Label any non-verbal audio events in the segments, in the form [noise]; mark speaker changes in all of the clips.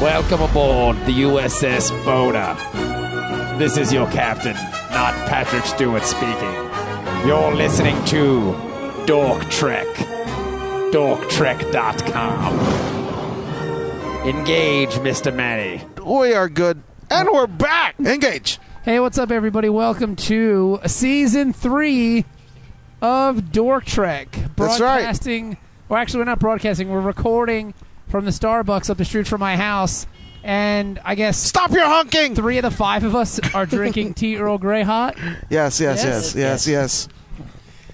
Speaker 1: Welcome aboard the USS Boda. This is your captain, not Patrick Stewart speaking. You're listening to Dork Trek. DorkTrek.com. Engage, Mr. Manny.
Speaker 2: [laughs]
Speaker 3: Oh,
Speaker 2: We are good. And we're back. Engage.
Speaker 3: Hey, what's up, everybody? Welcome to season three of Dork Trek.
Speaker 2: That's right.
Speaker 3: Broadcasting, or actually, we're not broadcasting. We're recording from the Starbucks up the street from my house, and I guess
Speaker 2: Stop your honking.
Speaker 3: three of the five of us are drinking tea Earl Grey hot.
Speaker 2: Yes, yes, yes,
Speaker 3: Yes.
Speaker 2: yes, yes.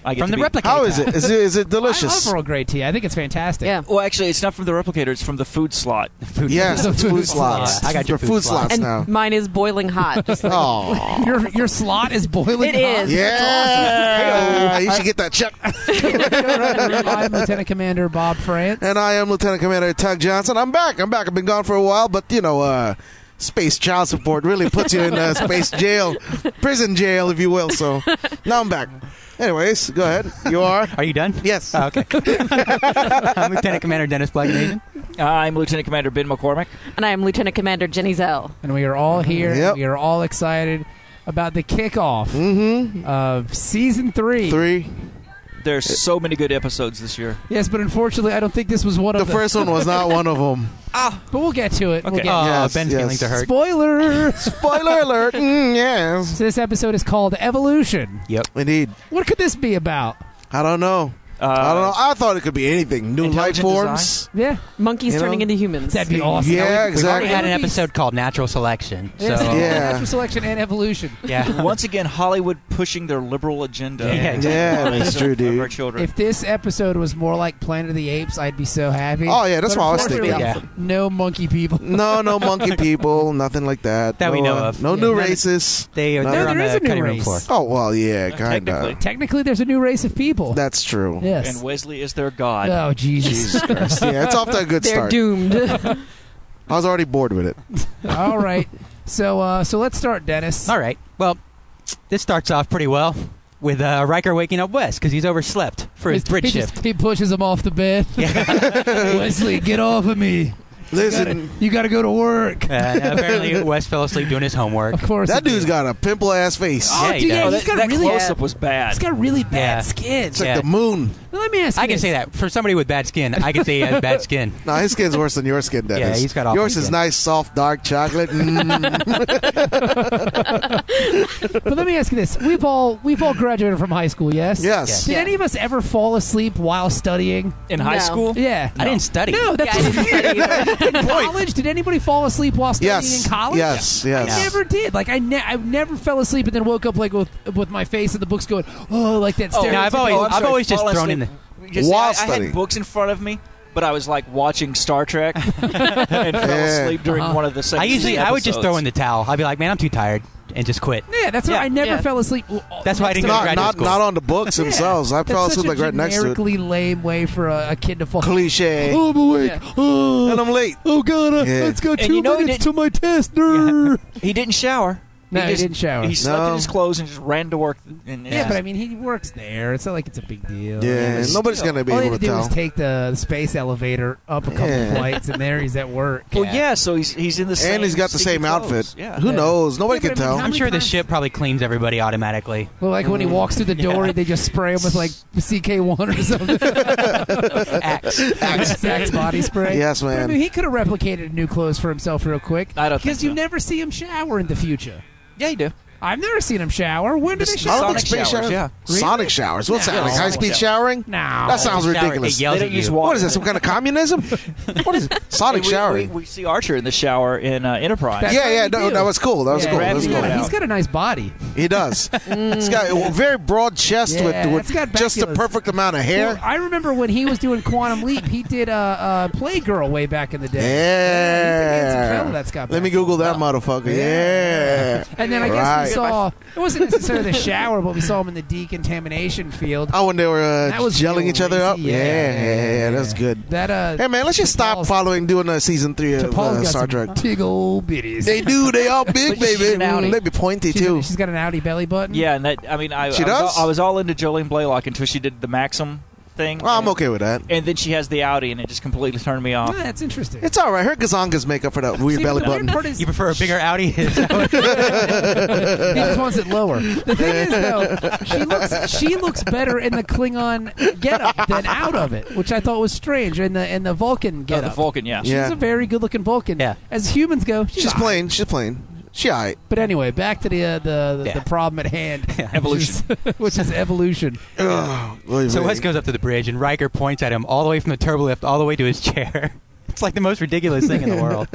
Speaker 4: I get
Speaker 5: From
Speaker 4: to
Speaker 5: the
Speaker 4: be-
Speaker 5: replicator.
Speaker 2: How is it? Is it is
Speaker 5: [laughs]
Speaker 2: it
Speaker 3: I love
Speaker 2: delicious?
Speaker 3: Earl Grey tea. I think it's fantastic.
Speaker 6: Yeah.
Speaker 4: Well, actually, it's not from the replicator. It's from the food slot. Food
Speaker 2: Yes,
Speaker 3: It's a
Speaker 2: food
Speaker 3: food
Speaker 2: slots.
Speaker 5: slot. I got your
Speaker 2: They're
Speaker 5: food
Speaker 2: slots
Speaker 6: and
Speaker 5: [laughs]
Speaker 2: now.
Speaker 6: mine is boiling hot. Just like,
Speaker 2: Oh,
Speaker 3: Your your slot is boiling.
Speaker 6: It is.
Speaker 2: yeah! You should get that check.
Speaker 3: hot. I'm Lieutenant Commander Bob France.
Speaker 2: And I am Lieutenant Commander Tug Johnson. I'm back. I'm back. I've been gone for a while, but you know, uh, space child support really puts you in uh, space jail, prison jail, if you will. So now I'm back. Anyways, go ahead. You are.
Speaker 5: Are you done?
Speaker 2: Yes.
Speaker 5: Oh, okay. I'm Lieutenant Commander Dennis Blackmaiden.
Speaker 4: Uh, I'm Lieutenant Commander Ben McCormick.
Speaker 6: And I am Lieutenant Commander Jenny Zell.
Speaker 3: and we are all here.
Speaker 2: Yep.
Speaker 3: We are all excited about the kickoff of season
Speaker 2: Mm-hmm.
Speaker 3: three.
Speaker 2: Three.
Speaker 4: There's so many good episodes this year.
Speaker 3: Yes, but unfortunately, I don't think this was one
Speaker 2: The
Speaker 3: of the.
Speaker 2: first uh, one was not one of them.
Speaker 3: but we'll get to it. We'll
Speaker 4: Okay.
Speaker 3: get
Speaker 5: Oh,
Speaker 3: to
Speaker 2: Yes,
Speaker 5: Ben's
Speaker 2: yes.
Speaker 5: feelings are
Speaker 3: it.
Speaker 5: hurt.
Speaker 2: [laughs]
Speaker 3: Spoiler.
Speaker 2: Spoiler alert. Mm, yes.
Speaker 3: so this episode is called Evolution.
Speaker 5: Yep.
Speaker 2: Indeed.
Speaker 3: What could this be about?
Speaker 2: I don't know.
Speaker 4: Uh,
Speaker 2: I don't know. I thought it could be anything. New life
Speaker 4: Intelligent
Speaker 2: forms.
Speaker 3: Yeah,
Speaker 6: Monkeys
Speaker 2: You know,
Speaker 6: turning into humans.
Speaker 3: that'd be awesome.
Speaker 2: Yeah,
Speaker 5: We've already [laughs]
Speaker 2: exactly.
Speaker 5: had an
Speaker 3: Exactly.
Speaker 5: episode called Natural Selection. So
Speaker 3: Yes,
Speaker 2: Yeah.
Speaker 3: Natural selection and evolution.
Speaker 5: yeah.
Speaker 4: Once again, Hollywood pushing their liberal agenda.
Speaker 5: Yeah, exactly.
Speaker 2: Yeah, that's true,
Speaker 4: Of our
Speaker 2: dude.
Speaker 4: children.
Speaker 3: If this episode was more like Planet of the Apes, I'd be so happy.
Speaker 2: Oh yeah, that's
Speaker 3: But
Speaker 2: what I was
Speaker 3: unfortunately,
Speaker 2: thinking.
Speaker 5: Yeah.
Speaker 3: No monkey people.
Speaker 2: No, no monkey people, nothing like that.
Speaker 5: That
Speaker 2: no,
Speaker 5: we know
Speaker 2: uh,
Speaker 5: of.
Speaker 2: No
Speaker 3: Yeah.
Speaker 2: new
Speaker 3: None-
Speaker 2: races.
Speaker 5: They are
Speaker 2: No,
Speaker 5: they're
Speaker 3: there
Speaker 5: on
Speaker 3: is a
Speaker 5: the
Speaker 3: new
Speaker 5: cutting room
Speaker 3: race.
Speaker 5: floor.
Speaker 2: Oh well, yeah, kind
Speaker 4: Technically.
Speaker 2: of.
Speaker 3: Technically, there's a new race of people.
Speaker 2: That's true.
Speaker 3: yes.
Speaker 4: and Wesley is their god.
Speaker 3: oh
Speaker 2: [laughs]
Speaker 4: [laughs]
Speaker 3: Jesus.
Speaker 2: Jesus Christ. Yeah, it's off to a good
Speaker 6: They're
Speaker 2: start.
Speaker 6: doomed. [laughs]
Speaker 2: I was already bored with it.
Speaker 3: All right. So uh, so let's start, Dennis.
Speaker 5: All right. Well, this starts off pretty well with uh, Riker waking up West because he's overslept for his
Speaker 3: He-
Speaker 5: bridge
Speaker 3: he
Speaker 5: shift. [laughs]
Speaker 3: just- he pushes him off
Speaker 2: [laughs]
Speaker 3: the bed. Wesley, get off of me.
Speaker 2: Listen,
Speaker 3: You got to go to work.
Speaker 5: Uh, and apparently, West fell asleep doing his homework.
Speaker 3: Of course.
Speaker 2: that
Speaker 3: he
Speaker 2: dude's
Speaker 3: did.
Speaker 2: got a pimple ass face.
Speaker 5: Oh,
Speaker 3: Oh,
Speaker 5: Yeah, he
Speaker 3: dude, yeah,
Speaker 5: does.
Speaker 3: he's
Speaker 4: that,
Speaker 3: got
Speaker 4: that
Speaker 3: really.
Speaker 4: close up was bad.
Speaker 3: He's got really bad
Speaker 5: Yeah.
Speaker 3: skin.
Speaker 2: It's like
Speaker 5: yeah.
Speaker 2: the moon.
Speaker 3: Let me ask you.
Speaker 5: I can
Speaker 3: this.
Speaker 5: say that for somebody with bad skin, I can say he
Speaker 3: [laughs]
Speaker 5: has bad skin.
Speaker 2: No, his skin's worse than your skin, Dennis.
Speaker 5: Yeah, he's got awful
Speaker 2: yours is
Speaker 5: skin.
Speaker 2: nice, soft, dark chocolate. Mm.
Speaker 3: But let me ask you this: We've all we've all graduated from high school, yes?
Speaker 2: yes.
Speaker 3: Did any of us ever fall asleep while studying?
Speaker 4: In high
Speaker 6: No.
Speaker 4: school?
Speaker 3: Yeah.
Speaker 5: I didn't study.
Speaker 3: No,
Speaker 6: yeah,
Speaker 3: that's
Speaker 6: I didn't say either.
Speaker 3: in college. Did anybody fall asleep while studying
Speaker 2: Yes.
Speaker 3: in college?
Speaker 2: Yes.
Speaker 3: I
Speaker 2: Yes.
Speaker 3: never did. Like I, ne- I never fell asleep and then woke up like with with my face in the books going, oh, like that.
Speaker 5: no, I've
Speaker 3: stereotypical-
Speaker 5: always-
Speaker 4: Oh, I'm
Speaker 5: I've
Speaker 4: sorry,
Speaker 5: always just
Speaker 4: fall
Speaker 5: thrown in
Speaker 4: asleep. You
Speaker 2: While
Speaker 4: see, I, I
Speaker 2: studying.
Speaker 4: had books in front of me, but I was like watching Star [laughs] Trek and fell
Speaker 2: Yeah.
Speaker 4: asleep during
Speaker 3: Uh-huh.
Speaker 4: one of the.
Speaker 5: I usually I would just throw in the towel. I'd be like, man, I'm too tired, and just quit.
Speaker 3: Yeah, that's
Speaker 4: Yeah.
Speaker 3: why I never
Speaker 6: Yeah.
Speaker 3: fell asleep.
Speaker 5: That's why I didn't go to
Speaker 2: Not,
Speaker 5: graduate
Speaker 2: not,
Speaker 5: school.
Speaker 2: not on the books themselves. I fell
Speaker 3: That's
Speaker 2: asleep
Speaker 3: such
Speaker 2: like
Speaker 3: a
Speaker 2: right next to it.
Speaker 3: generically lame way for a, a kid to fall.
Speaker 2: Cliche.
Speaker 3: Oh, I'm awake.
Speaker 6: Yeah.
Speaker 3: Oh,
Speaker 2: And I'm late.
Speaker 3: oh God, I,
Speaker 2: Yeah.
Speaker 3: it's got
Speaker 4: And
Speaker 3: two
Speaker 4: you know he
Speaker 3: minutes to
Speaker 4: didn't-
Speaker 3: my [laughs] test. No,
Speaker 4: He didn't shower.
Speaker 3: he
Speaker 4: just-
Speaker 3: didn't shower.
Speaker 4: He slept
Speaker 2: No.
Speaker 4: in his clothes and just ran to work. And,
Speaker 3: yeah, but I mean, he works there. It's not like it's a big deal.
Speaker 2: Yeah,
Speaker 4: but
Speaker 2: nobody's
Speaker 4: still.
Speaker 2: gonna be
Speaker 3: All he
Speaker 2: able
Speaker 3: had
Speaker 2: to
Speaker 3: to do
Speaker 2: tell.
Speaker 3: was take the space elevator up a couple
Speaker 2: Yeah. [laughs]
Speaker 3: flights, and there he's at work.
Speaker 4: Well, yeah. So he's he's in the same.
Speaker 2: and he's got the
Speaker 4: sticky
Speaker 2: same
Speaker 4: clothes.
Speaker 2: outfit.
Speaker 4: Yeah.
Speaker 2: Who
Speaker 3: Yeah.
Speaker 2: knows? Nobody
Speaker 3: Yeah,
Speaker 2: can
Speaker 3: but I mean,
Speaker 2: tell.
Speaker 3: how
Speaker 5: I'm
Speaker 3: many
Speaker 5: sure the
Speaker 3: times-
Speaker 5: ship probably cleans everybody automatically.
Speaker 3: Well, like
Speaker 2: Mm.
Speaker 3: when he walks through the door, they just spray him with like CK1
Speaker 2: [laughs]
Speaker 3: or something.
Speaker 5: Axe.
Speaker 3: Sax body spray.
Speaker 2: Yes,
Speaker 3: But, I
Speaker 2: man.
Speaker 3: mean, he could have replicated new clothes for himself real quick.
Speaker 4: I don't
Speaker 3: Because
Speaker 4: think
Speaker 3: you
Speaker 4: so.
Speaker 3: never see him shower in the future.
Speaker 4: Yeah, you do.
Speaker 3: I've never seen him shower. When do they
Speaker 4: Just-
Speaker 2: I
Speaker 3: shower?
Speaker 2: don't think
Speaker 4: Sonic
Speaker 2: space
Speaker 4: showers,
Speaker 2: showers.
Speaker 4: yeah.
Speaker 2: Sonic showers. What's
Speaker 3: Yeah,
Speaker 2: that? Like
Speaker 4: Sonic
Speaker 2: high speed
Speaker 4: showers.
Speaker 2: showering?
Speaker 3: No.
Speaker 2: That sounds
Speaker 5: Shower,
Speaker 2: ridiculous.
Speaker 5: It yells
Speaker 4: They
Speaker 5: at
Speaker 4: don't use
Speaker 5: you.
Speaker 4: water.
Speaker 2: What is that? Some kind of communism? what is it? Sonic
Speaker 4: Hey, we-
Speaker 2: showering?
Speaker 4: We, we see Archer in the shower in uh, Enterprise.
Speaker 3: That's
Speaker 2: yeah,
Speaker 3: what
Speaker 2: yeah,
Speaker 3: we
Speaker 2: no,
Speaker 3: do.
Speaker 2: that was cool. That was
Speaker 3: Yeah.
Speaker 2: cool. That
Speaker 4: Grab
Speaker 2: was
Speaker 3: he's,
Speaker 4: the
Speaker 2: cool.
Speaker 3: got a,
Speaker 4: out.
Speaker 3: he's got a nice body.
Speaker 2: He does. He's got a very broad chest
Speaker 3: Yeah,
Speaker 2: with, with
Speaker 3: it's got
Speaker 2: just the
Speaker 3: baculus.
Speaker 2: perfect amount of hair.
Speaker 3: Well, I remember when he was doing Quantum Leap, he did uh, uh, Playgirl way back in the day. he's a handsome
Speaker 2: yeah.
Speaker 3: fella, that Scott
Speaker 2: Let me
Speaker 3: Bakula.
Speaker 2: Google that motherfucker. Yeah.
Speaker 3: And then I
Speaker 2: Right.
Speaker 3: guess we saw it wasn't necessarily the shower, but we saw him in the decontamination field.
Speaker 2: Oh, when they were uh,
Speaker 3: That was
Speaker 2: gelling
Speaker 3: real
Speaker 2: each other up?
Speaker 3: racy.
Speaker 2: Yeah, yeah, yeah,
Speaker 3: Yeah.
Speaker 2: That's good.
Speaker 3: That uh,
Speaker 2: Hey, man, let's just stop
Speaker 3: Paul's-
Speaker 2: following doing uh, season three of
Speaker 3: Paul's
Speaker 2: uh,
Speaker 3: got
Speaker 2: Star
Speaker 3: some
Speaker 2: Trek.
Speaker 3: big old bitties.
Speaker 2: They do. They
Speaker 3: [laughs]
Speaker 2: all big,
Speaker 4: But she's
Speaker 2: baby.
Speaker 4: an outie.
Speaker 2: Mm, They be pointy
Speaker 3: She's-
Speaker 2: too.
Speaker 3: she's got an outie belly button.
Speaker 4: Yeah, and that I mean, I,
Speaker 2: She
Speaker 4: I, was
Speaker 2: does?
Speaker 4: all, I was all into Jolene Blaylock until she did the Maxim thing.
Speaker 2: Well, I'm
Speaker 4: and-
Speaker 2: okay with that.
Speaker 4: And then she has the Audi, and it just completely turned me off.
Speaker 3: Yeah, Oh, that's interesting.
Speaker 2: It's all right. Her gazongas make up for that weird
Speaker 3: See,
Speaker 2: belly
Speaker 3: the weird
Speaker 2: button.
Speaker 3: part is
Speaker 5: You prefer a bigger Audi? [laughs]
Speaker 3: [laughs]
Speaker 5: Is that what-
Speaker 3: He just wants it lower. The
Speaker 2: [laughs]
Speaker 3: thing is, though, she looks she looks better in the Klingon getup than out of it, which I thought was strange. In the in the Vulcan
Speaker 4: Oh,
Speaker 3: getup,
Speaker 4: the Vulcan, yeah.
Speaker 2: Yeah.
Speaker 3: she's a very good looking Vulcan.
Speaker 5: Yeah.
Speaker 3: As humans go, she's,
Speaker 2: She's
Speaker 3: all right.
Speaker 2: plain. She's plain. She all right.
Speaker 3: But anyway, back to the uh, the, the,
Speaker 5: Yeah.
Speaker 3: the problem at hand,
Speaker 5: [laughs] Yeah.
Speaker 4: Evolution.
Speaker 3: which is, [laughs] which is evolution.
Speaker 2: Ugh, oy
Speaker 5: So
Speaker 2: vey.
Speaker 5: Wes goes up to the bridge, and Riker points at him all the way from the turbolift all the way to his chair. [laughs] It's like the most ridiculous thing in
Speaker 2: [laughs]
Speaker 5: the world.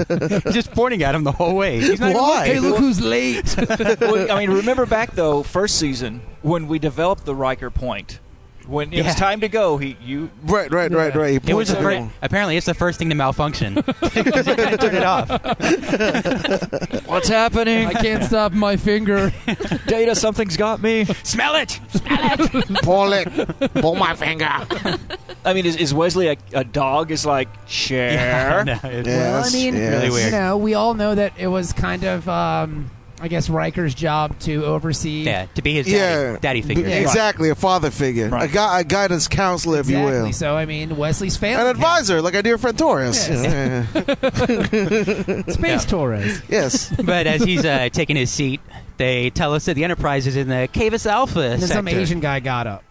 Speaker 5: He's just pointing at him the whole way. He's not even
Speaker 2: Why?
Speaker 5: looking.
Speaker 3: Hey, look
Speaker 2: [laughs]
Speaker 3: who's late!
Speaker 4: [laughs] well, I mean, remember back though, first season when we developed the Riker point. When it
Speaker 5: Yeah.
Speaker 4: was time to go, he you
Speaker 2: Right, right, right,
Speaker 3: Yeah.
Speaker 2: right. He
Speaker 5: It was
Speaker 2: points
Speaker 5: the
Speaker 2: at
Speaker 5: first,
Speaker 2: him.
Speaker 5: apparently it's the first thing to malfunction. [laughs] 'Cause you couldn't turn it off.
Speaker 4: what's happening?
Speaker 3: I can't stop
Speaker 2: [laughs]
Speaker 3: my finger.
Speaker 4: Data, something's
Speaker 3: [laughs]
Speaker 4: got me.
Speaker 5: Smell it.
Speaker 2: Pull
Speaker 5: [laughs]
Speaker 2: it. Pull my finger.
Speaker 4: I mean, is, is Wesley a, a dog? Is like share?
Speaker 5: [laughs] No, it-
Speaker 2: Yes,
Speaker 3: I mean,
Speaker 2: yes.
Speaker 5: Really
Speaker 3: You
Speaker 5: weird.
Speaker 3: know, we all know that it was kind of, um, I guess, Riker's job to oversee.
Speaker 5: Yeah, to be his daddy,
Speaker 2: Yeah,
Speaker 5: daddy figure.
Speaker 2: B- Exactly, a father figure,
Speaker 4: Right.
Speaker 2: a, guy, a guidance counselor, if you will,
Speaker 3: Exactly. So I mean, Wesley's
Speaker 2: an
Speaker 3: family,
Speaker 2: advisor, like our dear friend Torres.
Speaker 3: Yes.
Speaker 2: Yeah.
Speaker 3: Space
Speaker 5: Yeah.
Speaker 3: Torres.
Speaker 2: yes.
Speaker 5: But as he's uh, taking his seat, they tell us that the Enterprise is in the Cavus Alpha
Speaker 3: And then
Speaker 5: sector. Um,
Speaker 3: some Asian guy got up.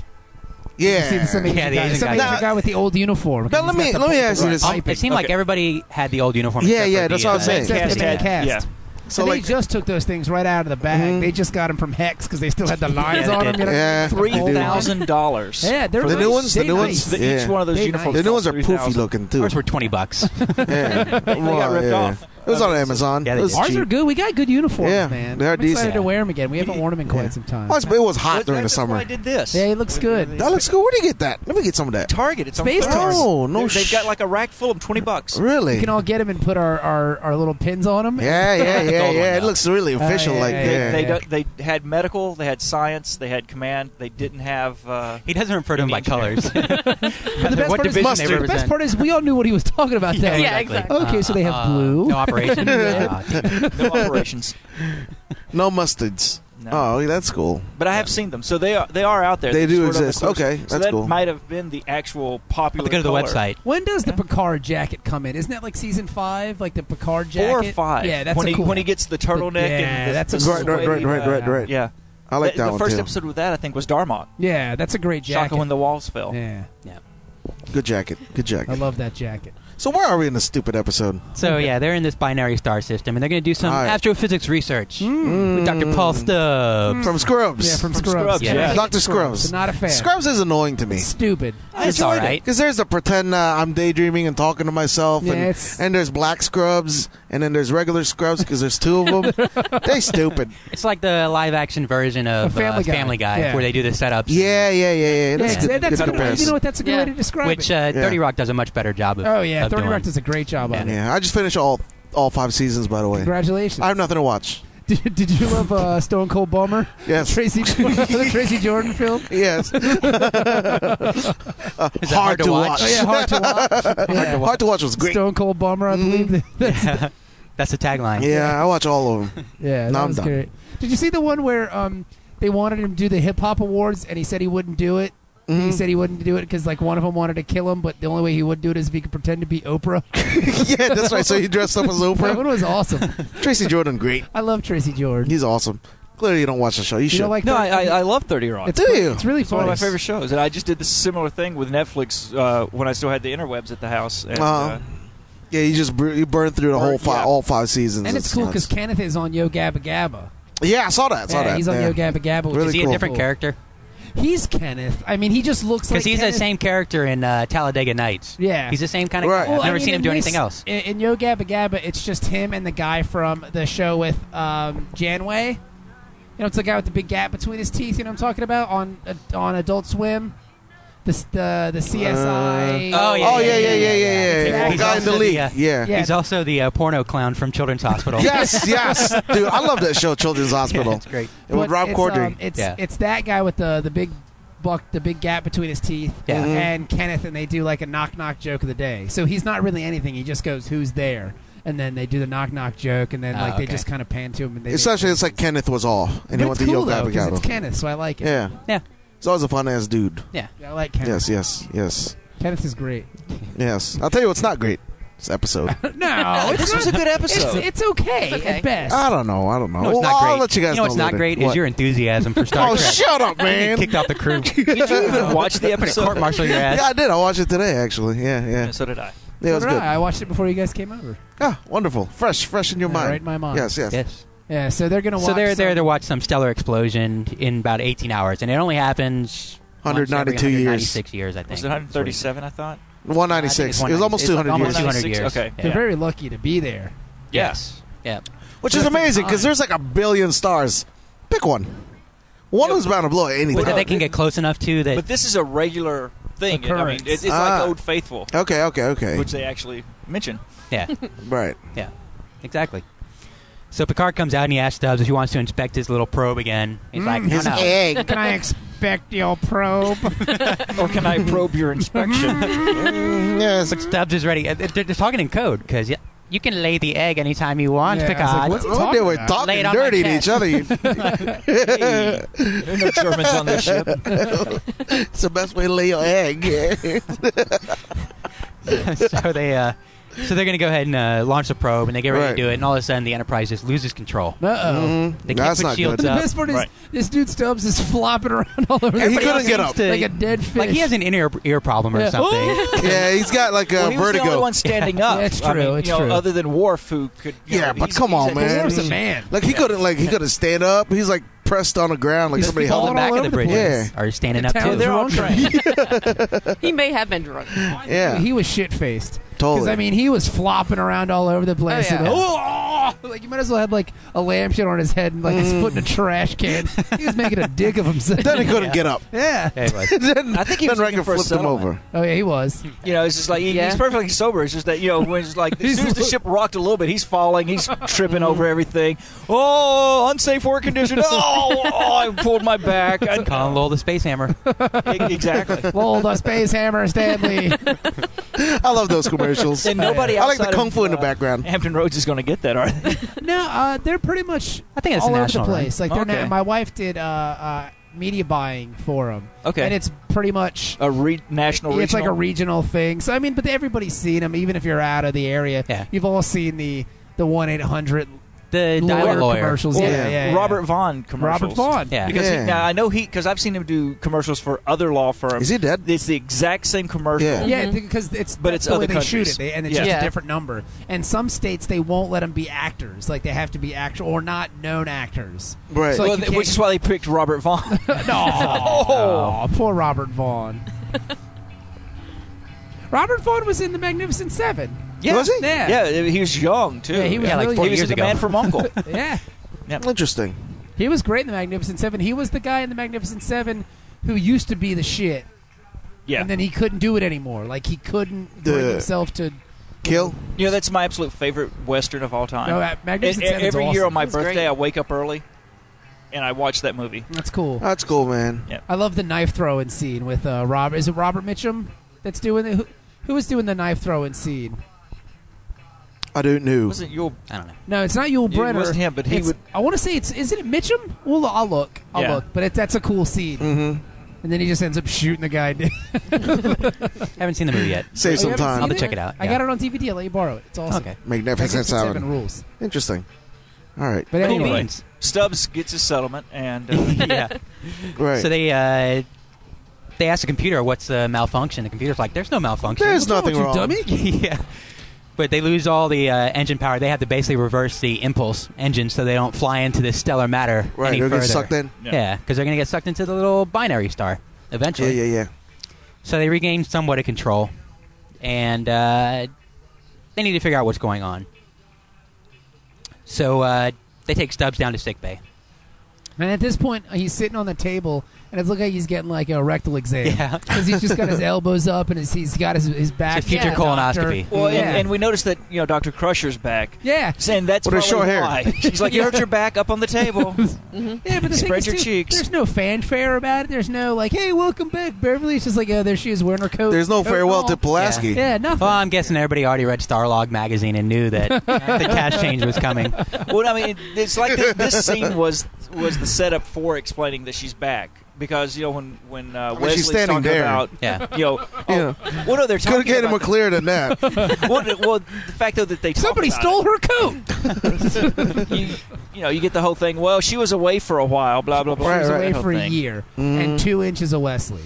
Speaker 3: You
Speaker 2: Yeah.
Speaker 3: see the- some Asian
Speaker 5: Yeah, the
Speaker 3: guy,
Speaker 5: Asian
Speaker 3: some
Speaker 5: guy.
Speaker 3: Asian
Speaker 2: Now-
Speaker 3: guy with the old uniform.
Speaker 2: Now, let me- let me ask you this.
Speaker 5: Um, it seemed like
Speaker 4: Okay.
Speaker 5: everybody had the old uniform.
Speaker 2: Yeah,
Speaker 5: except
Speaker 2: yeah,
Speaker 5: for
Speaker 2: that's
Speaker 5: the,
Speaker 2: what I'm
Speaker 5: uh,
Speaker 2: saying.
Speaker 3: Cast,
Speaker 4: Yeah.
Speaker 3: cast.
Speaker 4: Yeah.
Speaker 2: so
Speaker 3: and
Speaker 2: like,
Speaker 3: they just took those things right out of the bag.
Speaker 2: Mhm.
Speaker 3: They just got them from Hex because they still had the lines
Speaker 5: Yeah,
Speaker 3: on
Speaker 5: they
Speaker 3: them. You know?
Speaker 2: Yeah.
Speaker 3: Three
Speaker 4: Three
Speaker 3: thousand.
Speaker 4: thousand dollars.
Speaker 3: Yeah, they're
Speaker 2: The new
Speaker 3: nice.
Speaker 2: ones? The
Speaker 3: They
Speaker 2: new
Speaker 3: nice.
Speaker 2: ones? Yeah.
Speaker 4: Each one of those
Speaker 3: They
Speaker 4: uniforms.
Speaker 3: nice.
Speaker 2: the new ones are
Speaker 4: costs
Speaker 2: poofy
Speaker 4: 3,000.
Speaker 2: looking too.
Speaker 5: Ours were twenty bucks.
Speaker 2: Yeah. Well,
Speaker 4: ripped
Speaker 2: yeah.
Speaker 4: off.
Speaker 2: It was on Amazon.
Speaker 5: Yeah, they
Speaker 2: it was
Speaker 5: did.
Speaker 3: Ours
Speaker 2: cheap.
Speaker 3: are good. We got good uniforms,
Speaker 2: Yeah,
Speaker 3: man.
Speaker 2: they are
Speaker 3: I'm excited
Speaker 2: decent.
Speaker 3: to wear them again. We haven't worn them in quite
Speaker 2: Yeah.
Speaker 3: some time.
Speaker 2: Oh, it's- it was hot
Speaker 4: That's-
Speaker 2: during the
Speaker 4: that's
Speaker 2: summer.
Speaker 4: Why I did this.
Speaker 3: Yeah, it looks good.
Speaker 2: That looks good. Where do you get that? Let me get some of that.
Speaker 4: Target. It's on
Speaker 3: Space
Speaker 4: Thursday.
Speaker 3: Target.
Speaker 2: Oh, no
Speaker 4: They-
Speaker 2: sh-
Speaker 4: They've got like a rack full of twenty bucks.
Speaker 2: Really?
Speaker 3: We can all get them and put our, our, our little pins on them.
Speaker 2: yeah, yeah,
Speaker 5: The
Speaker 2: yeah,
Speaker 5: gold one,
Speaker 2: yeah. It
Speaker 5: though.
Speaker 2: looks really official,
Speaker 3: yeah,
Speaker 2: like
Speaker 3: yeah, yeah.
Speaker 2: that.
Speaker 4: They don't, they had medical. They had science. They had command. They didn't have. Uh,
Speaker 5: he doesn't refer to him
Speaker 2: [laughs]
Speaker 5: by colors.
Speaker 3: The best,
Speaker 5: what
Speaker 3: part is,
Speaker 5: division they
Speaker 2: mustard.
Speaker 3: the
Speaker 5: represent.
Speaker 3: best part is we all knew what he was talking about.
Speaker 5: yeah,
Speaker 3: though.
Speaker 6: Yeah,
Speaker 5: exactly.
Speaker 3: Okay, so they have
Speaker 5: Uh,
Speaker 3: blue.
Speaker 2: [laughs]
Speaker 5: No operation.
Speaker 3: Yeah.
Speaker 5: Yeah.
Speaker 3: [laughs]
Speaker 4: no operations.
Speaker 2: No mustards.
Speaker 4: No.
Speaker 2: Oh, that's cool.
Speaker 4: But I have seen them, so they are they are out there.
Speaker 2: They
Speaker 4: They're
Speaker 2: do
Speaker 4: just sort of
Speaker 2: exist.
Speaker 4: on the coast.
Speaker 2: Okay,
Speaker 4: so
Speaker 2: that's
Speaker 4: that
Speaker 2: cool.
Speaker 4: might have been the actual
Speaker 5: Have
Speaker 4: popular.
Speaker 5: to go to the
Speaker 4: color.
Speaker 5: website.
Speaker 3: When does the Picard jacket come in? Isn't that like season five, like the Picard jacket?
Speaker 4: Four or five.
Speaker 3: Yeah, that's
Speaker 4: when
Speaker 3: a
Speaker 4: he
Speaker 3: cool
Speaker 4: when he gets the turtleneck.
Speaker 3: yeah,
Speaker 4: and the,
Speaker 3: that's a
Speaker 4: the
Speaker 3: cool
Speaker 2: Right, right, right,
Speaker 4: sweaty-
Speaker 2: right, right, right.
Speaker 4: Yeah,
Speaker 2: I like
Speaker 4: the,
Speaker 2: that
Speaker 4: the
Speaker 2: one
Speaker 4: first
Speaker 2: too.
Speaker 4: episode with that I think was Darmok.
Speaker 3: Yeah, that's a great
Speaker 4: Shaka
Speaker 3: jacket.
Speaker 4: when the walls fell.
Speaker 3: yeah,
Speaker 2: Good jacket. Good
Speaker 3: I
Speaker 2: jacket.
Speaker 3: love that jacket.
Speaker 2: so where are we in this stupid episode?
Speaker 5: So yeah, they're in this binary star system, and they're going to do some
Speaker 2: All right. Hmm.
Speaker 5: astrophysics research with Dr. Paul Stubbs.
Speaker 2: Mm. From Scrubs.
Speaker 3: Mm. Yeah, from,
Speaker 4: From
Speaker 3: Scrubs.
Speaker 4: Scrubs, yeah.
Speaker 2: Dr. Scrubs.
Speaker 3: Not a fan.
Speaker 2: Scrubs is annoying to me.
Speaker 3: Stupid.
Speaker 2: Hmm.
Speaker 5: It's all right.
Speaker 2: Because there's the pretend uh, I'm daydreaming and talking to myself,
Speaker 3: Yeah,
Speaker 2: and,
Speaker 3: it's-
Speaker 2: and there's black scrubs, and then there's regular scrubs because there's two of
Speaker 3: [laughs]
Speaker 2: them. they stupid.
Speaker 5: It's like the live action version of
Speaker 3: Of Family
Speaker 5: uh,
Speaker 3: Guy.
Speaker 5: Family Guy,
Speaker 3: Yeah.
Speaker 5: where they do the setups.
Speaker 2: Yeah, yeah, yeah, yeah. That's
Speaker 3: yeah,
Speaker 2: good,
Speaker 3: that's
Speaker 2: good
Speaker 3: a good way- You
Speaker 2: comparison.
Speaker 3: know what? That's a good
Speaker 6: Yeah.
Speaker 3: way to describe
Speaker 5: Which
Speaker 3: it.
Speaker 2: Yeah.
Speaker 5: uh, Thirty Rock does a much better job of.
Speaker 3: oh yeah,
Speaker 5: of
Speaker 3: Thirty
Speaker 5: doing.
Speaker 3: Rock does a great job on it.
Speaker 2: Yeah, I just finished all all five seasons, by the way.
Speaker 3: Congratulations.
Speaker 2: I have nothing to watch.
Speaker 3: did, did you love uh, Stone Cold Bomber?
Speaker 2: Yes,
Speaker 3: [laughs] Tracy the Tracy Jordan film. [laughs]
Speaker 2: yes.
Speaker 5: Is that hard to watch?
Speaker 3: Oh yeah, [laughs] hard to watch. Mm-hmm. Yeah.
Speaker 2: Hard to watch was great.
Speaker 3: Stone Cold Bomber, I believe. that- That's,
Speaker 5: Yeah. That's the tagline.
Speaker 2: Yeah, I watch all of them. [laughs]
Speaker 3: yeah,
Speaker 2: No,
Speaker 3: that
Speaker 2: I'm
Speaker 3: was
Speaker 2: done.
Speaker 3: great. Did you see the one where um they wanted him to do the hip hop awards and he said he wouldn't do it? He
Speaker 2: Mhm.
Speaker 3: said he wouldn't do it because like one of them wanted to kill him, but the only way he would do it is if he could pretend to be Oprah.
Speaker 2: yeah, that's right. So he dressed up as
Speaker 3: [laughs] that one
Speaker 2: Oprah.
Speaker 3: was awesome.
Speaker 2: Tracy Jordan, great.
Speaker 3: I love Tracy Jordan.
Speaker 2: He's awesome. Clearly, you don't watch the show. You,
Speaker 3: You
Speaker 2: should.
Speaker 3: know, like
Speaker 4: No, I,
Speaker 3: that-
Speaker 4: I, I love Thirty Rock.
Speaker 3: it's
Speaker 4: It's,
Speaker 2: Do
Speaker 3: fun-
Speaker 2: you?
Speaker 3: It's really
Speaker 4: one
Speaker 3: funny.
Speaker 4: of my favorite shows, and I just did the similar thing with Netflix uh, when I still had the interwebs at the house. And,
Speaker 2: Uh-huh.
Speaker 4: uh,
Speaker 2: yeah, you just bur- you burn through the whole five,
Speaker 4: Yeah.
Speaker 2: all five seasons.
Speaker 3: And it's cool
Speaker 2: nice.
Speaker 3: because Kenneth is on Yo Gabba Gabba.
Speaker 2: yeah, I saw that. I saw
Speaker 3: yeah,
Speaker 2: that.
Speaker 3: he's on
Speaker 2: yeah.
Speaker 3: Yo Gabba Gabba. Which
Speaker 2: Really
Speaker 3: is
Speaker 5: Is he a
Speaker 2: cool.
Speaker 5: different character?
Speaker 3: He's Kenneth. I mean, he just looks like
Speaker 5: Because he's the
Speaker 3: Kenneth.
Speaker 5: same character in uh, Talladega Nights.
Speaker 3: Yeah.
Speaker 5: He's the same kind of.
Speaker 2: Right.
Speaker 5: guy.
Speaker 2: Well,
Speaker 5: I've
Speaker 3: I
Speaker 5: never
Speaker 3: mean,
Speaker 5: seen him
Speaker 3: in
Speaker 5: do
Speaker 3: this-
Speaker 5: anything else.
Speaker 3: In, in Yo Gabba Gabba, it's just him and the guy from the show with um, Janeway. You know, it's the guy with the big gap between his teeth. You know what I'm talking about on uh, on Adult Swim, the s- the, the CSI.
Speaker 5: Uh, oh,
Speaker 2: Oh yeah, yeah, yeah, yeah, yeah.
Speaker 3: yeah.
Speaker 2: The guy in the
Speaker 5: He's
Speaker 2: league.
Speaker 5: also the,
Speaker 2: yeah.
Speaker 3: Yeah.
Speaker 5: He's also the uh, porno clown from Children's Hospital.
Speaker 2: Yes, yes, dude. I love that show, Children's
Speaker 5: Yeah,
Speaker 2: Hospital.
Speaker 5: [laughs] That's great.
Speaker 2: And with
Speaker 3: But
Speaker 2: Rob
Speaker 3: it's,
Speaker 2: Corddry.
Speaker 3: um, it's
Speaker 5: Yeah.
Speaker 3: it's that guy with the the big buck, the big gap between his teeth,
Speaker 5: Yeah.
Speaker 2: Mm-hmm.
Speaker 5: Mhm.
Speaker 3: and Kenneth, and they do like a knock knock joke of the day. So he's not really anything. He just goes, "Who's there?" And then they do the knock knock joke, and then
Speaker 5: Oh,
Speaker 3: like they
Speaker 5: okay.
Speaker 3: just kind of pan to him. And they
Speaker 2: Essentially, it's like Kenneth was off, and
Speaker 3: But
Speaker 2: he went
Speaker 3: it's
Speaker 2: to
Speaker 3: cool
Speaker 2: Yo
Speaker 3: though
Speaker 2: Gabba
Speaker 3: because it's
Speaker 2: Gabba.
Speaker 3: Kenneth, so I like it.
Speaker 2: Yeah.
Speaker 5: Yeah.
Speaker 2: He's always a fun ass dude.
Speaker 3: Yeah, I like Kenneth.
Speaker 2: Yes, yes, yes,
Speaker 3: Kenneth is great.
Speaker 2: yes. I'll tell you what's not great. This episode.
Speaker 3: No, it's
Speaker 4: this
Speaker 3: not-
Speaker 4: was a good
Speaker 3: It's,
Speaker 4: episode.
Speaker 3: it's okay,
Speaker 6: It's okay.
Speaker 3: at best.
Speaker 2: I don't know. I don't know.
Speaker 5: No, it's
Speaker 2: Well,
Speaker 5: not great.
Speaker 2: I'll let you guys
Speaker 5: know what's
Speaker 2: know
Speaker 5: not
Speaker 2: later.
Speaker 5: great is
Speaker 2: What?
Speaker 5: your enthusiasm for Star
Speaker 2: Oh,
Speaker 5: Trek.
Speaker 2: shut up,
Speaker 5: You
Speaker 2: man!
Speaker 5: kicked off the crew.
Speaker 4: Did
Speaker 2: [laughs]
Speaker 4: you even watch the
Speaker 5: Put a
Speaker 4: episode?
Speaker 5: court martial your ass.
Speaker 2: Yeah, I did. I watched it today, actually. Yeah, yeah.
Speaker 4: So did I.
Speaker 2: Yeah, it was
Speaker 3: So did
Speaker 2: good.
Speaker 3: I. I watched it before you guys came over.
Speaker 2: Ah, wonderful. Fresh, fresh in your
Speaker 3: Yeah,
Speaker 2: mind.
Speaker 3: right in my mind.
Speaker 2: Yes, yes.
Speaker 5: Yes.
Speaker 3: Yeah, so they're gonna watch.
Speaker 5: So they're there
Speaker 3: some-
Speaker 5: to watch some stellar explosion in about 18 hours, and it only happens once every
Speaker 2: 192 years.
Speaker 5: 196 years, I think.
Speaker 4: Was it 137? I thought.
Speaker 2: 196. It was almost
Speaker 5: It's like
Speaker 2: 200
Speaker 5: almost
Speaker 2: years.
Speaker 5: 200 years.
Speaker 4: 196, okay.
Speaker 3: They're
Speaker 5: Yeah.
Speaker 3: very lucky to be there.
Speaker 5: Yes. Yeah.
Speaker 2: Which is amazing because there's like a billion stars. Pick one. One of them's bound to blow at any
Speaker 5: But that
Speaker 2: time.
Speaker 5: they can get close enough to that.
Speaker 4: But this is a regular thing. I mean,
Speaker 3: Occurrence.
Speaker 4: it- it's
Speaker 2: Ah.
Speaker 4: like Old Faithful,
Speaker 2: Okay, okay, okay.
Speaker 4: which they actually mention.
Speaker 5: yeah.
Speaker 2: Right.
Speaker 5: Yeah, exactly. So Picard comes out and he asks Stubbs if he wants to inspect his little probe again. He's like, no,
Speaker 2: Mm, His
Speaker 5: no.
Speaker 2: egg.
Speaker 3: Can I expect your probe?
Speaker 4: or can I probe your inspection?
Speaker 2: Mm, yes.
Speaker 5: But [laughs] Stubbs is ready. Uh, They're, they're talking in code because yeah, you can lay the egg anytime you want,
Speaker 3: Yeah, I was like,
Speaker 2: [laughs]
Speaker 5: Picard.
Speaker 3: what's he
Speaker 2: Oh, they
Speaker 3: talking
Speaker 2: were
Speaker 3: about?
Speaker 5: Lay
Speaker 2: talking
Speaker 5: it on my
Speaker 2: dirty to
Speaker 5: chest.
Speaker 2: each other. You-
Speaker 4: hey, there are no Germans on this ship.
Speaker 2: it's the best way to lay your egg.
Speaker 3: [laughs]
Speaker 5: so they, uh, so they're going to go ahead and uh, launch the probe, and they get ready
Speaker 2: Right.
Speaker 5: to do it. And all of a sudden, the Enterprise just loses control.
Speaker 3: Uh oh.
Speaker 2: Mhm.
Speaker 5: They can't
Speaker 2: That's
Speaker 5: put
Speaker 2: not
Speaker 5: shields
Speaker 2: good.
Speaker 5: up.
Speaker 3: The best part is
Speaker 4: Right.
Speaker 3: this dude Stubbs is flopping around all over the
Speaker 2: He
Speaker 3: place
Speaker 2: couldn't get
Speaker 5: seems
Speaker 2: up.
Speaker 5: to-
Speaker 3: like a dead fish.
Speaker 5: like he has an inner ear problem or
Speaker 3: Yeah. [laughs]
Speaker 5: something.
Speaker 2: Yeah, he's got like a
Speaker 4: Well, he was the only
Speaker 2: vertigo.
Speaker 4: one standing up.
Speaker 3: Yeah, [laughs] it's
Speaker 4: I mean,
Speaker 3: true, it's
Speaker 4: you know,
Speaker 3: true.
Speaker 4: Other than Worf, who could. you
Speaker 2: Yeah,
Speaker 4: know,
Speaker 2: but
Speaker 4: he's-
Speaker 2: come on,
Speaker 4: he's a-
Speaker 2: man.
Speaker 3: Worf's a man.
Speaker 2: Like he couldn't like he couldn't stand up. He's like pressed on the ground like
Speaker 3: He's
Speaker 2: somebody
Speaker 5: People
Speaker 3: falling
Speaker 5: on the
Speaker 2: held him.
Speaker 5: back
Speaker 3: all
Speaker 5: of
Speaker 3: over
Speaker 5: the
Speaker 3: the
Speaker 5: bridge
Speaker 2: place.
Speaker 5: are standing
Speaker 3: The
Speaker 5: up
Speaker 3: town
Speaker 5: too.
Speaker 2: [laughs]
Speaker 4: They're
Speaker 5: [laughs]
Speaker 4: all
Speaker 3: Drunk.
Speaker 4: trained.
Speaker 6: [laughs] He may have been drunk.
Speaker 2: Yeah,
Speaker 3: He was shit faced. Because
Speaker 2: totally.
Speaker 3: I mean, he was flopping around all over the place.
Speaker 6: Oh, yeah.
Speaker 3: and, "Oh!" like you might as well have like a lampshade on his head and like his foot in a trash can. he was making a dick of himself.
Speaker 2: [laughs] then he couldn't get up.
Speaker 3: yeah.
Speaker 5: Yeah, it was.
Speaker 3: [laughs]
Speaker 2: then
Speaker 4: I think he
Speaker 2: then
Speaker 4: was looking
Speaker 2: Riker
Speaker 4: for a
Speaker 2: flipped him
Speaker 4: settlement.
Speaker 2: over.
Speaker 3: Oh yeah, he was.
Speaker 4: You know, it's just like he-
Speaker 6: Yeah.
Speaker 4: he's perfectly sober. It's just that you know, when it's
Speaker 2: [laughs]
Speaker 4: like as
Speaker 3: He's
Speaker 4: soon as the
Speaker 3: lo-
Speaker 4: ship rocked a little bit, he's falling, he's tripping over everything. Oh, unsafe
Speaker 2: [laughs]
Speaker 4: work condition. Oh, oh I pulled my back. I-
Speaker 5: Colin Lowell, the space hammer.
Speaker 4: exactly.
Speaker 3: Lol, the space hammer, Stanley.
Speaker 2: I love those
Speaker 4: [laughs]
Speaker 2: commercials.
Speaker 4: And nobody.
Speaker 2: I like the
Speaker 4: outside
Speaker 2: kung
Speaker 4: of,
Speaker 2: fu in the
Speaker 4: uh,
Speaker 2: background.
Speaker 4: Hampton Roads is going to get that, are they?
Speaker 3: no, uh, they're pretty much
Speaker 5: I think it's
Speaker 3: all
Speaker 5: a
Speaker 3: over
Speaker 5: national
Speaker 3: the
Speaker 5: right?
Speaker 3: place. Like they're
Speaker 4: Okay.
Speaker 3: na- my wife did uh, uh, media buying for him,
Speaker 4: Okay.
Speaker 3: and it's pretty much
Speaker 4: a re- national.
Speaker 3: it's like a
Speaker 4: regional-
Speaker 3: regional thing. So I mean, but everybody's seen them, even if you're out of the area.
Speaker 5: Yeah.
Speaker 3: You've all seen the the one eight hundred
Speaker 5: The dialer
Speaker 3: lawyer
Speaker 5: lawyer.
Speaker 3: commercials.
Speaker 4: Well,
Speaker 3: Yeah,
Speaker 2: yeah.
Speaker 3: yeah, yeah.
Speaker 4: Robert Vaughn commercials.
Speaker 3: Robert Vaughn.
Speaker 5: Yeah.
Speaker 4: Because
Speaker 2: Yeah.
Speaker 4: He, now I know he because I've seen him do commercials for other law firms.
Speaker 2: Is he dead?
Speaker 4: It's the exact same commercial.
Speaker 2: Yeah.
Speaker 3: Yeah, because it's
Speaker 4: But
Speaker 3: that's
Speaker 4: it's
Speaker 3: the way
Speaker 4: other
Speaker 3: they shoot
Speaker 4: countries.
Speaker 3: it, they, and it's
Speaker 4: Yeah.
Speaker 3: just
Speaker 6: Yeah.
Speaker 3: a different number. And some states they won't let them be actors, like they have to be actual or not known actors.
Speaker 2: Right.
Speaker 3: So, like,
Speaker 4: Well,
Speaker 3: you
Speaker 4: th-
Speaker 3: can't-
Speaker 4: which is why they picked Robert Vaughn.
Speaker 3: [laughs] No, poor Robert Vaughn. Robert Vaughn was in The Magnificent Seven.
Speaker 4: yeah.
Speaker 2: Was he?
Speaker 3: Yeah.
Speaker 4: Yeah, he was young too.
Speaker 3: Yeah, he was
Speaker 5: Yeah, like
Speaker 3: really
Speaker 5: four
Speaker 4: He was
Speaker 5: years
Speaker 4: in the
Speaker 5: ago.
Speaker 4: Man from Uncle.
Speaker 3: Yeah,
Speaker 2: Interesting.
Speaker 3: he was great in The Magnificent Seven. He was the guy in The Magnificent Seven who used to be the shit,
Speaker 4: [laughs] yeah.
Speaker 3: and then he couldn't do it anymore. Like he couldn't bring
Speaker 2: The-
Speaker 3: himself to.
Speaker 2: Kill.
Speaker 4: you know that's my absolute favorite western of all time.
Speaker 3: No, that Magnificent
Speaker 4: And- and
Speaker 3: Seven's
Speaker 4: every year
Speaker 3: awesome.
Speaker 4: on my
Speaker 6: That's great.
Speaker 4: birthday, I wake up early and I watch that movie.
Speaker 3: That's cool.
Speaker 2: That's cool, man.
Speaker 3: I love the knife throwing scene with uh, Robert. Is it Robert Mitchum that's doing it? Who, who was doing the knife throwing scene?
Speaker 2: I don't know.
Speaker 4: Wasn't your
Speaker 5: I don't know.
Speaker 3: No, it's not Yul
Speaker 4: It
Speaker 3: Brynner.
Speaker 4: wasn't him, but he
Speaker 3: It's-
Speaker 4: would-
Speaker 3: I want to say it's. Isn't it Mitchum? Well, I'll look. I'll
Speaker 4: Yeah.
Speaker 3: look. But it, that's a cool scene.
Speaker 2: Mm-hmm.
Speaker 3: And then he just ends up shooting the guy. [laughs]
Speaker 5: Haven't seen the
Speaker 2: [laughs]
Speaker 5: movie yet.
Speaker 2: Save some
Speaker 3: Have
Speaker 5: I'll
Speaker 3: you
Speaker 2: time.
Speaker 3: ever
Speaker 5: have
Speaker 3: seen
Speaker 5: to check it out.
Speaker 3: I got it on DVD. I'll let you borrow it. It's awesome.
Speaker 5: Okay.
Speaker 2: Magnificent
Speaker 3: seven.
Speaker 2: Seven.
Speaker 3: rules.
Speaker 2: Interesting. All right.
Speaker 3: But
Speaker 5: Cool
Speaker 3: anyway,
Speaker 5: beans. [laughs]
Speaker 4: Stubbs gets his settlement and uh,
Speaker 5: yeah.
Speaker 2: Right.
Speaker 5: So they uh, they asked the computer what's the malfunction. The computer's like, "There's no malfunction."
Speaker 2: There's
Speaker 3: What's
Speaker 2: nothing
Speaker 3: wrong
Speaker 2: wrong.
Speaker 3: with you, dummy.
Speaker 5: [laughs] yeah. But they lose all the uh, engine power. They have to basically reverse the impulse engine so they don't fly into this stellar matter
Speaker 2: Right.
Speaker 5: any
Speaker 2: They'll
Speaker 5: further.
Speaker 2: get sucked in.
Speaker 4: [laughs] Yeah.
Speaker 5: Yeah, because they're going to get sucked into the little binary star
Speaker 2: Yeah,
Speaker 5: eventually.
Speaker 2: yeah, yeah.
Speaker 5: So they regain somewhat of control, and uh, they need to figure out what's going on. So uh, they take Stubbs down to sick bay.
Speaker 3: And at this point, he's sitting on the table, and it's looks like he's getting like a rectal exam.
Speaker 5: Yeah.
Speaker 3: Because he's just got his elbows up, and his, he's got his, his back.
Speaker 5: It's a future
Speaker 3: to the doctor.
Speaker 5: colonoscopy.
Speaker 4: well, and,
Speaker 3: yeah.
Speaker 4: and we noticed that you know Dr. Crusher's back.
Speaker 3: yeah.
Speaker 4: Saying that's
Speaker 2: With her
Speaker 4: probably
Speaker 2: short hair.
Speaker 4: why. She's like, you hurt your back up on the [laughs] table.
Speaker 3: Yeah, but the thing
Speaker 4: Spread
Speaker 3: is,
Speaker 4: your
Speaker 3: too,
Speaker 4: cheeks.
Speaker 3: There's no fanfare about it. There's no like, "Hey, welcome back, Beverly." It's just like, "Oh, there she is wearing her coat."
Speaker 2: There's no
Speaker 3: coat
Speaker 2: farewell
Speaker 3: and
Speaker 2: to
Speaker 3: all.
Speaker 2: Pulaski.
Speaker 3: Oh, Yeah, nothing.
Speaker 5: Well, I'm guessing everybody already read Starlog magazine and knew that the cash change was coming.
Speaker 4: well, I mean, it, it's like this, this scene was was the setup for explaining that she's back. because you know when when uh,
Speaker 2: mean, she's
Speaker 4: Wesley's
Speaker 2: standing
Speaker 4: talking
Speaker 2: there.
Speaker 4: about
Speaker 5: Yeah.
Speaker 4: you know oh,
Speaker 2: Yeah.
Speaker 4: well no they're
Speaker 2: Could have
Speaker 4: talking
Speaker 2: made it more
Speaker 4: about
Speaker 2: clear than that.
Speaker 4: well, well, the fact though that they talk
Speaker 3: Somebody
Speaker 4: about
Speaker 3: stole
Speaker 4: it,
Speaker 3: her coat.
Speaker 4: you, you know you get the whole thing well she was away for a while blah blah blah
Speaker 2: Right,
Speaker 3: she was
Speaker 2: right.
Speaker 3: away
Speaker 5: Whole
Speaker 3: for a
Speaker 5: thing.
Speaker 3: year
Speaker 2: Mm.
Speaker 3: and two inches of Wesley.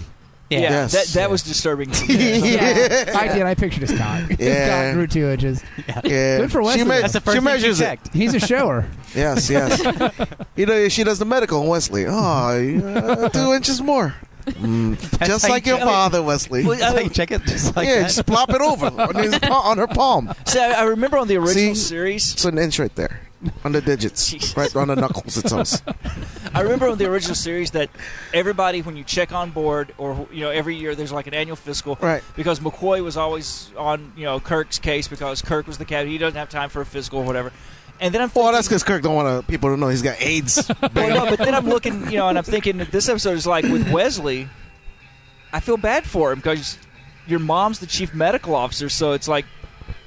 Speaker 4: yeah
Speaker 2: Yes.
Speaker 4: that that was disturbing to me.
Speaker 2: [laughs]
Speaker 3: Yeah, I did. I pictured his cock. His
Speaker 2: Yeah.
Speaker 3: cock grew two inches.
Speaker 2: Yeah.
Speaker 3: Good for Wesley,
Speaker 2: She,
Speaker 3: though.
Speaker 5: That's the first
Speaker 2: she
Speaker 5: thing she
Speaker 2: measures it.
Speaker 5: checked.
Speaker 3: He's a shower.
Speaker 2: Yes, yes. you know, she does the medical on Wesley. Oh, uh, two inches more. Mm,
Speaker 5: That's
Speaker 2: just
Speaker 5: how
Speaker 2: like
Speaker 5: you
Speaker 2: your
Speaker 5: check it.
Speaker 2: father, Wesley.
Speaker 4: Well,
Speaker 5: That's how you check it. Just like
Speaker 2: yeah,
Speaker 5: that.
Speaker 2: just plop it over on, his, pa- on her palm.
Speaker 4: See, I, I remember on the
Speaker 2: See?
Speaker 4: original series.
Speaker 2: It's an inch right there. On the digits.
Speaker 4: Jesus.
Speaker 2: Right on the knuckles, it's us.
Speaker 4: I remember on the original series that everybody, when you check on board, or you know, every year there's like an annual fiscal,
Speaker 2: Right.
Speaker 4: Because McCoy was always on, you know, Kirk's case because Kirk was the captain. He doesn't have time for a fiscal or whatever. And then I'm
Speaker 2: Well,
Speaker 4: thinking-
Speaker 2: that's because Kirk don't want to, people to know he's got AIDS.
Speaker 4: Well, no, but then I'm looking, you know, and I'm thinking that this episode is like with Wesley. I feel bad for him because your mom's the chief medical officer, so it's like,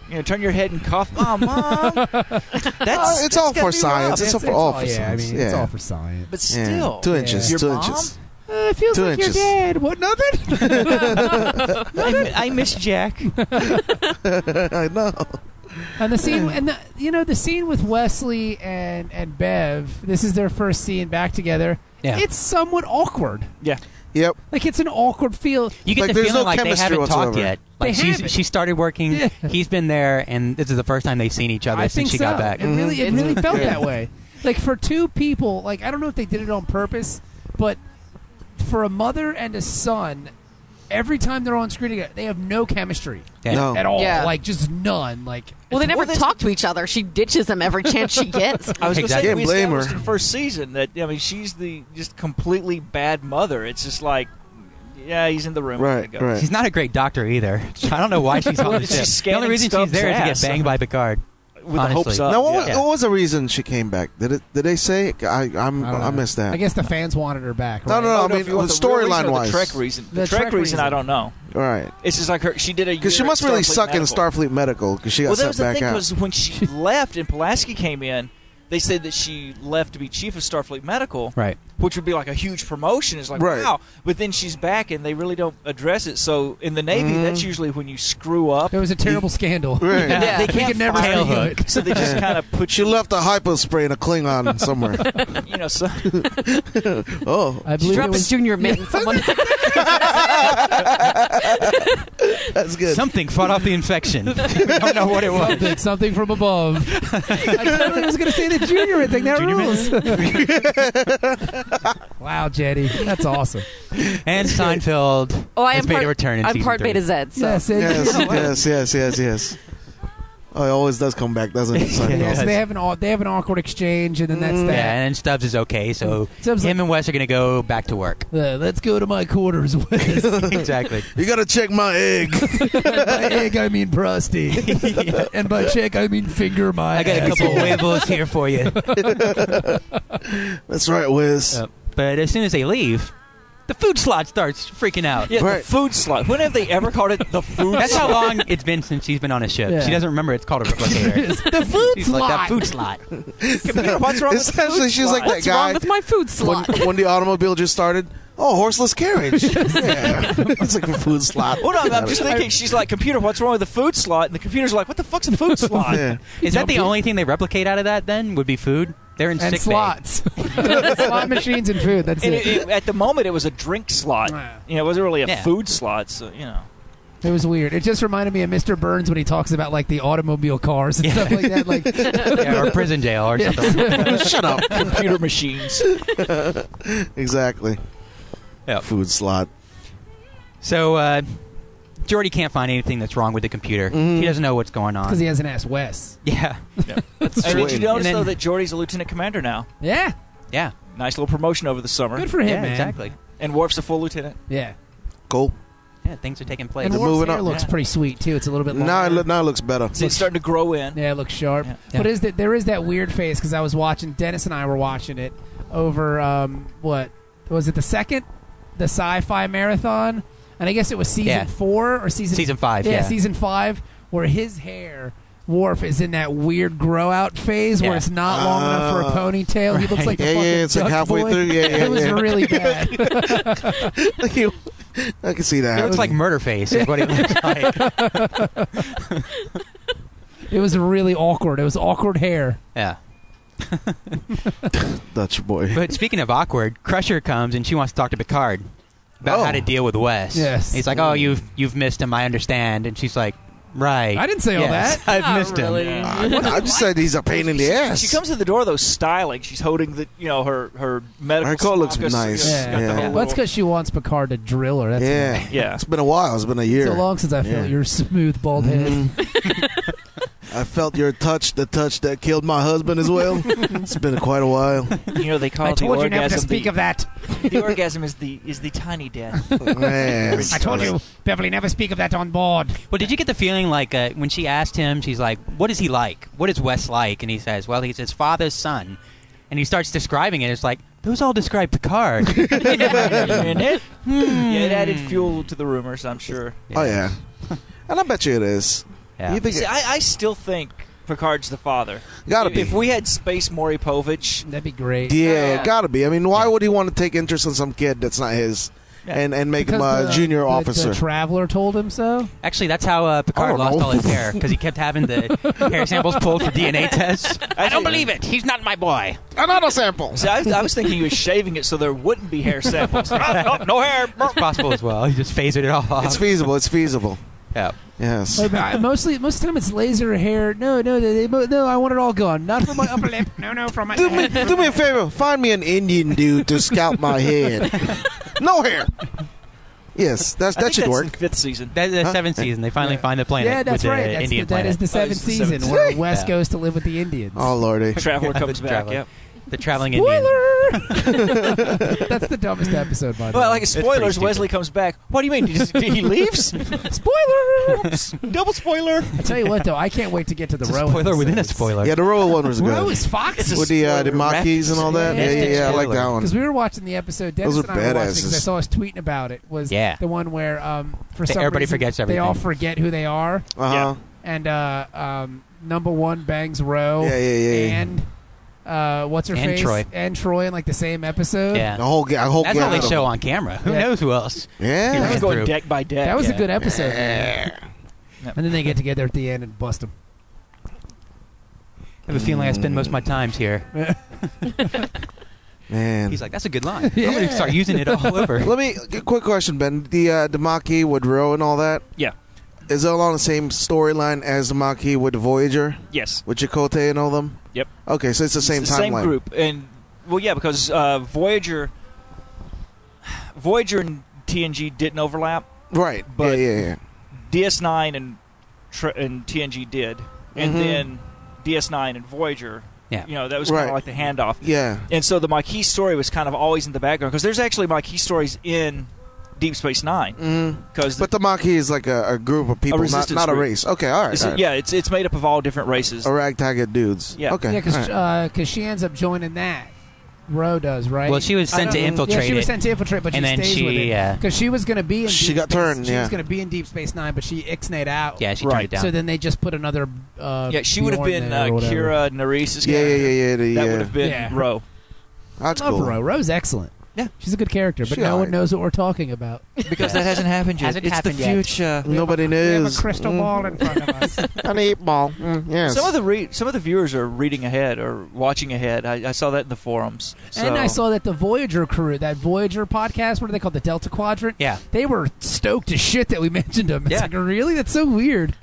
Speaker 4: you know, turn your head and cough.
Speaker 2: [laughs]
Speaker 4: Oh, mom,
Speaker 2: Uh,
Speaker 4: that's
Speaker 2: it's all
Speaker 4: gotta
Speaker 2: for
Speaker 4: be
Speaker 2: science.
Speaker 4: rough.
Speaker 2: It's, all
Speaker 3: It's-
Speaker 2: for all
Speaker 3: it's
Speaker 2: for
Speaker 3: yeah, I
Speaker 2: science.
Speaker 3: mean,
Speaker 2: yeah.
Speaker 3: it's all for science.
Speaker 4: but
Speaker 2: Yeah.
Speaker 4: still,
Speaker 2: Two inches.
Speaker 4: Your
Speaker 2: Two
Speaker 4: mom?
Speaker 2: inches. [laughs]
Speaker 3: Uh, it feels
Speaker 2: Two
Speaker 3: like
Speaker 2: inches.
Speaker 3: you're dead. What? Nothing.
Speaker 4: I, I miss Jack.
Speaker 2: I know.
Speaker 3: and the scene, and the, you know, the scene with Wesley and and Bev. This is their first scene back together.
Speaker 5: Yeah.
Speaker 3: It's somewhat awkward.
Speaker 4: Yeah.
Speaker 2: Yep.
Speaker 3: Like it's an awkward feel.
Speaker 5: You get
Speaker 2: Like,
Speaker 5: the
Speaker 2: there's
Speaker 5: feeling
Speaker 2: no
Speaker 5: like they
Speaker 2: chemistry
Speaker 5: haven't talked
Speaker 2: whatsoever.
Speaker 5: yet.
Speaker 3: They
Speaker 5: Like she's,
Speaker 3: haven't.
Speaker 5: she started working,
Speaker 3: Yeah.
Speaker 5: he's been there, and this is the first time they've seen each other
Speaker 3: I
Speaker 5: since
Speaker 3: think
Speaker 5: she
Speaker 3: so.
Speaker 5: got back. Mm-hmm.
Speaker 3: It
Speaker 2: Mm,
Speaker 3: really, it really felt
Speaker 2: Yeah.
Speaker 3: that way. Like for two people, like I don't know if they did it on purpose, but for a mother and a son, every time they're on screen together, they have no chemistry
Speaker 5: Yeah.
Speaker 2: No.
Speaker 3: at all.
Speaker 6: Yeah.
Speaker 3: Like just none. Like
Speaker 6: Well, they never
Speaker 4: Well, that's-
Speaker 6: talk to each other. She ditches him every chance she gets.
Speaker 4: I was going to
Speaker 5: Exactly.
Speaker 4: say, we
Speaker 2: Can't blame her.
Speaker 4: established in the first season that I mean she's the just completely bad mother. It's just like, yeah, he's in the room.
Speaker 2: Right,
Speaker 4: Gotta go.
Speaker 2: right.
Speaker 5: She's not a great doctor either. I don't know why she's on the
Speaker 4: She's
Speaker 5: ship. the only
Speaker 4: scanning
Speaker 5: reason she's
Speaker 4: Stubbs'
Speaker 5: there is
Speaker 4: ass.
Speaker 5: to get banged by Picard.
Speaker 4: With the
Speaker 5: Honestly.
Speaker 4: hopes up.
Speaker 2: now, what, was,
Speaker 4: yeah.
Speaker 2: what was the reason she came back? Did it? Did they say? I I'm,
Speaker 3: I, don't
Speaker 2: I,
Speaker 3: know.
Speaker 2: missed that.
Speaker 3: I guess the fans wanted her back.
Speaker 2: No,
Speaker 3: right?
Speaker 2: no, no.
Speaker 4: Oh,
Speaker 2: I
Speaker 4: no,
Speaker 2: mean,
Speaker 4: if you want
Speaker 2: the
Speaker 4: the real reason or
Speaker 2: storyline wise.
Speaker 4: the Trek reason. The,
Speaker 3: The
Speaker 4: Trek,
Speaker 3: Trek
Speaker 4: reason,
Speaker 3: reason.
Speaker 4: I don't know.
Speaker 2: All right.
Speaker 4: It's just like her. She did a
Speaker 2: Because she
Speaker 4: year
Speaker 2: must
Speaker 4: at
Speaker 2: really
Speaker 4: Starfleet
Speaker 2: suck
Speaker 4: Medical.
Speaker 2: in Starfleet Medical because she got
Speaker 4: Well, that
Speaker 2: sent
Speaker 4: was the
Speaker 2: back
Speaker 4: thing
Speaker 2: out.
Speaker 4: because when she left and Pulaski came in, they said that she left to be chief of Starfleet Medical,
Speaker 5: Right.
Speaker 4: which would be like a huge promotion. It's like
Speaker 2: Right.
Speaker 4: wow, but then she's back and they really don't address it. So in the Navy,
Speaker 2: Mhm.
Speaker 4: that's usually when you screw up.
Speaker 3: There was a terrible scandal.
Speaker 2: Right.
Speaker 4: And they-
Speaker 6: Yeah.
Speaker 4: They
Speaker 6: We
Speaker 4: can't
Speaker 3: could never
Speaker 4: fire
Speaker 5: tail
Speaker 4: you.
Speaker 5: hook.
Speaker 4: so they just kind of put
Speaker 2: she
Speaker 4: you,
Speaker 2: left a hypo spray in a Klingon
Speaker 3: [laughs]
Speaker 2: somewhere.
Speaker 4: you know, so
Speaker 2: oh,
Speaker 3: I believe it
Speaker 6: Drop a
Speaker 3: was.
Speaker 6: junior mint. in Someone.
Speaker 2: that's good.
Speaker 5: Something fought off the infection. [laughs] I don't know what it was.
Speaker 3: Something, something from above. [laughs] I totally was going to say the junior thing. That
Speaker 5: Junior
Speaker 3: rules.
Speaker 5: [laughs]
Speaker 3: wow, Jetty, that's awesome.
Speaker 5: And Seinfeld
Speaker 6: Oh, I
Speaker 5: has
Speaker 6: am
Speaker 5: made
Speaker 6: part,
Speaker 5: a return in
Speaker 6: I'm
Speaker 5: season
Speaker 6: part
Speaker 5: three.
Speaker 6: beta Z.
Speaker 3: [laughs]
Speaker 6: So.
Speaker 3: yes, it- [laughs]
Speaker 2: yes, yes, yes, yes, yes. Oh, it always does come back, doesn't it? Seinfeld?
Speaker 3: [laughs] Yeah, so
Speaker 5: Yes.
Speaker 3: they have an aw- they have an awkward exchange, and then that's
Speaker 5: [laughs] Yeah,
Speaker 3: that. [laughs]
Speaker 5: and then Stubbs is okay, so
Speaker 3: Stubbs
Speaker 5: him and Wes are going to go back to
Speaker 3: [laughs]
Speaker 5: work.
Speaker 3: Uh, let's go to my quarters [laughs] with
Speaker 5: exactly.
Speaker 2: oh, You gotta check my egg.
Speaker 3: by egg. I mean
Speaker 5: [laughs]
Speaker 3: prostate, and by check I mean finger my.
Speaker 5: I got a couple of huevos here
Speaker 3: [laughs]
Speaker 5: for you.
Speaker 2: That's right, Wiz.
Speaker 5: Uh, but as soon as they leave, the food slot starts freaking out.
Speaker 4: yeah, the
Speaker 2: Right.
Speaker 4: food slot. When have they ever called it the food?
Speaker 5: That's
Speaker 4: slot?
Speaker 5: how long it's been since she's been on a ship.
Speaker 3: Yeah.
Speaker 5: She doesn't remember it's
Speaker 3: [laughs]
Speaker 5: called a replicator.
Speaker 3: the food
Speaker 5: she's
Speaker 3: slot.
Speaker 5: like that food
Speaker 3: [laughs]
Speaker 5: slot.
Speaker 4: Computer, what's wrong with the
Speaker 2: Essentially,
Speaker 4: food
Speaker 2: she's
Speaker 4: slot?
Speaker 2: like that
Speaker 6: What's wrong
Speaker 2: guy
Speaker 6: with my food
Speaker 2: [laughs]
Speaker 6: slot?
Speaker 2: when, when the automobile just started. Oh, horseless
Speaker 3: [laughs]
Speaker 2: carriage. yeah, it's like a food slot.
Speaker 4: Well, no, I'm just thinking. She's like, computer, what's wrong with the food slot? And the computer's like, what the fuck's
Speaker 2: [laughs]
Speaker 4: a food slot?
Speaker 2: Yeah.
Speaker 5: Is that the only thing they replicate out of that? Then would be food. They're in
Speaker 3: and
Speaker 5: sick bay. [laughs]
Speaker 3: slots, slot machines and food. That's
Speaker 4: And
Speaker 3: it.
Speaker 4: it, it, at the moment, it was a drink slot.
Speaker 3: Wow.
Speaker 4: You know, it wasn't really a
Speaker 5: Yeah.
Speaker 4: food slot. So you know,
Speaker 3: It was weird. It just reminded me of Mr. Burns when he talks about like the automobile cars and stuff like that.
Speaker 5: [laughs]
Speaker 3: Like, [laughs]
Speaker 5: Yeah, or prison jail or something.
Speaker 2: Shut up.
Speaker 4: computer machines.
Speaker 2: Exactly.
Speaker 5: Yep.
Speaker 2: Food slot.
Speaker 5: So uh, Jordy can't find anything that's wrong with the computer. He doesn't know what's going on.
Speaker 3: Mm-hmm. because he hasn't asked Wes. [laughs]
Speaker 5: yeah,
Speaker 4: Hey, did you
Speaker 2: And
Speaker 4: notice
Speaker 5: then-
Speaker 4: though that Jordy's a lieutenant commander now?
Speaker 3: Yeah,
Speaker 5: yeah,
Speaker 4: Nice little promotion over the summer.
Speaker 3: good for him,
Speaker 5: yeah,
Speaker 3: man.
Speaker 5: exactly.
Speaker 4: And Worf's a full lieutenant.
Speaker 3: Yeah,
Speaker 2: Cool.
Speaker 5: Yeah, things are taking place.
Speaker 3: and
Speaker 2: They're
Speaker 3: Warp's
Speaker 2: moving
Speaker 3: hair
Speaker 2: up.
Speaker 3: looks
Speaker 4: Yeah.
Speaker 3: pretty sweet too. It's a little bit longer.
Speaker 2: Now it, look, now it looks better.
Speaker 4: So it's starting to grow in.
Speaker 3: Yeah, it looks sharp.
Speaker 4: Yeah.
Speaker 5: Yeah.
Speaker 3: But is that there is that weird phase because I was watching Dennis and I were watching it over um, what was it the second the sci-fi marathon and I guess it was season
Speaker 5: Yeah.
Speaker 3: four or season
Speaker 5: Season five, yeah.
Speaker 3: season five where his hair Worf is in that weird grow out phase where
Speaker 5: Yeah.
Speaker 3: it's not long enough for a ponytail. He looks like the
Speaker 2: Ah. Yeah, yeah,
Speaker 3: fucking
Speaker 2: it's like
Speaker 3: Duck
Speaker 2: halfway
Speaker 3: Boy.
Speaker 2: through. Yeah, yeah,
Speaker 3: [laughs] it was
Speaker 2: yeah.
Speaker 3: really bad.
Speaker 2: I can see that.
Speaker 5: It looks like
Speaker 2: happening.
Speaker 5: murder face is what it looks
Speaker 3: [laughs]
Speaker 5: like.
Speaker 3: it was really awkward. It was awkward hair.
Speaker 5: Yeah.
Speaker 2: Dutch boy.
Speaker 3: [laughs]
Speaker 5: But speaking of awkward, Crusher comes and she wants to talk to Picard about
Speaker 2: Oh.
Speaker 5: how to deal with Wes.
Speaker 3: Yes.
Speaker 5: He's like, "Oh, you've you've missed him. I understand." And she's like, "Right."
Speaker 3: I didn't say all
Speaker 5: yes, [laughs] I've missed him.
Speaker 2: I just said he's a pain in the ass.
Speaker 4: She comes to the door though, styling. She's holding the, you know, her her medical.
Speaker 2: Her coat looks
Speaker 4: stockus,
Speaker 2: nice.
Speaker 4: you know, she's got
Speaker 3: Yeah,
Speaker 2: Yeah.
Speaker 4: the whole
Speaker 3: Well, that's
Speaker 4: little-
Speaker 3: because she wants Picard to drill her. That's
Speaker 2: yeah.
Speaker 4: Yeah.
Speaker 2: It's been a while. It's been a year.
Speaker 3: So long since I felt
Speaker 2: Yeah. Mm-hmm.
Speaker 3: your smooth bald head.
Speaker 2: [laughs] I felt your touch, the touch that killed my husband as well. it's been quite a while.
Speaker 4: [laughs] You know, they call
Speaker 3: I
Speaker 4: it the
Speaker 3: told you
Speaker 4: orgasm.
Speaker 3: never to speak
Speaker 4: the,
Speaker 3: of that.
Speaker 4: [laughs] the orgasm is the is the tiny death.
Speaker 2: Man,
Speaker 3: [laughs] I
Speaker 2: [laughs]
Speaker 3: told you, Beverly, never speak of that on board.
Speaker 5: Well, did you get the feeling like uh, when she asked him, she's like, "What is he like? What is Wes like?" And he says, "Well, he's his father's son," and he starts describing it. It's like those all describe Picard.
Speaker 3: [laughs]
Speaker 4: Isn't it?
Speaker 3: Hmm.
Speaker 4: Yeah, it added fuel to the rumors. I'm sure.
Speaker 2: Oh yeah, and I bet you it is.
Speaker 5: Yeah.
Speaker 2: You think
Speaker 4: See, I, I still think Picard's the father.
Speaker 2: Gotta
Speaker 4: if,
Speaker 2: be.
Speaker 4: If we had Space Moripovich,
Speaker 3: That'd be great.
Speaker 2: yeah,
Speaker 4: Yeah.
Speaker 2: gotta be. I mean, why would he want to take interest in some kid that's not his,
Speaker 4: Yeah.
Speaker 2: and and make him
Speaker 3: Because
Speaker 2: a
Speaker 3: the-
Speaker 2: junior
Speaker 3: the-
Speaker 2: officer?
Speaker 3: The traveler told him so.
Speaker 5: Actually, that's how uh,
Speaker 2: I
Speaker 5: Picard
Speaker 2: don't
Speaker 5: lost
Speaker 2: know.
Speaker 5: all his hair because he kept having the
Speaker 3: [laughs]
Speaker 5: hair samples pulled for DNA tests. I
Speaker 4: think-
Speaker 5: don't believe it. He's not my boy.
Speaker 2: Another sample.
Speaker 4: see, I, was- I was thinking he was shaving it so there wouldn't be
Speaker 3: [laughs]
Speaker 4: hair samples. Ah, oh, no hair.
Speaker 5: It's possible as well. He just phasered it all off.
Speaker 2: It's feasible. It's feasible.
Speaker 5: yeah.
Speaker 2: Yes. [laughs]
Speaker 3: Like, I- mostly, most of the time it's laser hair. No, no, they, they, mo- no. I want it all gone. Not from my
Speaker 5: [laughs]
Speaker 3: upper lip. No, no, from my.
Speaker 2: Do me, do me a favor. Find me an Indian dude to scalp my head. No hair. Yes, that's,
Speaker 4: I
Speaker 2: that
Speaker 4: think
Speaker 2: should
Speaker 4: that's
Speaker 2: work.
Speaker 4: the fifth season.
Speaker 5: That's the
Speaker 2: Huh?
Speaker 5: seventh season. They finally
Speaker 3: Yeah.
Speaker 5: find the planet.
Speaker 3: yeah, that's
Speaker 5: with the
Speaker 3: right. That's
Speaker 5: Indian
Speaker 3: the, that
Speaker 5: planet. Oh,
Speaker 3: is the seventh
Speaker 4: it's the
Speaker 3: season
Speaker 4: seventh
Speaker 3: where Wes
Speaker 5: Yeah.
Speaker 3: goes to live with the Indians.
Speaker 2: Oh lordy.
Speaker 4: Traveler
Speaker 5: Yeah,
Speaker 4: comes
Speaker 5: the
Speaker 4: back.
Speaker 5: traveler.
Speaker 4: Yep.
Speaker 5: the traveling Indian.
Speaker 3: Spoiler! [laughs] that's the dumbest episode, by the
Speaker 4: Well,
Speaker 3: way.
Speaker 4: like spoilers.
Speaker 5: stupid.
Speaker 4: Wesley comes back. What do you mean? He, just, he leaves?
Speaker 3: spoiler!
Speaker 4: [laughs]
Speaker 5: [laughs]
Speaker 4: Double spoiler.
Speaker 3: I tell you what, though, I can't wait to get to the
Speaker 5: It's a
Speaker 3: row.
Speaker 5: spoiler within a
Speaker 3: episodes.
Speaker 5: spoiler.
Speaker 2: Yeah, the Royal one was
Speaker 3: Row
Speaker 2: good.
Speaker 3: is Fox.
Speaker 2: With the uh, the
Speaker 4: spoiler
Speaker 2: Maquis and all that. Yeah,
Speaker 3: reference.
Speaker 2: yeah, yeah. I like that one.
Speaker 3: Because we were watching the episode, Dennis
Speaker 2: Those are
Speaker 3: and I were watching because I
Speaker 2: badasses.
Speaker 3: saw us tweeting about it. Was
Speaker 5: Yeah.
Speaker 3: the one where um, for
Speaker 5: That
Speaker 3: some
Speaker 5: everybody
Speaker 3: reason,
Speaker 5: forgets
Speaker 3: They all
Speaker 5: everything.
Speaker 3: forget who they are,
Speaker 2: Uh huh.
Speaker 3: and uh, um, number one bangs Roe
Speaker 2: Yeah, yeah, yeah, yeah.
Speaker 3: and uh, what's her
Speaker 5: And
Speaker 3: face
Speaker 5: Troy.
Speaker 3: and Troy in like the same episode.
Speaker 5: Yeah.
Speaker 2: The whole, ga- the whole
Speaker 5: That's all they
Speaker 2: gamut of
Speaker 5: show on camera. Who
Speaker 3: Yeah.
Speaker 5: knows who else?
Speaker 2: them. Yeah.
Speaker 5: Yeah.
Speaker 4: He's going
Speaker 5: Through.
Speaker 4: deck by deck.
Speaker 3: that was
Speaker 5: Yeah.
Speaker 3: a good episode.
Speaker 4: Yeah.
Speaker 3: And then they get together at the end and bust them.
Speaker 5: I have a feeling I spend most of my times here.
Speaker 2: Man.
Speaker 5: He's like, that's a good line. I'm going
Speaker 3: [laughs] Yeah.
Speaker 5: to start using it
Speaker 3: [laughs]
Speaker 5: all over.
Speaker 2: Let me a quick question, Ben. The uh, the Maquis with Roe and all that
Speaker 4: Yeah.
Speaker 2: is it along the same storyline as the Maquis with Voyager
Speaker 4: Yes.
Speaker 2: with Chakotay and all them.
Speaker 4: Yep.
Speaker 2: Okay, so it's the same
Speaker 4: it's the same
Speaker 2: timeline.
Speaker 4: group and well yeah because uh, voyager voyager and tng didn't overlap
Speaker 2: right?
Speaker 4: But-
Speaker 2: yeah, yeah, yeah.
Speaker 4: ds9 and tr- and tng did and
Speaker 2: Mhm.
Speaker 4: then ds9 and voyager
Speaker 5: Yeah.
Speaker 4: you know that was kind
Speaker 2: Right.
Speaker 4: of like the handoff
Speaker 2: Yeah.
Speaker 4: and so the Maquis story was kind of always in the background because there's actually Maquis stories in deep space nine
Speaker 2: Mm.
Speaker 4: because
Speaker 2: But the Maquis is like a, a group of people, not,
Speaker 4: resistance
Speaker 2: not a
Speaker 4: group.
Speaker 2: race. Okay, all right.
Speaker 4: it's,
Speaker 2: all right.
Speaker 4: yeah it's it's made up of all different races
Speaker 2: A ragtag of dudes.
Speaker 4: Yeah.
Speaker 2: Okay.
Speaker 3: Yeah, because
Speaker 2: all right.
Speaker 3: she ends up joining that. Roe does right.
Speaker 5: Well, she was
Speaker 3: I
Speaker 5: sent
Speaker 3: don't-
Speaker 5: to infiltrate
Speaker 3: Um, Yeah, she was
Speaker 5: it.
Speaker 3: sent to infiltrate, but
Speaker 5: And
Speaker 3: she
Speaker 5: then
Speaker 3: stays
Speaker 5: she,
Speaker 3: with
Speaker 5: uh,
Speaker 3: because she was going to be in.
Speaker 2: She
Speaker 3: Deep
Speaker 2: got
Speaker 3: Space-
Speaker 2: turned,
Speaker 3: She
Speaker 2: yeah.
Speaker 3: was going to be in Deep Space Nine, but she ixnayed out.
Speaker 5: Yeah, she
Speaker 4: Right.
Speaker 5: turned it down.
Speaker 3: So then they just put another. Uh,
Speaker 4: yeah she would have
Speaker 3: Bjorn
Speaker 4: been
Speaker 3: there
Speaker 4: uh,
Speaker 3: or whatever.
Speaker 4: Kira Nerys
Speaker 2: yeah, yeah, yeah, yeah. The,
Speaker 4: that
Speaker 2: yeah.
Speaker 4: would have been
Speaker 3: Yeah.
Speaker 4: Roe
Speaker 2: That's
Speaker 3: Love
Speaker 2: cool.
Speaker 3: Roe. Roe's excellent.
Speaker 4: Yeah.
Speaker 3: she's a good character, but
Speaker 2: She
Speaker 3: no
Speaker 2: alright.
Speaker 3: one knows what we're talking about.
Speaker 4: because that hasn't happened yet
Speaker 5: Hasn't
Speaker 4: it's
Speaker 5: happened
Speaker 4: the
Speaker 5: yet.
Speaker 4: future
Speaker 2: [laughs] Nobody knows. Mm.
Speaker 3: in front of
Speaker 2: [laughs]
Speaker 3: us.
Speaker 2: An eight ball. Mm, yes.
Speaker 4: Some of the re- some of the viewers are reading ahead or watching ahead. I, I saw that in the forums. So.
Speaker 3: And I saw that the Voyager crew, that Voyager podcast, what are they called, the Delta Quadrant?
Speaker 5: Yeah.
Speaker 3: They were stoked as shit that we [laughs] mentioned them. It's
Speaker 5: Yeah.
Speaker 3: like, really? That's so weird.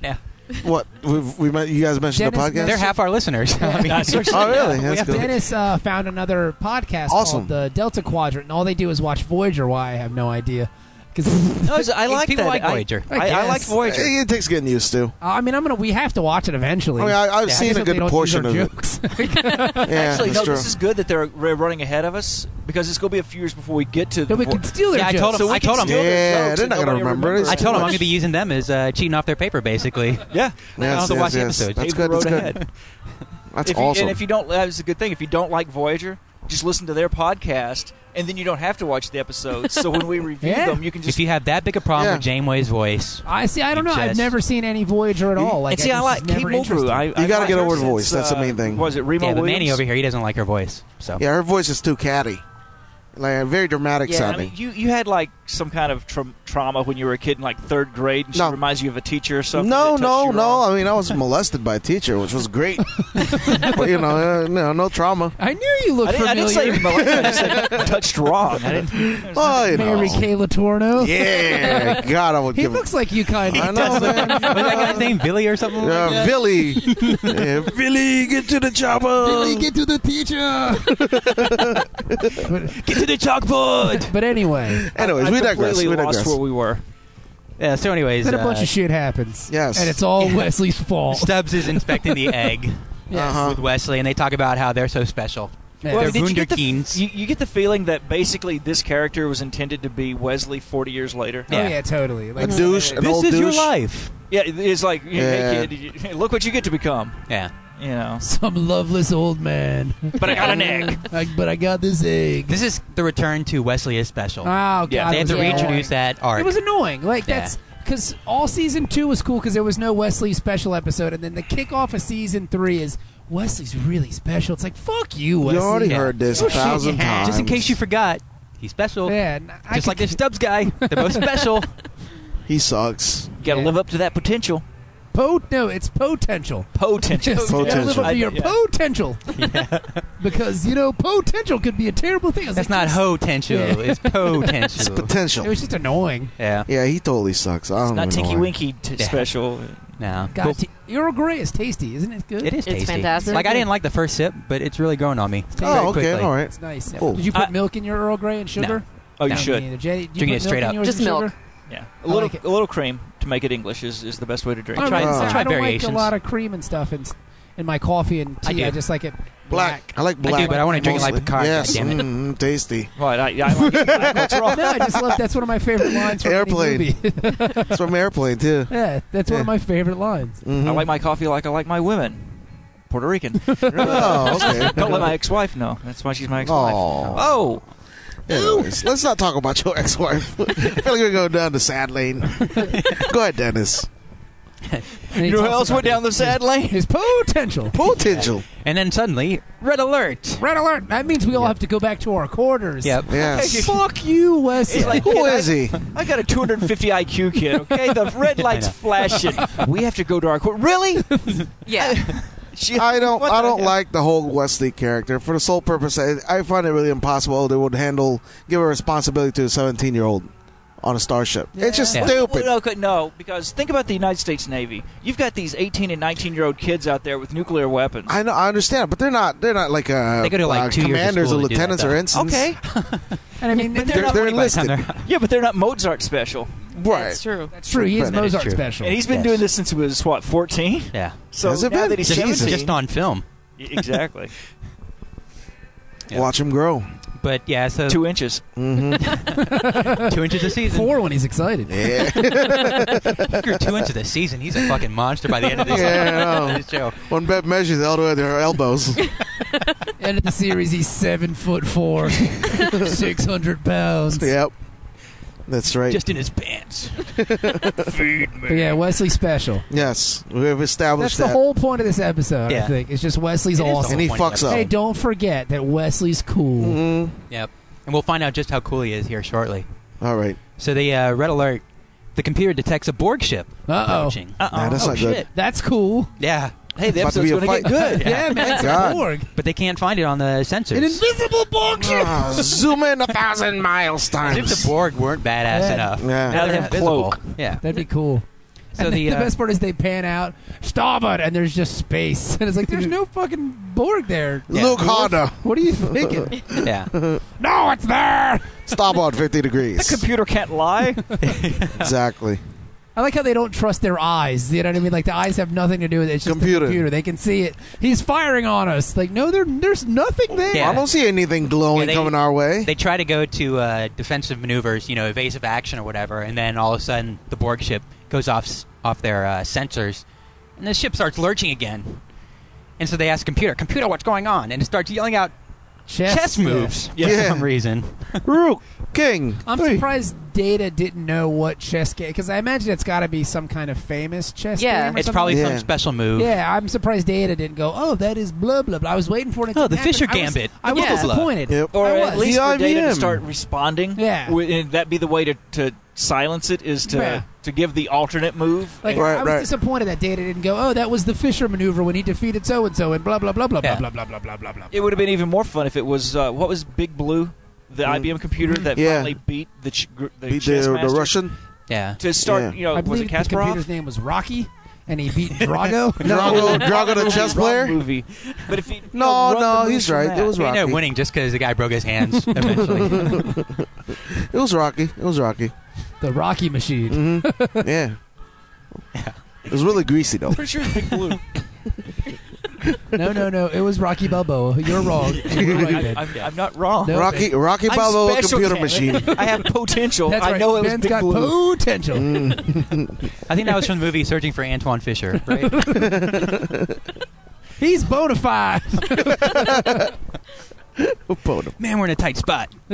Speaker 2: what we've, we met, you guys mentioned
Speaker 3: Dennis
Speaker 2: the podcast.
Speaker 5: They're half our listeners. [laughs]
Speaker 3: [laughs]
Speaker 5: I mean,
Speaker 2: oh really? That's
Speaker 5: we have to-
Speaker 2: cool.
Speaker 3: Dennis uh, found another podcast
Speaker 2: Awesome.
Speaker 3: called the Delta Quadrant, and all they do is watch Voyager. Why I have no idea. Because
Speaker 4: No, it's- I
Speaker 5: [laughs] It's
Speaker 4: like
Speaker 5: people
Speaker 4: that.
Speaker 5: like
Speaker 4: I-
Speaker 5: Voyager.
Speaker 4: I, I, like
Speaker 3: guess.
Speaker 4: Voyager.
Speaker 2: It, it takes getting used to.
Speaker 3: Uh, I mean, I'm gonna. We have to watch it eventually.
Speaker 2: I mean, I, Oh, I've
Speaker 5: Yeah.
Speaker 2: seen a good portion of it. Yeah,
Speaker 4: Actually,
Speaker 2: that's
Speaker 4: no,
Speaker 2: true.
Speaker 4: this is good that they're they're running ahead of us because it's going to be a few years before we get to.
Speaker 3: [laughs] But we
Speaker 4: Vo-
Speaker 3: can steal their
Speaker 5: Yeah, I
Speaker 3: jokes.
Speaker 5: told him.
Speaker 4: so we
Speaker 5: I
Speaker 4: can
Speaker 5: told him.
Speaker 4: steal their
Speaker 2: Yeah,
Speaker 4: jokes
Speaker 2: they're
Speaker 4: and
Speaker 2: not gonna
Speaker 4: nobody
Speaker 2: remember
Speaker 4: remembers
Speaker 2: it.
Speaker 5: I told him I'm
Speaker 2: much.
Speaker 5: going to be using them as uh, cheating off their paper, basically.
Speaker 2: [laughs]
Speaker 4: Yeah,
Speaker 5: I
Speaker 2: Yes,
Speaker 5: also
Speaker 2: yes,
Speaker 5: watch the
Speaker 2: yes.
Speaker 5: episode.
Speaker 2: That's
Speaker 4: Even
Speaker 2: good. That's
Speaker 4: wrote
Speaker 2: good.
Speaker 4: ahead.
Speaker 2: That's
Speaker 4: if you,
Speaker 2: awesome.
Speaker 4: and if you don't, that's a good thing. If you don't like Voyager, just listen to their podcast, and then you don't have to watch the episodes. so when we review
Speaker 3: Yeah.
Speaker 4: them, you can just
Speaker 5: if you have that big a problem
Speaker 2: Yeah.
Speaker 5: with Janeway's voice,
Speaker 3: I see. I don't know. I've
Speaker 5: Just-
Speaker 3: never seen any Voyager at all. Like,
Speaker 4: and see, I
Speaker 3: was
Speaker 4: like Kate
Speaker 3: never interested.
Speaker 4: Mulgrew. I, I
Speaker 2: You gotta
Speaker 4: like
Speaker 2: get
Speaker 4: her
Speaker 2: over the
Speaker 4: since,
Speaker 2: voice. That's the
Speaker 4: uh,
Speaker 2: main thing.
Speaker 4: Was it Remo
Speaker 5: yeah, but
Speaker 4: Williams?
Speaker 5: Manny over here, he doesn't like her voice. So [laughs]
Speaker 2: Yeah, her voice is too catty, like very dramatic
Speaker 4: Yeah, I
Speaker 2: sounding.
Speaker 4: mean, you you had like some kind of tra- trauma when you were a kid in like third grade, and she
Speaker 2: No.
Speaker 4: reminds you of a teacher or something.
Speaker 2: no,
Speaker 4: that touched
Speaker 2: no,
Speaker 4: you
Speaker 2: no.
Speaker 4: wrong.
Speaker 2: I mean, I was molested by a teacher, which was great. but you know, uh, no, no trauma.
Speaker 3: I knew you looked
Speaker 4: I didn't, I
Speaker 3: familiar.
Speaker 4: didn't [laughs] say molested. I just
Speaker 2: [laughs]
Speaker 4: said touched wrong. I didn't.
Speaker 2: Oh, you know.
Speaker 3: Mary Kay Latorno.
Speaker 2: Yeah, God, I would
Speaker 3: [laughs] He
Speaker 2: give.
Speaker 3: looks like you,
Speaker 2: [laughs]
Speaker 3: kind
Speaker 2: I
Speaker 3: of. [laughs]
Speaker 2: know, man.
Speaker 5: was that guy's name Billy or something? like
Speaker 2: Uh,
Speaker 5: that?
Speaker 2: Billy, Yeah, Billy, get to the chopper.
Speaker 3: get to the teacher. but,
Speaker 5: Get to the chalkboard.
Speaker 3: but anyway,
Speaker 2: Anyways,
Speaker 4: I
Speaker 2: we digress.
Speaker 4: completely
Speaker 2: We
Speaker 4: lost
Speaker 2: digress.
Speaker 4: where we were.
Speaker 5: yeah. So, anyways,
Speaker 3: then a
Speaker 5: uh,
Speaker 3: bunch of shit happens.
Speaker 2: Yes.
Speaker 3: and it's all Wesley's fault.
Speaker 5: Stubbs is inspecting the egg
Speaker 2: [laughs]
Speaker 3: Yes.
Speaker 2: Uh-huh.
Speaker 5: with Wesley, and they talk about how they're so special.
Speaker 3: Yeah.
Speaker 5: Well,
Speaker 3: They're-
Speaker 5: They're
Speaker 4: did you get the-
Speaker 5: wunderkinds.
Speaker 4: You, you get the feeling that basically this character was intended to be Wesley 40 years later.
Speaker 3: oh yeah,
Speaker 5: yeah.
Speaker 3: totally.
Speaker 2: A
Speaker 3: Like,
Speaker 2: douche, an old douche.
Speaker 5: life.
Speaker 4: Yeah, it's like, hey
Speaker 2: Yeah.
Speaker 4: kid, you- look what you get to become.
Speaker 5: Yeah.
Speaker 4: You know,
Speaker 3: some loveless old man. [laughs]
Speaker 4: but I got an
Speaker 2: Mm.
Speaker 4: egg.
Speaker 3: Like, but I got this egg.
Speaker 5: This is the return to Wesley is special.
Speaker 3: Oh god,
Speaker 4: Yeah,
Speaker 3: it
Speaker 5: they have
Speaker 3: was
Speaker 5: to
Speaker 6: Yeah.
Speaker 3: annoying.
Speaker 5: reintroduce that arc.
Speaker 3: It was annoying. Like
Speaker 5: Yeah.
Speaker 3: that's because all season two was cool because there was no Wesley special episode, and then the kickoff of season three is Wesley's really special. It's like fuck you,
Speaker 2: You
Speaker 3: Wesley.
Speaker 2: already
Speaker 5: Yeah.
Speaker 2: heard this
Speaker 3: Oh,
Speaker 2: a
Speaker 3: shit,
Speaker 2: thousand
Speaker 3: you had.
Speaker 2: times.
Speaker 5: Just in case you forgot, he's special.
Speaker 3: Yeah, and I
Speaker 5: Just
Speaker 3: could-
Speaker 5: like this Stubbs guy, they're
Speaker 3: [laughs]
Speaker 5: both special.
Speaker 2: he sucks.
Speaker 4: You got to
Speaker 3: Yeah.
Speaker 4: live up to that potential.
Speaker 3: po- no, it's potential. [laughs]
Speaker 4: Potential.
Speaker 3: Just
Speaker 2: Potential.
Speaker 3: gotta live up to your
Speaker 4: Yeah.
Speaker 5: [laughs]
Speaker 3: potential. because you know potential could be a terrible thing. I was
Speaker 5: That's
Speaker 3: like,
Speaker 5: not
Speaker 3: just-
Speaker 5: ho tension.
Speaker 3: Yeah.
Speaker 2: [laughs]
Speaker 5: It's po
Speaker 2: It's
Speaker 5: tension.
Speaker 3: It
Speaker 2: potential.
Speaker 3: was just annoying.
Speaker 5: Yeah.
Speaker 2: Yeah, he totally sucks. I
Speaker 4: It's
Speaker 2: don't
Speaker 4: not
Speaker 2: even
Speaker 4: Tinky
Speaker 2: know why.
Speaker 4: Winky t-
Speaker 5: Yeah.
Speaker 4: special.
Speaker 5: No.
Speaker 3: God, t- Earl Grey is tasty, isn't it? Good.
Speaker 5: It is
Speaker 6: It's
Speaker 5: tasty.
Speaker 6: fantastic.
Speaker 5: Like I didn't like the first sip, but it's really growing on me. very
Speaker 2: Oh, okay,
Speaker 5: quickly.
Speaker 2: all right.
Speaker 3: It's nice.
Speaker 2: Cool.
Speaker 3: Did you put
Speaker 4: I-
Speaker 3: milk in your Earl Grey and sugar?
Speaker 4: Oh, you
Speaker 5: No.
Speaker 4: should.
Speaker 3: Neither. Jay, did you
Speaker 5: Drinking
Speaker 3: put
Speaker 5: it
Speaker 3: milk
Speaker 5: straight
Speaker 3: in
Speaker 5: up.
Speaker 3: yours
Speaker 6: Just
Speaker 3: and
Speaker 6: milk.
Speaker 3: sugar?
Speaker 4: Yeah,
Speaker 3: I
Speaker 4: a little
Speaker 3: like it.
Speaker 4: a little cream to make it English is, is the best way to drink.
Speaker 3: I
Speaker 5: Try-
Speaker 3: don't,
Speaker 2: try
Speaker 3: I don't like a
Speaker 5: variations.
Speaker 3: lot of cream and stuff in, in my coffee and
Speaker 5: I
Speaker 3: tea.
Speaker 5: do.
Speaker 3: I, just like it
Speaker 2: Black. I like
Speaker 5: do,
Speaker 2: black.
Speaker 5: but I wanna drink it like
Speaker 2: mostly.
Speaker 5: Picard,
Speaker 2: Yes,
Speaker 5: goddammit.
Speaker 2: mm, mm, tasty.
Speaker 4: Right, I, I like it. What's wrong?
Speaker 3: no, I just love that's one of my favorite lines from
Speaker 2: Airplane.
Speaker 3: any movie. [laughs]
Speaker 2: It's from Airplane too.
Speaker 3: yeah, that's one
Speaker 2: Yeah.
Speaker 3: of my favorite lines.
Speaker 2: Mhm. [laughs]
Speaker 4: I like my coffee like I like my women. Puerto Rican.
Speaker 2: Oh, okay.
Speaker 4: Don't let my ex-wife know. That's why she's my ex-wife.
Speaker 2: Aw.
Speaker 4: Oh,
Speaker 2: Anyways, let's not talk about your [laughs] ex-wife. I feel like we're going down the sad lane. Go ahead, Dennis.
Speaker 3: And he
Speaker 4: you know who
Speaker 3: talks
Speaker 4: else
Speaker 3: about
Speaker 4: went down the sad lane?
Speaker 3: His potential.
Speaker 2: Potential.
Speaker 5: And then suddenly, red alert.
Speaker 3: Red alert. That means we all
Speaker 5: Yeah.
Speaker 3: have to go back to our quarters.
Speaker 5: Yep.
Speaker 2: Yes.
Speaker 3: Fuck you, Wesley.
Speaker 4: It's like, [laughs]
Speaker 2: Who
Speaker 4: kid,
Speaker 2: is
Speaker 4: I,
Speaker 2: he?
Speaker 4: I got a 250 IQ kid. Okay, the
Speaker 2: [laughs]
Speaker 4: red light's
Speaker 5: know.
Speaker 4: flashing. We have to go to our court. Really?
Speaker 6: Yeah.
Speaker 4: She-
Speaker 2: I don't.
Speaker 4: what
Speaker 2: I
Speaker 4: the
Speaker 2: don't
Speaker 4: hell?
Speaker 2: like the whole Wesley character for the sole purpose. I, I find it really impossible they would handle give a responsibility to a seventeen-year-old on a starship. It's just
Speaker 5: Yeah.
Speaker 2: stupid.
Speaker 4: Well, okay, no, because think about the United States Navy. You've got these 18 and 19 year old kids out there with nuclear weapons.
Speaker 2: I know. I understand, but they're not. They're not like uh
Speaker 5: They go to, like,
Speaker 2: uh,
Speaker 5: two years of
Speaker 2: commanders
Speaker 5: school
Speaker 2: or
Speaker 5: to do that,
Speaker 2: lieutenants or
Speaker 5: though.
Speaker 2: ensigns.
Speaker 4: okay,
Speaker 3: and I mean,
Speaker 4: But
Speaker 2: they're,
Speaker 4: not
Speaker 2: they're
Speaker 4: ready by the
Speaker 2: enlisted,
Speaker 4: yeah, but they're not Mozart special,
Speaker 2: [laughs] right?
Speaker 6: That's true.
Speaker 3: that's true. He is
Speaker 2: That is
Speaker 3: Mozart
Speaker 5: true.
Speaker 3: special.
Speaker 4: and he's been
Speaker 5: Yes.
Speaker 4: doing this since he was what 14.
Speaker 5: Yeah.
Speaker 4: So
Speaker 2: Has it
Speaker 4: now
Speaker 2: been?
Speaker 4: that he's
Speaker 5: Just,
Speaker 4: 17,
Speaker 5: just on film.
Speaker 2: [laughs]
Speaker 4: exactly
Speaker 5: Yeah.
Speaker 2: Watch him grow.
Speaker 5: But yeah, so
Speaker 4: two inches.
Speaker 2: hmm
Speaker 5: [laughs] two inches a season.
Speaker 3: four when he's excited.
Speaker 2: yeah.
Speaker 5: You're two inches a season. He's a fucking monster by the end of
Speaker 2: [laughs]
Speaker 5: this,
Speaker 2: Yeah, I know.
Speaker 5: [laughs] this show.
Speaker 2: One bet measures all the way to her
Speaker 5: [laughs]
Speaker 2: elbows.
Speaker 3: End of the series, he's seven foot four, six hundred pounds.
Speaker 2: yep. That's right.
Speaker 5: Just in his pants.
Speaker 3: But yeah, Wesley special.
Speaker 2: yes, we have
Speaker 3: That's
Speaker 2: established
Speaker 3: the
Speaker 2: that.
Speaker 3: whole point of this episode. I
Speaker 5: Yeah.
Speaker 3: think it's just Wesley's
Speaker 5: It is the
Speaker 3: awesome.
Speaker 2: and he
Speaker 5: whole point of
Speaker 2: fucks
Speaker 5: the
Speaker 2: up.
Speaker 3: Hey, don't forget that Wesley's cool.
Speaker 2: Mhm.
Speaker 5: Yep. And we'll find out just how cool he is here shortly.
Speaker 2: All right.
Speaker 5: [laughs] So the uh, red alert, the computer detects a Borg ship
Speaker 2: Mm-hmm.
Speaker 3: Uh oh.
Speaker 5: approaching.
Speaker 4: Uh-oh.
Speaker 2: Nah, that's
Speaker 5: oh
Speaker 2: not good.
Speaker 5: shit!
Speaker 3: That's cool.
Speaker 5: Yeah,
Speaker 4: Hey, the
Speaker 2: It's about to
Speaker 4: episode's
Speaker 2: be a
Speaker 4: going to get
Speaker 2: fight.
Speaker 4: good.
Speaker 2: [laughs]
Speaker 3: [laughs] Yeah, man, it's
Speaker 2: God.
Speaker 3: a Borg.
Speaker 5: but they can't find it on the sensors.
Speaker 3: An invisible Borg ship.
Speaker 2: Ah, zoom in a thousand miles
Speaker 5: As if the
Speaker 2: times.
Speaker 5: Borg weren't badass
Speaker 3: Yeah.
Speaker 5: enough.
Speaker 2: Yeah.
Speaker 5: Now they're
Speaker 4: Yeah.
Speaker 5: invisible.
Speaker 4: Cloak.
Speaker 5: Yeah.
Speaker 3: [laughs] That'd be cool. [laughs]
Speaker 5: So
Speaker 3: and
Speaker 5: the,
Speaker 3: the,
Speaker 5: uh,
Speaker 3: best part is they pan out starboard, and there's just space, [laughs] and it's like
Speaker 2: Mm-hmm.
Speaker 3: there's no fucking Borg there.
Speaker 5: Yeah.
Speaker 2: Luke Honda,
Speaker 3: What are
Speaker 2: [laughs]
Speaker 3: you thinking?
Speaker 5: Yeah.
Speaker 3: no, it's there.
Speaker 5: [laughs]
Speaker 2: starboard 50
Speaker 4: The
Speaker 2: degrees.
Speaker 4: computer
Speaker 2: [laughs]
Speaker 4: can't lie.
Speaker 5: [laughs]
Speaker 2: exactly.
Speaker 3: I like how they don't trust their eyes. You know what I mean? Like the eyes have nothing to do with it. It's just
Speaker 2: Computer.
Speaker 3: The computer. They can see it. He's firing on us. Like no, there, there's nothing there.
Speaker 5: Yeah.
Speaker 2: I don't see anything glowing
Speaker 5: Yeah, they-
Speaker 2: coming our way.
Speaker 5: they try to go to uh, defensive maneuvers, you know, evasive action or whatever, and then all of a sudden the Borg ship goes off s- off their uh, sensors, and the ship starts lurching again. And so they ask computer, computer, what's going on? And it starts yelling out,
Speaker 3: Chess,
Speaker 5: Chess moves for
Speaker 2: Yeah.
Speaker 5: some reason.
Speaker 2: Rook, king.
Speaker 3: I'm
Speaker 2: three.
Speaker 3: surprised Data didn't know what chess game because I imagine it's got to be some kind of famous chess
Speaker 6: Yeah.
Speaker 3: game. or
Speaker 5: It's
Speaker 3: something.
Speaker 5: probably
Speaker 2: Yeah.
Speaker 5: some special move.
Speaker 3: Yeah, I'm surprised Data didn't go. Oh, that is blah blah blah. I was waiting for it. It
Speaker 5: Oh,
Speaker 3: didn't
Speaker 5: the
Speaker 3: happen.
Speaker 5: Fisher
Speaker 3: I was-
Speaker 5: Gambit.
Speaker 3: I was
Speaker 6: Yeah.
Speaker 3: disappointed.
Speaker 2: Yep.
Speaker 4: or
Speaker 3: I
Speaker 4: at
Speaker 3: was.
Speaker 4: least
Speaker 2: The
Speaker 4: for data
Speaker 2: IBM.
Speaker 4: to start responding.
Speaker 3: Yeah.
Speaker 4: Wi- and that be the way to, to silence it is to
Speaker 3: Yeah.
Speaker 4: to give the alternate move.
Speaker 3: Like
Speaker 2: Right,
Speaker 3: I was
Speaker 2: right.
Speaker 3: disappointed that Data didn't go. Oh, that was the Fisher maneuver when he defeated so and so and blah blah blah blah
Speaker 5: Yeah.
Speaker 3: blah blah blah blah blah blah.
Speaker 4: it would have been even more fun if it was uh, what was Big Blue, the IBM computer that
Speaker 2: Mm. Mm-hmm. Yeah.
Speaker 4: finally beat the ch- gr- the,
Speaker 2: Beat the,
Speaker 4: chess
Speaker 2: the
Speaker 4: master.
Speaker 2: Russian.
Speaker 5: Yeah.
Speaker 4: to start.
Speaker 2: Yeah.
Speaker 4: You know,
Speaker 3: I
Speaker 4: was
Speaker 3: believe
Speaker 4: it
Speaker 3: the computer's
Speaker 4: Kasparov?
Speaker 3: name was Rocky, and he beat
Speaker 4: [laughs]
Speaker 3: Drago.
Speaker 2: Drago, Drago the chess
Speaker 4: Wrong
Speaker 2: player.
Speaker 4: movie, but if he,
Speaker 2: [laughs] No,
Speaker 4: run the
Speaker 2: no,
Speaker 4: moves
Speaker 2: he's
Speaker 4: from
Speaker 2: right.
Speaker 4: that.
Speaker 2: It was
Speaker 5: We
Speaker 2: Rocky.
Speaker 5: ended up winning just because the guy broke his hands eventually.
Speaker 2: It was Rocky. It was Rocky.
Speaker 3: the Rocky machine.
Speaker 2: hmm yeah. [laughs] It was really greasy though.
Speaker 4: Pretty sure it's
Speaker 2: [laughs]
Speaker 4: Big Blue.
Speaker 3: No, no, no. It was Rocky Balboa. You're
Speaker 4: [laughs]
Speaker 3: wrong. You're right,
Speaker 4: I,
Speaker 3: Ben.
Speaker 4: I'm, I'm not wrong.
Speaker 3: No.
Speaker 2: Rocky Rocky
Speaker 4: I'm
Speaker 2: Balboa
Speaker 4: special,
Speaker 2: computer
Speaker 4: Ken. [laughs]
Speaker 2: machine.
Speaker 4: I have potential.
Speaker 3: That's
Speaker 4: I
Speaker 3: right.
Speaker 4: know it was
Speaker 3: Ben's
Speaker 4: Big
Speaker 3: got
Speaker 4: Blue.
Speaker 3: potential.
Speaker 2: Mm.
Speaker 5: I think that was from the movie Searching for Antoine Fisher. Right?
Speaker 3: He's bona fide.
Speaker 5: Man, we're in a tight spot.
Speaker 3: [laughs]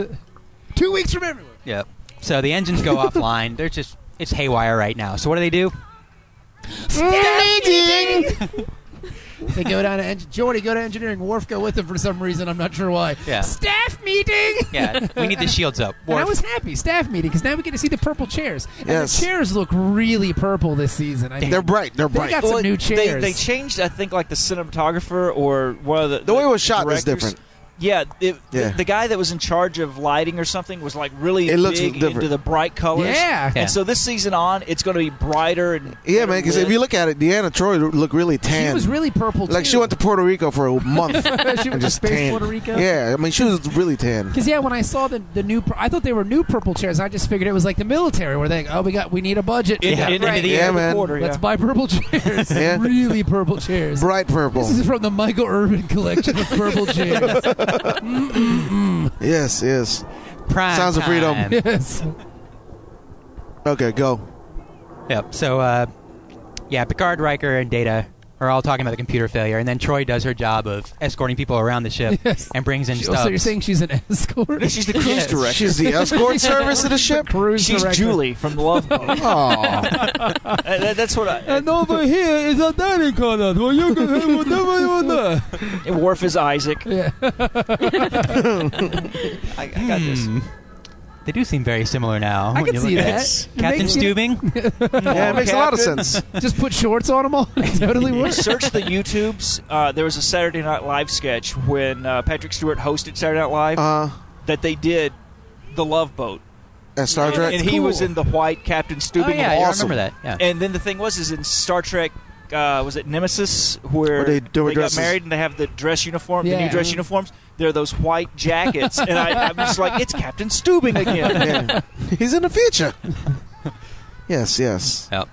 Speaker 3: Two weeks from everywhere.
Speaker 5: Yep. So the engines go offline. They're just it's haywire right now. So what do they do?
Speaker 3: They go down to engine. Jordy, go to engineering. Worf, go with them for some reason. I'm not sure why.
Speaker 5: Yeah.
Speaker 3: Staff meeting. [laughs]
Speaker 5: Yeah, we need the shields up.
Speaker 3: And I
Speaker 5: Worf.
Speaker 3: was happy. Staff meeting because now we get to see the purple chairs. And
Speaker 2: Yes.
Speaker 3: the chairs look really purple this season. I mean,
Speaker 2: They're bright. They're
Speaker 3: They
Speaker 2: bright.
Speaker 3: got some new
Speaker 4: they-
Speaker 3: chairs.
Speaker 4: They, changed, I think, like the cinematographer or one of the
Speaker 2: the way it was shot was
Speaker 4: directors.
Speaker 2: different.
Speaker 4: Yeah, it,
Speaker 2: Yeah.
Speaker 4: The, the guy that was in charge of lighting or something was like really
Speaker 2: It looks
Speaker 4: big
Speaker 2: different.
Speaker 4: into the bright colors.
Speaker 3: yeah.
Speaker 5: Yeah.
Speaker 4: And so this season on, it's going to be brighter and
Speaker 2: [laughs] Yeah, man. Because if you
Speaker 4: look,
Speaker 2: look at it, Deanna Troy looked really
Speaker 3: She
Speaker 2: tan.
Speaker 3: was really purple.
Speaker 2: like
Speaker 3: too.
Speaker 2: she went to Puerto Rico for a month. [laughs]
Speaker 3: she went to
Speaker 2: just
Speaker 3: space
Speaker 2: tan.
Speaker 3: Puerto Rico.
Speaker 2: yeah, I mean she was really tan.
Speaker 3: Because yeah, when I saw the the new, pur- I thought they were new purple chairs. I just figured it was like the military, where they like, oh, we got we need a budget.
Speaker 4: in,
Speaker 5: Yeah.
Speaker 4: in,
Speaker 5: Right.
Speaker 4: into the
Speaker 2: Yeah,
Speaker 4: end of
Speaker 2: man.
Speaker 4: the quarter,
Speaker 3: Let's
Speaker 4: yeah.
Speaker 3: buy purple chairs.
Speaker 2: Yeah.
Speaker 3: Really purple chairs.
Speaker 2: Bright purple.
Speaker 3: This is from the Michael Urban collection of purple chairs.
Speaker 2: Yes, yes.
Speaker 5: Prime
Speaker 2: Sounds of freedom.
Speaker 5: time.
Speaker 3: yes. Oh,
Speaker 2: Okay, go.
Speaker 5: Yep. So, uh, yeah, Picard, Riker, and Data are all talking about the computer failure, and then Troy does her job of escorting people around the ship
Speaker 3: [laughs] Yes.
Speaker 5: and brings in
Speaker 3: She-
Speaker 5: Stubbs.
Speaker 3: so you're saying she's an escort?
Speaker 4: No, she's the cruise
Speaker 5: Yes.
Speaker 4: director.
Speaker 2: She's the escort service of the ship.
Speaker 3: [laughs] Cruise
Speaker 4: She's
Speaker 3: director.
Speaker 4: Julie from
Speaker 2: [laughs]
Speaker 4: Love Boat.
Speaker 2: Oh,
Speaker 4: Uh, that- that's what I.
Speaker 3: And over here is a dining corner where you can have whatever you want.
Speaker 4: And Worf is Isaac.
Speaker 3: Yeah.
Speaker 4: I, I got this.
Speaker 5: Hmm. They do seem very similar now.
Speaker 3: I
Speaker 5: when
Speaker 3: can
Speaker 5: you
Speaker 3: see
Speaker 5: look at
Speaker 3: that.
Speaker 5: it.
Speaker 4: Yes.
Speaker 3: It
Speaker 5: Captain
Speaker 3: makes you- [laughs]
Speaker 5: Steubing.
Speaker 2: yeah, it makes a lot of
Speaker 4: Captain.
Speaker 2: sense.
Speaker 3: Just put shorts on them all. [laughs] It totally works.
Speaker 4: [laughs] Search the YouTubes. Uh, there was a Saturday Night Live sketch when uh, Patrick Stewart hosted Saturday Night Live
Speaker 2: Uh,
Speaker 4: that they did the Love Boat,
Speaker 2: at Star
Speaker 4: and,
Speaker 2: Trek.
Speaker 4: and he was in the white Captain Steubing.
Speaker 5: oh yeah,
Speaker 4: was
Speaker 5: I
Speaker 4: awesome.
Speaker 5: remember that. Yeah.
Speaker 4: And then the thing was, is in Star Trek, uh, was it Nemesis, where
Speaker 2: Where they do
Speaker 4: got
Speaker 2: dresses.
Speaker 4: married and they have the dress uniform, the
Speaker 3: Yeah.
Speaker 4: new dress
Speaker 3: Mhm.
Speaker 4: uniforms. They're those white jackets, and I, I'm just like, it's Captain Steubing again.
Speaker 2: [laughs] Yeah. He's in the future. Yes, yes.
Speaker 5: Yep.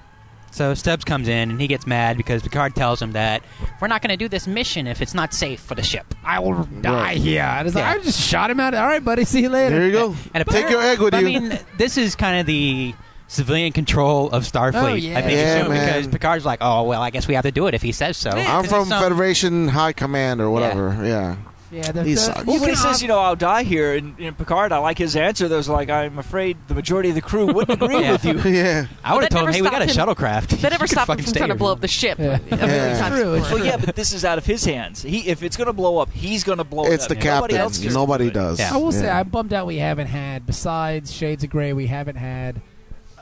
Speaker 5: So Stubbs comes in and he gets mad because Picard tells him that we're not going to do this mission if it's not safe for the ship.
Speaker 3: I will die
Speaker 2: Right.
Speaker 3: here. And it's like,
Speaker 5: Yeah.
Speaker 3: I just shot him out. All right, buddy. See you later.
Speaker 2: There you go.
Speaker 5: And
Speaker 2: Take your egg with
Speaker 5: but,
Speaker 2: you.
Speaker 5: I mean, this is kind of the civilian control of Starfleet.
Speaker 3: Oh, yeah.
Speaker 5: I think
Speaker 2: Yeah,
Speaker 5: it's true,
Speaker 2: man.
Speaker 5: because Picard's like, oh well, I guess we have to do it if he says so.
Speaker 2: I'm
Speaker 5: This is
Speaker 2: from
Speaker 5: some-
Speaker 2: Federation High Command or whatever. Yeah.
Speaker 3: Yeah, the,
Speaker 2: He
Speaker 3: the-
Speaker 2: sucks.
Speaker 4: Well, when he
Speaker 3: can
Speaker 4: says, you know, I'll die here, and, and Picard, I like his answer. That was like, I'm afraid the majority of the crew
Speaker 2: [laughs]
Speaker 4: wouldn't agree
Speaker 5: Yeah.
Speaker 4: with you.
Speaker 2: Yeah.
Speaker 5: I would
Speaker 6: That
Speaker 5: have told him,
Speaker 6: never
Speaker 5: hey, we got a
Speaker 6: stopped
Speaker 5: shuttlecraft. [laughs]
Speaker 6: That never
Speaker 5: You can
Speaker 6: stopped him
Speaker 5: fucking
Speaker 6: from
Speaker 5: stay
Speaker 6: trying to
Speaker 5: here.
Speaker 6: blow up the ship.
Speaker 3: Yeah.
Speaker 6: a million
Speaker 2: Yeah.
Speaker 6: times
Speaker 3: True, it's
Speaker 6: before.
Speaker 4: Well, yeah, but this is out of his hands. He, if it's going to blow up, he's going to blow it
Speaker 2: It's
Speaker 4: up.
Speaker 2: the
Speaker 4: Nobody
Speaker 2: captain.
Speaker 4: else
Speaker 2: Nobody,
Speaker 4: can do it.
Speaker 2: does.
Speaker 5: Yeah.
Speaker 3: I will say
Speaker 2: Yeah.
Speaker 3: I'm bummed out we haven't had besides Shades of Grey we haven't had uh,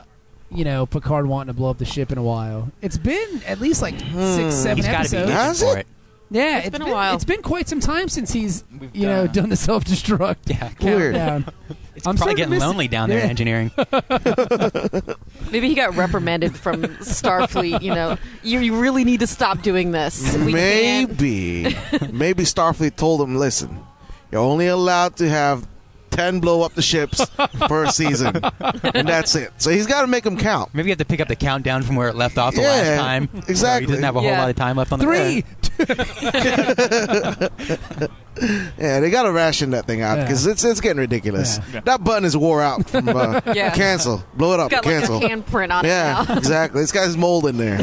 Speaker 3: you know Picard wanting to blow up the ship in a while. It's been at least like six seven
Speaker 5: He's got to
Speaker 3: episodes.
Speaker 5: be
Speaker 2: Yeah.
Speaker 5: itching
Speaker 2: Has
Speaker 5: for
Speaker 2: it?
Speaker 5: it.
Speaker 3: Yeah,
Speaker 6: It's been a while.
Speaker 3: It's been quite some time since he's
Speaker 4: We've
Speaker 3: you know
Speaker 4: done-
Speaker 3: done the self destruct
Speaker 5: Yeah.
Speaker 3: [laughs]
Speaker 2: Weird.
Speaker 3: countdown.
Speaker 5: It's
Speaker 3: I'm starting to
Speaker 5: probably getting
Speaker 3: miss it.
Speaker 5: lonely down there
Speaker 3: Yeah.
Speaker 5: in engineering.
Speaker 6: Maybe he got reprimanded from Starfleet. You know, you, you really need to stop doing this. We can't-
Speaker 2: Maybe,
Speaker 3: [laughs]
Speaker 2: maybe Starfleet told him, "Listen, you're only allowed to have ten blow up the ships per season, and that's it." So he's got to make them count.
Speaker 5: Maybe you have to pick up the countdown from where it left off the
Speaker 2: Yeah,
Speaker 5: last time. So
Speaker 2: [laughs] exactly.
Speaker 5: He doesn't have a whole
Speaker 6: Yeah.
Speaker 5: lot of time left on the
Speaker 2: [laughs]
Speaker 3: Three.
Speaker 2: Yeah, they got to ration that thing out
Speaker 3: Yeah.
Speaker 2: because it's it's getting ridiculous.
Speaker 3: Yeah.
Speaker 4: Yeah.
Speaker 2: That button is wore out. From, uh,
Speaker 6: Yeah.
Speaker 2: cancel, blow it up,
Speaker 6: It's got like a
Speaker 2: cancel.
Speaker 6: handprint on
Speaker 2: yeah,
Speaker 6: [laughs] it now.
Speaker 2: exactly. It's got his mold in there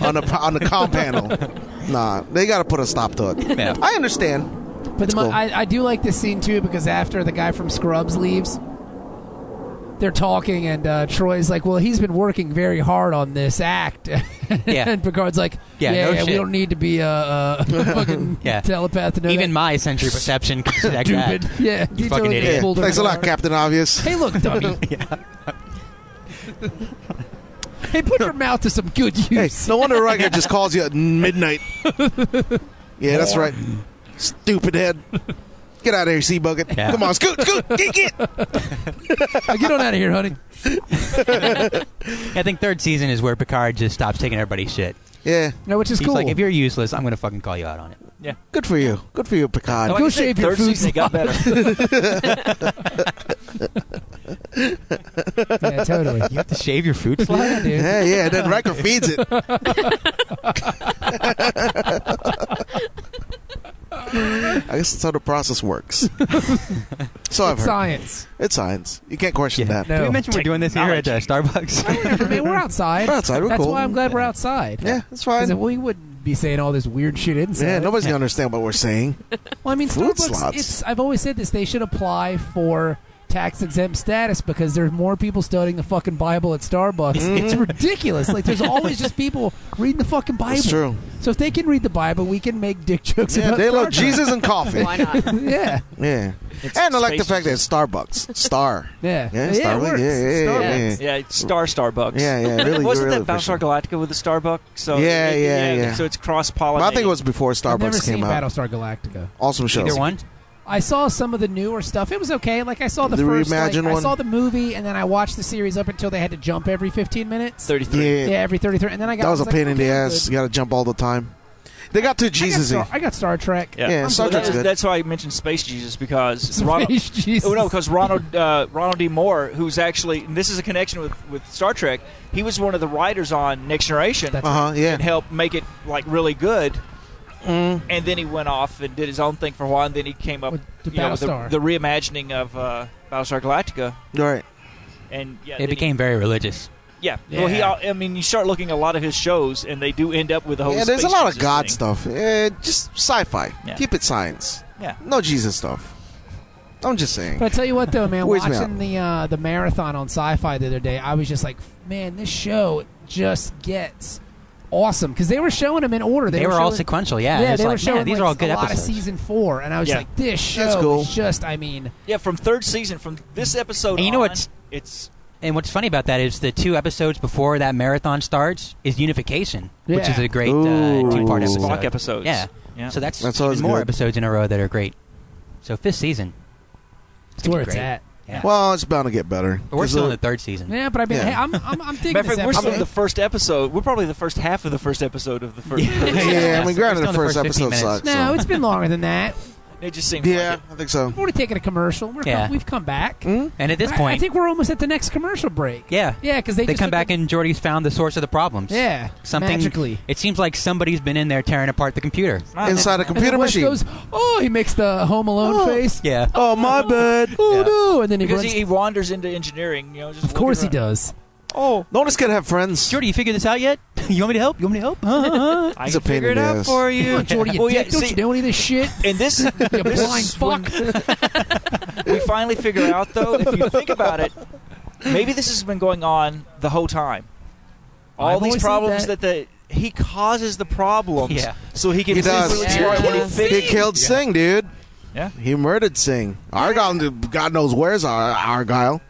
Speaker 2: on the on the com panel. Nah, they got to put a stop to it.
Speaker 5: Yeah.
Speaker 2: I understand.
Speaker 3: But But the, mo-
Speaker 2: cool.
Speaker 3: I, I do like this scene too because after the guy from Scrubs leaves, they're talking and uh, Troy's like, "Well, he's been working very hard on this act." [laughs]
Speaker 5: Yeah.
Speaker 3: and Picard's like, "Yeah,
Speaker 5: Yeah,
Speaker 3: yeah,
Speaker 5: no
Speaker 3: we
Speaker 5: shit."
Speaker 3: don't need to be
Speaker 2: [laughs]
Speaker 3: a uh, fucking
Speaker 5: Yeah.
Speaker 3: telepath to know
Speaker 5: Even
Speaker 3: that.
Speaker 5: my sensory perception could detect
Speaker 3: stupid."
Speaker 5: that.
Speaker 3: Yeah,
Speaker 5: You
Speaker 3: he
Speaker 5: fucking
Speaker 3: totally
Speaker 5: idiot.
Speaker 2: Yeah.
Speaker 3: pulled her
Speaker 2: Thanks a lot,
Speaker 3: apart.
Speaker 2: Captain Obvious.
Speaker 3: Hey, look, dummy.
Speaker 5: [laughs] Yeah.
Speaker 3: [laughs] hey, put your mouth to some good
Speaker 2: Hey,
Speaker 3: use.
Speaker 2: no wonder Riker just calls you at midnight. Yeah, that's right. Stupid head. Get out of here, sea bucket.
Speaker 5: Yeah.
Speaker 2: Come on, scoot, scoot, get, get.
Speaker 3: Uh, Get on out of here, honey.
Speaker 5: I think third season is where Picard just stops taking everybody's shit.
Speaker 2: Yeah,
Speaker 3: No, which is
Speaker 5: He's
Speaker 3: cool.
Speaker 5: like, if you're useless, I'm gonna fucking call you out on it.
Speaker 2: good for you. Good for you, Picard.
Speaker 3: Go
Speaker 4: I said,
Speaker 3: shave your
Speaker 4: third
Speaker 3: food
Speaker 4: season, it got better.
Speaker 3: yeah,
Speaker 5: [laughs]
Speaker 3: totally.
Speaker 5: You have to shave your food slot.
Speaker 3: Yeah, dude.
Speaker 2: Yeah, yeah.
Speaker 3: [laughs]
Speaker 2: Then Riker feeds it. I guess that's how the process works. so I've
Speaker 3: It's
Speaker 2: heard.
Speaker 3: science.
Speaker 2: It's science. You can't question
Speaker 5: Yeah.
Speaker 2: that.
Speaker 5: Did
Speaker 3: No.
Speaker 5: we mention we're doing this here at uh, [laughs] Starbucks?
Speaker 3: I mean, we're outside.
Speaker 2: We're outside. We're
Speaker 3: That's
Speaker 2: cool.
Speaker 3: why I'm glad we're outside.
Speaker 2: Yeah, that's
Speaker 3: 'Cause
Speaker 2: fine.
Speaker 3: if we wouldn't be saying all this weird shit inside.
Speaker 2: Yeah, nobody's gonna understand what we're saying.
Speaker 3: Well, I mean,
Speaker 2: Food
Speaker 3: Starbucks.
Speaker 2: slots.
Speaker 3: It's. I've always said this. They should apply for tax exempt status because there's more people studying the fucking Bible at Starbucks.
Speaker 2: Mm-hmm.
Speaker 3: It's ridiculous. Like there's always just people reading the fucking Bible.
Speaker 2: It's true.
Speaker 3: So if they can read the Bible, we can make dick jokes
Speaker 2: Yeah,
Speaker 3: about
Speaker 2: they love
Speaker 3: Starbucks.
Speaker 2: Jesus and coffee.
Speaker 6: Why not?
Speaker 3: [laughs] Yeah,
Speaker 2: Yeah, and I like the
Speaker 4: spaces.
Speaker 2: fact that it's Starbucks. Star.
Speaker 3: yeah,
Speaker 2: Yeah,
Speaker 3: it
Speaker 2: Starbucks.
Speaker 3: works.
Speaker 2: Yeah, yeah, yeah,
Speaker 3: Starbucks.
Speaker 2: yeah.
Speaker 4: Yeah, it's Star Starbucks.
Speaker 2: Yeah, yeah, really.
Speaker 4: Wasn't
Speaker 2: really
Speaker 4: that Battlestar
Speaker 2: appreciate
Speaker 4: Galactica with the Starbucks? So
Speaker 2: Yeah,
Speaker 4: it-
Speaker 2: yeah, yeah.
Speaker 4: So it's
Speaker 2: it.
Speaker 4: cross-pollinated.
Speaker 2: But I think it was before
Speaker 3: I've never
Speaker 2: Starbucks
Speaker 3: seen
Speaker 2: came out.
Speaker 3: Battlestar Galactica.
Speaker 2: Awesome show.
Speaker 5: Either one.
Speaker 3: I saw some of the newer stuff. It was okay. Like I saw the,
Speaker 2: The
Speaker 3: first, like,
Speaker 2: reimagined
Speaker 3: I
Speaker 2: one?
Speaker 3: saw the movie, and then I watched the series up until they had to jump every 15 minutes.
Speaker 2: Yeah,
Speaker 4: 33.
Speaker 3: Yeah, every 33, and then I got
Speaker 2: that was a
Speaker 3: I like,
Speaker 2: pain in the
Speaker 3: okay, I'm
Speaker 2: ass.
Speaker 3: good.
Speaker 2: You got to jump all the time. They got too
Speaker 3: I got
Speaker 2: Jesus.
Speaker 3: Star- I got Star Trek.
Speaker 2: Yeah, Star
Speaker 4: Well,
Speaker 2: Trek's
Speaker 4: that-
Speaker 2: good.
Speaker 4: that's why I mentioned Space
Speaker 2: [laughs]
Speaker 4: Jesus because Ronald,
Speaker 3: [laughs] Space Jesus.
Speaker 4: Oh, no, because Ronald uh, Ronald D. Moore, who's actually and this is a connection with, with Star Trek, he was one of the writers on Next Generation
Speaker 3: That's-
Speaker 2: Uh huh. Yeah. Mm-hmm.
Speaker 4: and helped make it like really good. And then he went off and did his own thing for a while, and then he came up
Speaker 3: With the
Speaker 4: uh, you know, with the,
Speaker 3: Battlestar.
Speaker 4: the reimagining of uh, Battlestar Galactica,
Speaker 2: All right.
Speaker 4: and yeah, then
Speaker 5: It
Speaker 4: he-
Speaker 5: became very religious.
Speaker 4: yeah. Well, he,
Speaker 3: Yeah.
Speaker 4: al- I mean, you start looking at a lot of his shows, and they do end up with the whole.
Speaker 2: Yeah, there's a
Speaker 4: Space
Speaker 2: lot of
Speaker 4: Jesus
Speaker 2: God
Speaker 4: thing.
Speaker 2: stuff. Eh, just sci-fi.
Speaker 4: Yeah.
Speaker 2: Keep it science.
Speaker 4: Yeah.
Speaker 2: No Jesus stuff. I'm just saying.
Speaker 3: But I tell you what, though, man,
Speaker 2: Where's me
Speaker 3: watching the uh, the marathon on Sci-Fi the other day, I was just like, man, this show just gets awesome because they were showing them in order.
Speaker 5: They,
Speaker 3: They,
Speaker 5: were, all
Speaker 3: showing-
Speaker 5: sequential. Yeah.
Speaker 3: yeah,
Speaker 5: It was
Speaker 3: they
Speaker 5: like,
Speaker 3: were showing
Speaker 5: man, these
Speaker 3: like,
Speaker 5: are all good
Speaker 3: a lot
Speaker 5: episodes.
Speaker 3: of season four, and I was
Speaker 4: Yeah.
Speaker 3: like, this show
Speaker 2: That's cool.
Speaker 3: is just, I mean,
Speaker 4: Yeah, from third season, from this episode.
Speaker 5: And you know
Speaker 4: on,
Speaker 5: what's-
Speaker 4: It's
Speaker 5: And what's funny about that is the two episodes before that marathon starts is Unification, which
Speaker 3: Yeah.
Speaker 5: is a great
Speaker 2: Ooh.
Speaker 5: uh, two-part
Speaker 2: Ooh.
Speaker 5: episode.
Speaker 4: Spock episodes.
Speaker 5: Yeah.
Speaker 4: Yeah.
Speaker 5: So that's,
Speaker 2: That's always
Speaker 5: even more
Speaker 2: good.
Speaker 5: episodes in a row that are great. So fifth season.
Speaker 3: it's where it's
Speaker 5: great.
Speaker 3: at.
Speaker 5: Yeah.
Speaker 2: well, it's bound to get better.
Speaker 5: but we're
Speaker 2: 'Cause
Speaker 5: still in
Speaker 2: the-
Speaker 5: the third season. [laughs]
Speaker 3: Yeah, but I mean,
Speaker 2: Yeah.
Speaker 3: hey, I'm, I'm, I'm digging
Speaker 4: Matter
Speaker 3: this
Speaker 4: of fact, we're still in
Speaker 3: episode.
Speaker 4: the first episode. We're probably the first half of the first episode of the first.
Speaker 3: [laughs]
Speaker 2: yeah, I mean, granted,
Speaker 5: We're still
Speaker 2: the
Speaker 5: in the
Speaker 2: first
Speaker 5: first 15
Speaker 2: episode
Speaker 5: minutes.
Speaker 2: sucks.
Speaker 3: No,
Speaker 2: so-
Speaker 3: it's been longer than that.
Speaker 4: It just seems
Speaker 2: yeah,
Speaker 4: like
Speaker 2: I think so.
Speaker 3: We've already taken a commercial. We're
Speaker 5: Yeah.
Speaker 3: come, we've come back.
Speaker 4: Mm,
Speaker 5: And at this
Speaker 3: I-
Speaker 5: point,
Speaker 3: I, think we're almost at the next commercial break.
Speaker 5: yeah,
Speaker 3: Yeah, because they,
Speaker 5: they
Speaker 3: just
Speaker 5: come
Speaker 3: took
Speaker 5: back
Speaker 3: a-
Speaker 5: and Jordy's found the source of the problems.
Speaker 3: yeah
Speaker 5: something
Speaker 3: magically.
Speaker 5: It seems like somebody's been in there tearing apart the computer.
Speaker 4: it.
Speaker 2: Inside a
Speaker 3: And then
Speaker 2: computer
Speaker 3: Wes
Speaker 2: machine.
Speaker 3: goes, oh, he makes the Home Alone
Speaker 2: Oh.
Speaker 3: face.
Speaker 5: Yeah.
Speaker 2: oh
Speaker 4: [laughs]
Speaker 2: my bad.
Speaker 3: Oh
Speaker 5: Yeah.
Speaker 3: no! And then he
Speaker 4: because
Speaker 3: runs.
Speaker 4: he, he wanders into engineering. You know, just
Speaker 3: of course he
Speaker 4: wandering
Speaker 3: does.
Speaker 4: around. Oh,
Speaker 2: No one's gonna have friends.
Speaker 5: Jordy, you figured this out yet? [laughs] you want me to help? You want me to help? Huh, huh, huh?
Speaker 4: Oh, I
Speaker 2: He's a
Speaker 4: can
Speaker 2: pain
Speaker 4: figure
Speaker 2: in
Speaker 4: it
Speaker 2: the
Speaker 4: out
Speaker 2: ass.
Speaker 5: for
Speaker 3: Come
Speaker 5: you.
Speaker 3: on, [laughs] Jordy, you
Speaker 4: Well, yeah,
Speaker 3: dick. don't
Speaker 4: see-
Speaker 3: you know any of this shit?
Speaker 4: And
Speaker 2: [laughs]
Speaker 3: [laughs]
Speaker 4: this,
Speaker 3: You
Speaker 4: this
Speaker 3: blind
Speaker 4: is when
Speaker 3: fuck.
Speaker 4: we finally figure out, though, if you think about it, maybe this has been going on the whole time. All
Speaker 3: I've always
Speaker 4: these
Speaker 3: said
Speaker 4: problems
Speaker 3: that.
Speaker 4: that. the he causes the problems,
Speaker 5: Yeah.
Speaker 4: so he can
Speaker 2: He does.
Speaker 4: manipulate
Speaker 6: Yeah.
Speaker 4: what he
Speaker 2: He
Speaker 4: thinks.
Speaker 2: killed Singh, dude.
Speaker 4: Yeah.
Speaker 2: He murdered Singh. Argyle, God knows where's Ar-
Speaker 4: [laughs]
Speaker 2: Argyle.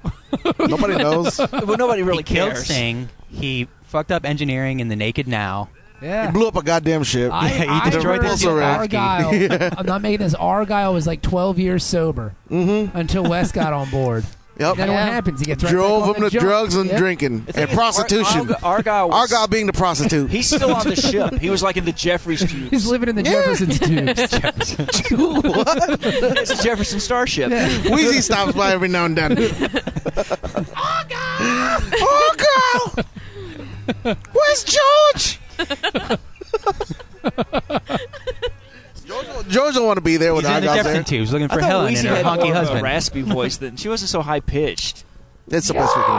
Speaker 2: Nobody knows. He
Speaker 4: Well, nobody really
Speaker 5: he killed
Speaker 4: cares.
Speaker 5: Singh. He fucked up engineering in the Naked Now.
Speaker 3: [laughs] Yeah.
Speaker 2: blew up a goddamn ship.
Speaker 3: I,
Speaker 5: Yeah, he
Speaker 3: I
Speaker 5: destroyed
Speaker 3: heard
Speaker 2: the
Speaker 3: that
Speaker 2: Zoroark. [laughs]
Speaker 3: Argyle. I'm not making this. Argyle was like 12 years sober
Speaker 2: Mm-hmm.
Speaker 3: until Wes got on board.
Speaker 2: yep.
Speaker 3: Then
Speaker 6: Yeah.
Speaker 3: what happens? He gets right back
Speaker 2: Drove
Speaker 3: on
Speaker 2: him
Speaker 3: the
Speaker 2: to
Speaker 3: jump.
Speaker 2: drugs and
Speaker 3: Yep.
Speaker 2: drinking
Speaker 4: The thing
Speaker 2: and
Speaker 4: is, Ar-
Speaker 2: prostitution.
Speaker 4: Arg- Argyle, was-
Speaker 2: Argyle being the
Speaker 4: [laughs]
Speaker 2: prostitute.
Speaker 4: He's still on the ship. He was like in the Jeffries tube.
Speaker 3: He's
Speaker 4: [laughs]
Speaker 3: living in
Speaker 2: [laughs]
Speaker 3: the Jefferson's tubes.
Speaker 4: [laughs] it's a Jefferson Starship.
Speaker 2: Wheezy stops by every now and then. Argyle! Argyle! Where's George? George, George don't want to be there when
Speaker 5: He's in the
Speaker 2: Argyle's
Speaker 5: Jefferson
Speaker 2: there.
Speaker 5: tubes looking
Speaker 4: I
Speaker 5: for
Speaker 4: thought
Speaker 5: Helen and
Speaker 4: Weezy
Speaker 5: her
Speaker 4: had more of
Speaker 5: honky
Speaker 4: a
Speaker 5: husband.
Speaker 4: raspy voice. Then she wasn't so high pitched.
Speaker 2: That's the best we can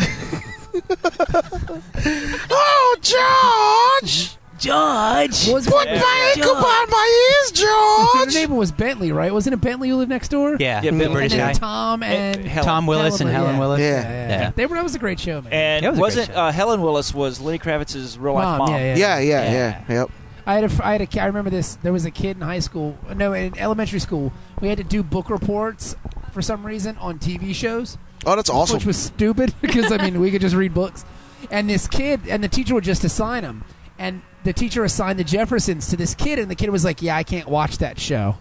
Speaker 2: do. [laughs] Oh, George!
Speaker 5: George.
Speaker 3: What was
Speaker 2: Put
Speaker 3: Yeah.
Speaker 2: my
Speaker 5: George.
Speaker 2: ankle on my
Speaker 3: Your
Speaker 2: ears,
Speaker 3: [laughs]
Speaker 2: George.
Speaker 3: neighbor was Bentley, right? Wasn't it Bentley who lived next door?
Speaker 5: Yeah,
Speaker 4: Yeah,
Speaker 5: the
Speaker 4: Bill
Speaker 5: British
Speaker 3: and then
Speaker 5: guy.
Speaker 3: Tom and
Speaker 4: Helen.
Speaker 5: Tom Willis and Helen
Speaker 3: yeah.
Speaker 5: Willis.
Speaker 2: Yeah.
Speaker 5: Yeah.
Speaker 3: They were, that was a great show, man.
Speaker 4: And
Speaker 5: That was a great
Speaker 4: wasn't
Speaker 5: show.
Speaker 4: uh, Helen Willis was Lenny Kravitz's real life
Speaker 3: Mom,
Speaker 4: mom?
Speaker 3: yeah,
Speaker 2: Yeah, yeah, yeah,
Speaker 5: Yeah.
Speaker 2: Yep.
Speaker 3: I had a, fr- I had a, ki- I remember this. There was a kid in high school, no, in elementary school. We had to do book reports for some reason on TV shows,
Speaker 2: Oh, that's awesome.
Speaker 3: which was stupid [laughs] because I mean we could just read books. And this kid and the teacher would just assign him, and the teacher assigned the Jeffersons to this kid, and the kid was like, "Yeah, I can't watch that show."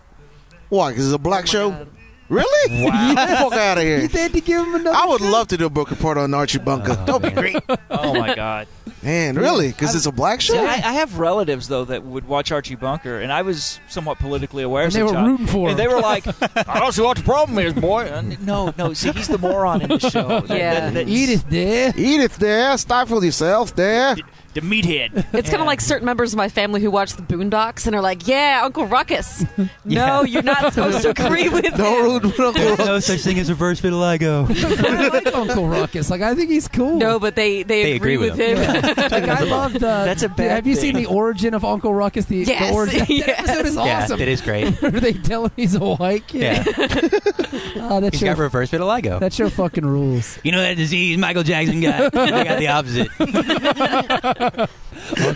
Speaker 2: Why? Because it's a [laughs]
Speaker 6: Oh
Speaker 2: black show. Really? Wow. Fuck out of here.
Speaker 3: They had to give him another.
Speaker 2: I would love to do a book report on Archie Bunker. that would be great.
Speaker 4: [laughs] Oh my God.
Speaker 2: Man, really? Because it's a black show?
Speaker 4: See, I, I have relatives though that would watch Archie Bunker, and I was somewhat politically aware.
Speaker 3: And they were
Speaker 4: sometimes.
Speaker 3: rooting for him.
Speaker 4: And they were like, "I don't see what the problem is, [laughs] boy." And no, no. See, he's the moron in the show.
Speaker 6: Yeah.
Speaker 4: that's-
Speaker 3: Edith there.
Speaker 2: Edith there, stifle yourself there.
Speaker 4: the meathead.
Speaker 6: It's kind of like certain members of my family who watch the Boondocks and are like, "Yeah, Uncle
Speaker 5: [laughs]
Speaker 6: Ruckus." No, you're not supposed to
Speaker 2: [laughs]
Speaker 6: agree with him.
Speaker 2: Don't rude
Speaker 5: There's [laughs] no such thing as reverse vitiligo.
Speaker 3: [laughs] I like Uncle Ruckus. Like I think he's cool.
Speaker 6: No, but they they,
Speaker 5: They agree with him. [laughs]
Speaker 3: Like, I love the.
Speaker 4: That's a bad
Speaker 3: Have you seen
Speaker 4: thing.
Speaker 3: the origin of Uncle Ruckus? The, the
Speaker 6: Yes,
Speaker 3: origin. That
Speaker 6: [laughs] yes.
Speaker 3: episode is
Speaker 5: Yeah,
Speaker 3: awesome. [laughs]
Speaker 5: that
Speaker 4: [laughs]
Speaker 5: is great.
Speaker 3: Are they tell him he's a white kid?
Speaker 5: Yeah,
Speaker 3: Oh, that
Speaker 5: he's
Speaker 3: show,
Speaker 5: got reverse vitiligo.
Speaker 3: that show fucking
Speaker 5: [laughs]
Speaker 3: rules.
Speaker 5: you know that disease Michael
Speaker 3: [laughs]
Speaker 5: Jackson got? I got the opposite. He's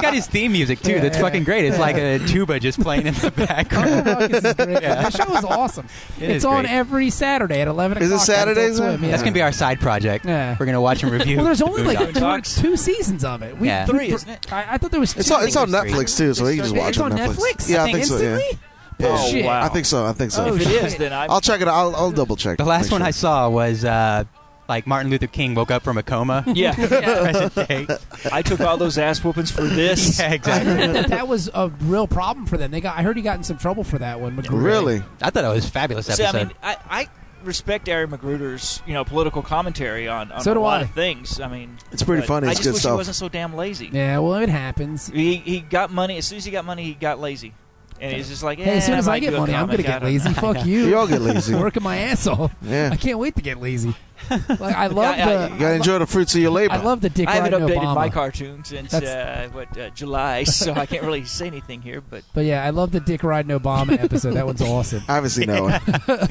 Speaker 5: got his theme music too.
Speaker 3: Yeah,
Speaker 5: that's
Speaker 3: yeah.
Speaker 5: fucking great. It's like a tuba just playing in the background.
Speaker 3: Uncle Ruckus is great. The show is awesome.
Speaker 5: It
Speaker 3: it's
Speaker 5: is
Speaker 3: on
Speaker 5: great.
Speaker 3: every Saturday at 11 o'clock.
Speaker 2: Is it
Speaker 3: on
Speaker 2: Saturdays
Speaker 3: Adult
Speaker 2: now?
Speaker 3: Swim, [laughs] yeah.
Speaker 5: That's gonna be our side project.
Speaker 3: Yeah.
Speaker 5: We're gonna watch and review.
Speaker 3: Well, there's
Speaker 5: the
Speaker 3: only like
Speaker 5: Boondocks.
Speaker 3: there were
Speaker 4: Boondocks.
Speaker 3: two seasons of it. We,
Speaker 5: Yeah.
Speaker 3: we-
Speaker 4: Three, isn't it?
Speaker 3: I, I thought there was.
Speaker 2: It's
Speaker 3: two.
Speaker 2: on, it's on
Speaker 5: It's
Speaker 2: Netflix too, so you can just watch
Speaker 3: It's
Speaker 2: it
Speaker 3: on Netflix.
Speaker 2: Yeah, I
Speaker 3: I
Speaker 2: think so. Yeah.
Speaker 3: instantly.
Speaker 2: [laughs] Yeah.
Speaker 3: Oh, shit.
Speaker 4: wow.
Speaker 2: I think so. I think so.
Speaker 3: Oh,
Speaker 4: If it
Speaker 3: shit.
Speaker 4: is, then I.
Speaker 2: I'll check it out. I'll, I'll double check.
Speaker 5: The last one I saw was uh, like Martin Luther King woke up from a coma.
Speaker 4: yeah,
Speaker 5: Present day.
Speaker 4: I took all those ass whoopings for this.
Speaker 5: Yeah,
Speaker 3: I
Speaker 5: exactly.
Speaker 3: heard that that was a real problem for them. They got. I heard he got in some trouble for that one. McGrew.
Speaker 2: Really?
Speaker 5: I thought it was a fabulous
Speaker 4: See, I
Speaker 5: episode.
Speaker 4: mean, I, I respect Aaron Magruder's you know political commentary on, on
Speaker 3: So
Speaker 4: a
Speaker 3: do
Speaker 4: lot
Speaker 3: I.
Speaker 4: of things. I mean,
Speaker 2: It's pretty
Speaker 4: but
Speaker 2: funny.
Speaker 4: I
Speaker 2: It's
Speaker 4: just
Speaker 2: good
Speaker 4: wish he
Speaker 2: stuff.
Speaker 4: wasn't so damn lazy.
Speaker 3: Yeah. Well, it happens.
Speaker 4: He he got money as soon as he got money. He got lazy, and he's just like,
Speaker 3: Hey, as
Speaker 4: "Eh,
Speaker 3: soon as I
Speaker 4: might
Speaker 3: get
Speaker 4: do a
Speaker 3: money, I'm gonna
Speaker 4: comic, I
Speaker 3: get
Speaker 4: don't
Speaker 3: lazy.
Speaker 4: know." [laughs]
Speaker 3: Fuck
Speaker 2: You all
Speaker 3: you.
Speaker 2: get
Speaker 3: [laughs]
Speaker 2: lazy. You
Speaker 3: Working my ass off.
Speaker 2: Yeah.
Speaker 3: I can't wait to get
Speaker 4: [laughs]
Speaker 3: lazy. Like I love
Speaker 4: Yeah, yeah,
Speaker 3: the.
Speaker 2: gotta enjoy the fruits of your labor.
Speaker 3: I love the dick
Speaker 4: I haven't
Speaker 3: riding
Speaker 4: updated
Speaker 3: Obama.
Speaker 4: my cartoons since uh,
Speaker 3: That's-
Speaker 4: what uh, July, [laughs] so I can't really say anything here. But
Speaker 3: But yeah, I love the dick riding Obama episode. That
Speaker 4: [laughs]
Speaker 3: one's awesome.
Speaker 2: I haven't seen that one.
Speaker 3: you haven't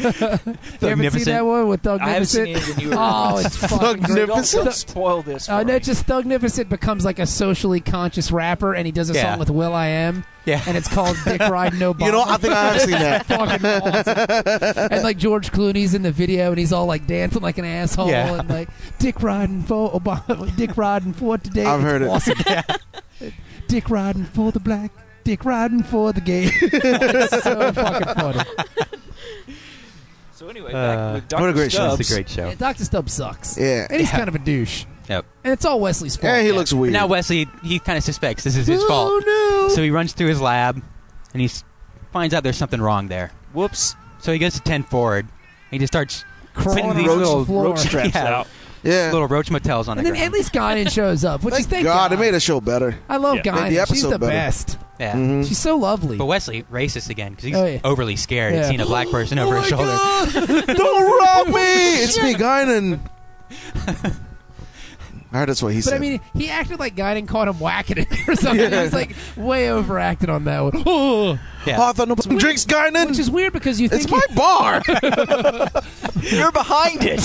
Speaker 3: seen
Speaker 5: Magnificent.
Speaker 3: that one with Thug
Speaker 4: I haven't seen
Speaker 3: Nipissett?
Speaker 4: any of the new
Speaker 3: [laughs] Oh, it's fucking
Speaker 4: So
Speaker 3: great.
Speaker 4: don't,
Speaker 2: Magnificent?
Speaker 4: don't spoil this. For
Speaker 3: Uh, no,
Speaker 4: me.
Speaker 3: just Thug Nipissett becomes like a socially conscious rapper, and he does a
Speaker 5: Yeah.
Speaker 3: song with Will I Am,
Speaker 5: yeah.
Speaker 3: and it's called "Dick Riding Obama."
Speaker 2: You know, I think I have seen
Speaker 3: [laughs]
Speaker 2: that.
Speaker 3: fucking awesome. And like George Clooney's in the video, and he's all like dancing like an asshole,
Speaker 5: Yeah.
Speaker 3: and like Dick riding for Obama, [laughs] Dick riding for today.
Speaker 2: I've
Speaker 3: It's
Speaker 2: heard it.
Speaker 3: awesome. Dick riding for the black. Dick riding for the gay. [laughs] it's so fucking funny.
Speaker 4: so anyway, back
Speaker 5: Uh,
Speaker 4: with
Speaker 2: what a
Speaker 4: Dr.
Speaker 2: great show.
Speaker 5: It's
Speaker 4: Stubbs.
Speaker 5: a great show.
Speaker 3: Yeah, Doctor Stubbs sucks.
Speaker 2: Yeah.
Speaker 3: and he's
Speaker 5: Yeah.
Speaker 3: kind of a douche.
Speaker 5: Yep.
Speaker 3: And it's all Wesley's fault.
Speaker 2: Yeah, he looks weird.
Speaker 5: Now Wesley, he kind of suspects this is his fault,
Speaker 2: Oh,
Speaker 5: so he runs through his lab, and he s- finds out there's something wrong there.
Speaker 4: Whoops,
Speaker 5: So he goes to ten forward. and He just starts
Speaker 3: Crawling
Speaker 5: putting these
Speaker 3: around
Speaker 5: little
Speaker 3: the floor.
Speaker 5: roach [laughs] straps
Speaker 4: Yeah.
Speaker 5: out,
Speaker 2: no. Yeah.
Speaker 5: little roach motels on
Speaker 3: And
Speaker 5: the
Speaker 3: then
Speaker 5: ground.
Speaker 3: at least Guinan shows up, which
Speaker 2: Thank,
Speaker 3: is thank
Speaker 2: God, it
Speaker 3: God.
Speaker 2: made a show better.
Speaker 3: I love
Speaker 4: Yeah.
Speaker 2: Made the
Speaker 3: Guinan. She's
Speaker 2: episode
Speaker 3: the
Speaker 2: better.
Speaker 3: best.
Speaker 5: yeah.
Speaker 2: Mhm.
Speaker 3: She's so lovely.
Speaker 5: But Wesley racist again because he's
Speaker 3: Oh, yeah.
Speaker 5: overly scared at
Speaker 3: Yeah.
Speaker 5: seeing a black person
Speaker 3: Oh
Speaker 5: over his shoulder.
Speaker 2: [laughs] Don't rob me! It's me, Guinan. I heard that's what he
Speaker 3: But
Speaker 2: said.
Speaker 3: I mean, he acted like Guinan caught him whacking it [laughs] or something. He was like way overacted on that one. Oh,
Speaker 5: Yeah.
Speaker 2: [gasps] oh, I thought nobody drinks
Speaker 3: which
Speaker 2: Guinan.
Speaker 3: is weird because you think
Speaker 2: It's my bar.
Speaker 4: you're
Speaker 2: [laughs]
Speaker 4: behind it.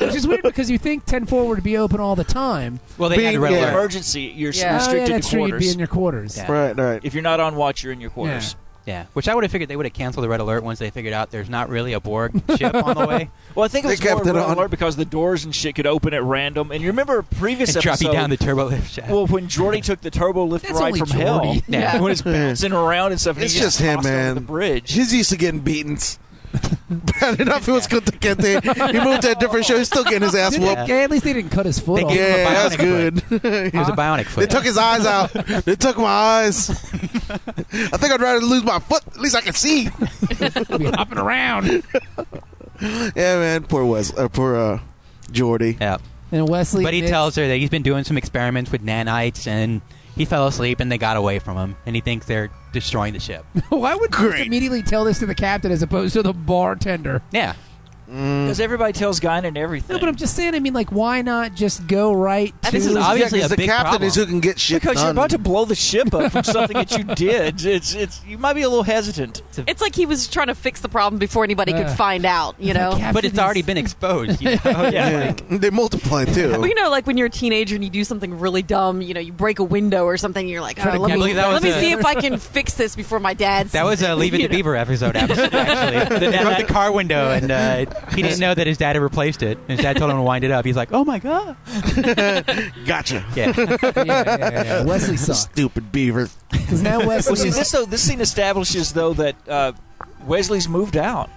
Speaker 3: which is weird because you think ten four would be open all the time.
Speaker 5: well, they had
Speaker 2: Being
Speaker 5: a red
Speaker 2: there.
Speaker 5: alert.
Speaker 4: Emergency, you're s-
Speaker 6: Yeah.
Speaker 3: Oh, yeah,
Speaker 4: restricted
Speaker 3: that's
Speaker 4: to
Speaker 3: true. You'd be
Speaker 4: quarters.
Speaker 3: in your quarters.
Speaker 5: Yeah.
Speaker 2: right, right.
Speaker 4: if you're not on watch, you're in your quarters.
Speaker 5: Yeah, which I would have figured they would have canceled the red alert once they figured out there's not really a Borg ship on the way.
Speaker 4: [laughs] Well, I think it
Speaker 2: They
Speaker 4: was more
Speaker 2: kept it
Speaker 4: red
Speaker 2: on.
Speaker 4: alert because the doors and shit could open at random. And you remember a previous
Speaker 5: and drop
Speaker 4: episode?
Speaker 5: you down the turbo lift shaft.
Speaker 4: well, when Jordy took the turbo lift
Speaker 3: That's
Speaker 4: ride
Speaker 3: only
Speaker 4: from hell, [laughs]
Speaker 3: Jordy.
Speaker 5: Yeah.
Speaker 4: when it's bouncing around and stuff, and
Speaker 2: It's
Speaker 4: he
Speaker 2: just him,
Speaker 4: tossed over
Speaker 2: man.
Speaker 4: The bridge.
Speaker 2: He's used to getting beatings. Bad enough it was good to get there. He moved to a different show. He's still getting his ass
Speaker 3: Did Oh,
Speaker 2: whooped.
Speaker 3: they- yeah, at least they didn't cut his foot
Speaker 5: They
Speaker 3: off.
Speaker 5: gave him a
Speaker 2: Yeah, that's
Speaker 5: bionic
Speaker 2: good. [laughs]
Speaker 5: He was a bionic
Speaker 2: They
Speaker 5: foot.
Speaker 2: took his eyes out. They took my eyes. I think I'd rather lose my foot. At least I can see.
Speaker 3: He'd be
Speaker 2: [laughs]
Speaker 3: hopping around.
Speaker 2: Yeah, man. Poor Wes. Uh, poor uh, Jordy.
Speaker 5: yeah.
Speaker 3: And Wesley,
Speaker 5: But he
Speaker 3: admits-
Speaker 5: tells her that he's been doing some experiments with nanites and he fell asleep and they got away from him and he thinks they're destroying the ship.
Speaker 3: [laughs] "Why would you
Speaker 2: Great.
Speaker 3: immediately tell this to the captain as opposed to the bartender?"
Speaker 5: Yeah.
Speaker 4: Because everybody tells Guinan everything.
Speaker 3: No, but I'm just saying. I mean, like, why not just go right to?
Speaker 5: And this is obviously
Speaker 2: yeah, 'cause
Speaker 5: a
Speaker 2: the
Speaker 5: big
Speaker 2: captain
Speaker 5: problem.
Speaker 2: is who can get shit
Speaker 4: because you're
Speaker 2: done.
Speaker 4: about to blow the ship up from
Speaker 2: [laughs]
Speaker 4: something that you did. It's it's you might be a little hesitant.
Speaker 6: [laughs] It's like he was trying to fix the problem before anybody
Speaker 3: Uh,
Speaker 6: could find out, you know?
Speaker 3: Captain
Speaker 5: but it's
Speaker 3: is-
Speaker 5: already been exposed. [laughs] You know?
Speaker 4: Yeah.
Speaker 2: [laughs] they multiply
Speaker 6: [laughs]
Speaker 2: too.
Speaker 6: Well, you know, like when you're a teenager and you do something really dumb, you know, you break a window or something, and you're like,
Speaker 3: Try
Speaker 6: oh,
Speaker 3: to
Speaker 6: let,
Speaker 3: get-
Speaker 6: me,
Speaker 5: I believe that
Speaker 6: let
Speaker 5: was
Speaker 6: me
Speaker 5: a-
Speaker 6: see if I can fix this before my dad.
Speaker 5: That was a Leaving the Beaver episode, [laughs] actually. actually. They broke the car window, and uh, he didn't know that his dad had replaced it. And his dad told him to wind it up. He's like, "Oh my god!"
Speaker 2: gotcha.
Speaker 5: [laughs] Yeah,
Speaker 3: Yeah, yeah, yeah, yeah.
Speaker 4: [laughs]
Speaker 3: Wesley sucked
Speaker 2: Stupid beaver.
Speaker 3: because now Wesley.
Speaker 4: Well, see,
Speaker 3: is-
Speaker 4: this though this scene establishes though that uh, Wesley's moved out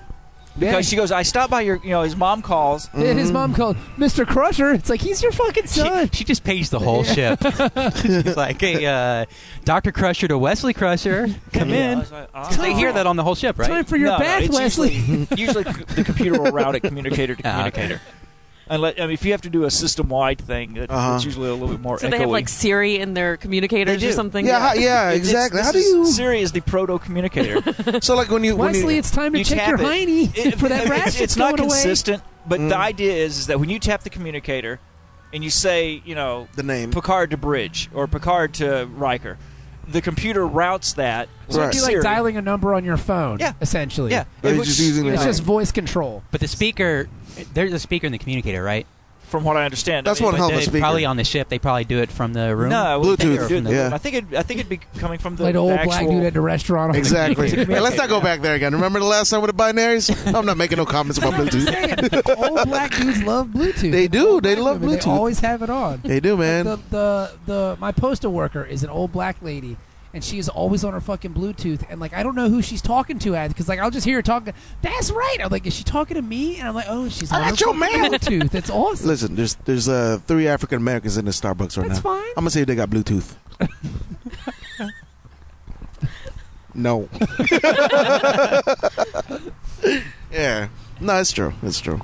Speaker 4: because Mm-hmm.
Speaker 3: Yeah.
Speaker 4: she goes, "I stopped by your," you know, his mom calls.
Speaker 3: And his mom called Mr. Crusher. It's like he's your fucking
Speaker 5: she,
Speaker 3: son.
Speaker 5: she just paged the whole [laughs] ship. She's like, "Hey, uh, Doctor Crusher to Wesley Crusher, come
Speaker 4: Yeah, I
Speaker 2: Mm.
Speaker 5: in."
Speaker 4: was like, oh.
Speaker 5: They hear that on the whole ship,
Speaker 3: Time
Speaker 5: right?
Speaker 3: for your
Speaker 4: No, no,
Speaker 3: bath,
Speaker 4: it's
Speaker 3: Wesley. [laughs]
Speaker 4: Usually, usually c- the computer will route it
Speaker 2: [laughs]
Speaker 4: communicator to
Speaker 5: Ah, okay.
Speaker 4: communicator. Unless, I mean, if you have to do a system-wide thing, it,
Speaker 2: Uh-huh.
Speaker 4: it's usually a little bit more.
Speaker 6: So they have
Speaker 4: echoey.
Speaker 6: like Siri in their communicators
Speaker 4: They
Speaker 6: or
Speaker 4: do.
Speaker 6: something.
Speaker 2: Yeah, how, yeah,
Speaker 4: It- it's-
Speaker 2: exactly.
Speaker 4: this
Speaker 2: How do
Speaker 4: is-
Speaker 2: you?
Speaker 4: Siri is the
Speaker 6: [laughs]
Speaker 4: proto-communicator.
Speaker 2: So like when you [laughs] when
Speaker 3: Wesley,
Speaker 2: you,
Speaker 3: it's time to
Speaker 4: you
Speaker 3: check
Speaker 4: tap
Speaker 3: your
Speaker 4: it.
Speaker 3: hiney
Speaker 4: It-
Speaker 3: for that
Speaker 4: it's-
Speaker 3: rash.
Speaker 4: It's,
Speaker 3: that's
Speaker 4: not
Speaker 3: going away.
Speaker 4: consistent, but
Speaker 2: Mm.
Speaker 4: the idea is, is that when you tap the communicator and you say, you know,
Speaker 2: the name.
Speaker 4: Picard to Bridge or Picard to Riker, the computer routes that.
Speaker 2: Right.
Speaker 3: It'd be like
Speaker 4: Siri.
Speaker 3: dialing a number on your phone.
Speaker 4: Yeah.
Speaker 3: essentially.
Speaker 4: Yeah,
Speaker 2: Or
Speaker 4: it
Speaker 2: you're
Speaker 4: would-
Speaker 2: just using the
Speaker 3: It's
Speaker 2: name.
Speaker 3: just voice control.
Speaker 5: But the speaker, there's a speaker and the communicator, right?
Speaker 4: from what I understand.
Speaker 2: That's
Speaker 4: I mean,
Speaker 2: one
Speaker 4: but
Speaker 2: hell of a
Speaker 5: They-
Speaker 2: speaker.
Speaker 5: Probably on the ship. They probably do it from the room.
Speaker 4: No, I wouldn't think it
Speaker 2: Bluetooth,
Speaker 4: would do it in the
Speaker 2: yeah.
Speaker 4: room. I think it. I think it'd be coming from the,
Speaker 3: Like
Speaker 4: the
Speaker 3: the old
Speaker 4: actual.
Speaker 3: black dude at the restaurant. [laughs]
Speaker 2: Exactly.
Speaker 4: Communicator.
Speaker 2: Hey, let's not go
Speaker 4: Yeah.
Speaker 2: back there again. Remember the last time with the binaries? I'm not making no comments about Bluetooth.
Speaker 3: old black dudes love Bluetooth.
Speaker 2: They do. They
Speaker 3: Black
Speaker 2: love
Speaker 3: women, They
Speaker 2: Bluetooth.
Speaker 3: always have it
Speaker 4: [laughs]
Speaker 3: on.
Speaker 2: They do,
Speaker 3: the,
Speaker 2: man.
Speaker 3: the the my postal worker is an old black lady and she is always on her fucking bluetooth and like i don't know who she's talking to at because like i'll just hear her talking that's right i'm like is she talking to me and i'm like oh she's
Speaker 2: I
Speaker 3: on her
Speaker 2: got your
Speaker 3: fucking
Speaker 2: mail.
Speaker 3: bluetooth that's awesome
Speaker 2: Listen, there's there's uh, three African Americans in the Starbucks right
Speaker 3: that's
Speaker 2: now.
Speaker 3: fine
Speaker 2: I'm gonna see if they got Bluetooth. no. [laughs] yeah. No, it's true. It's true.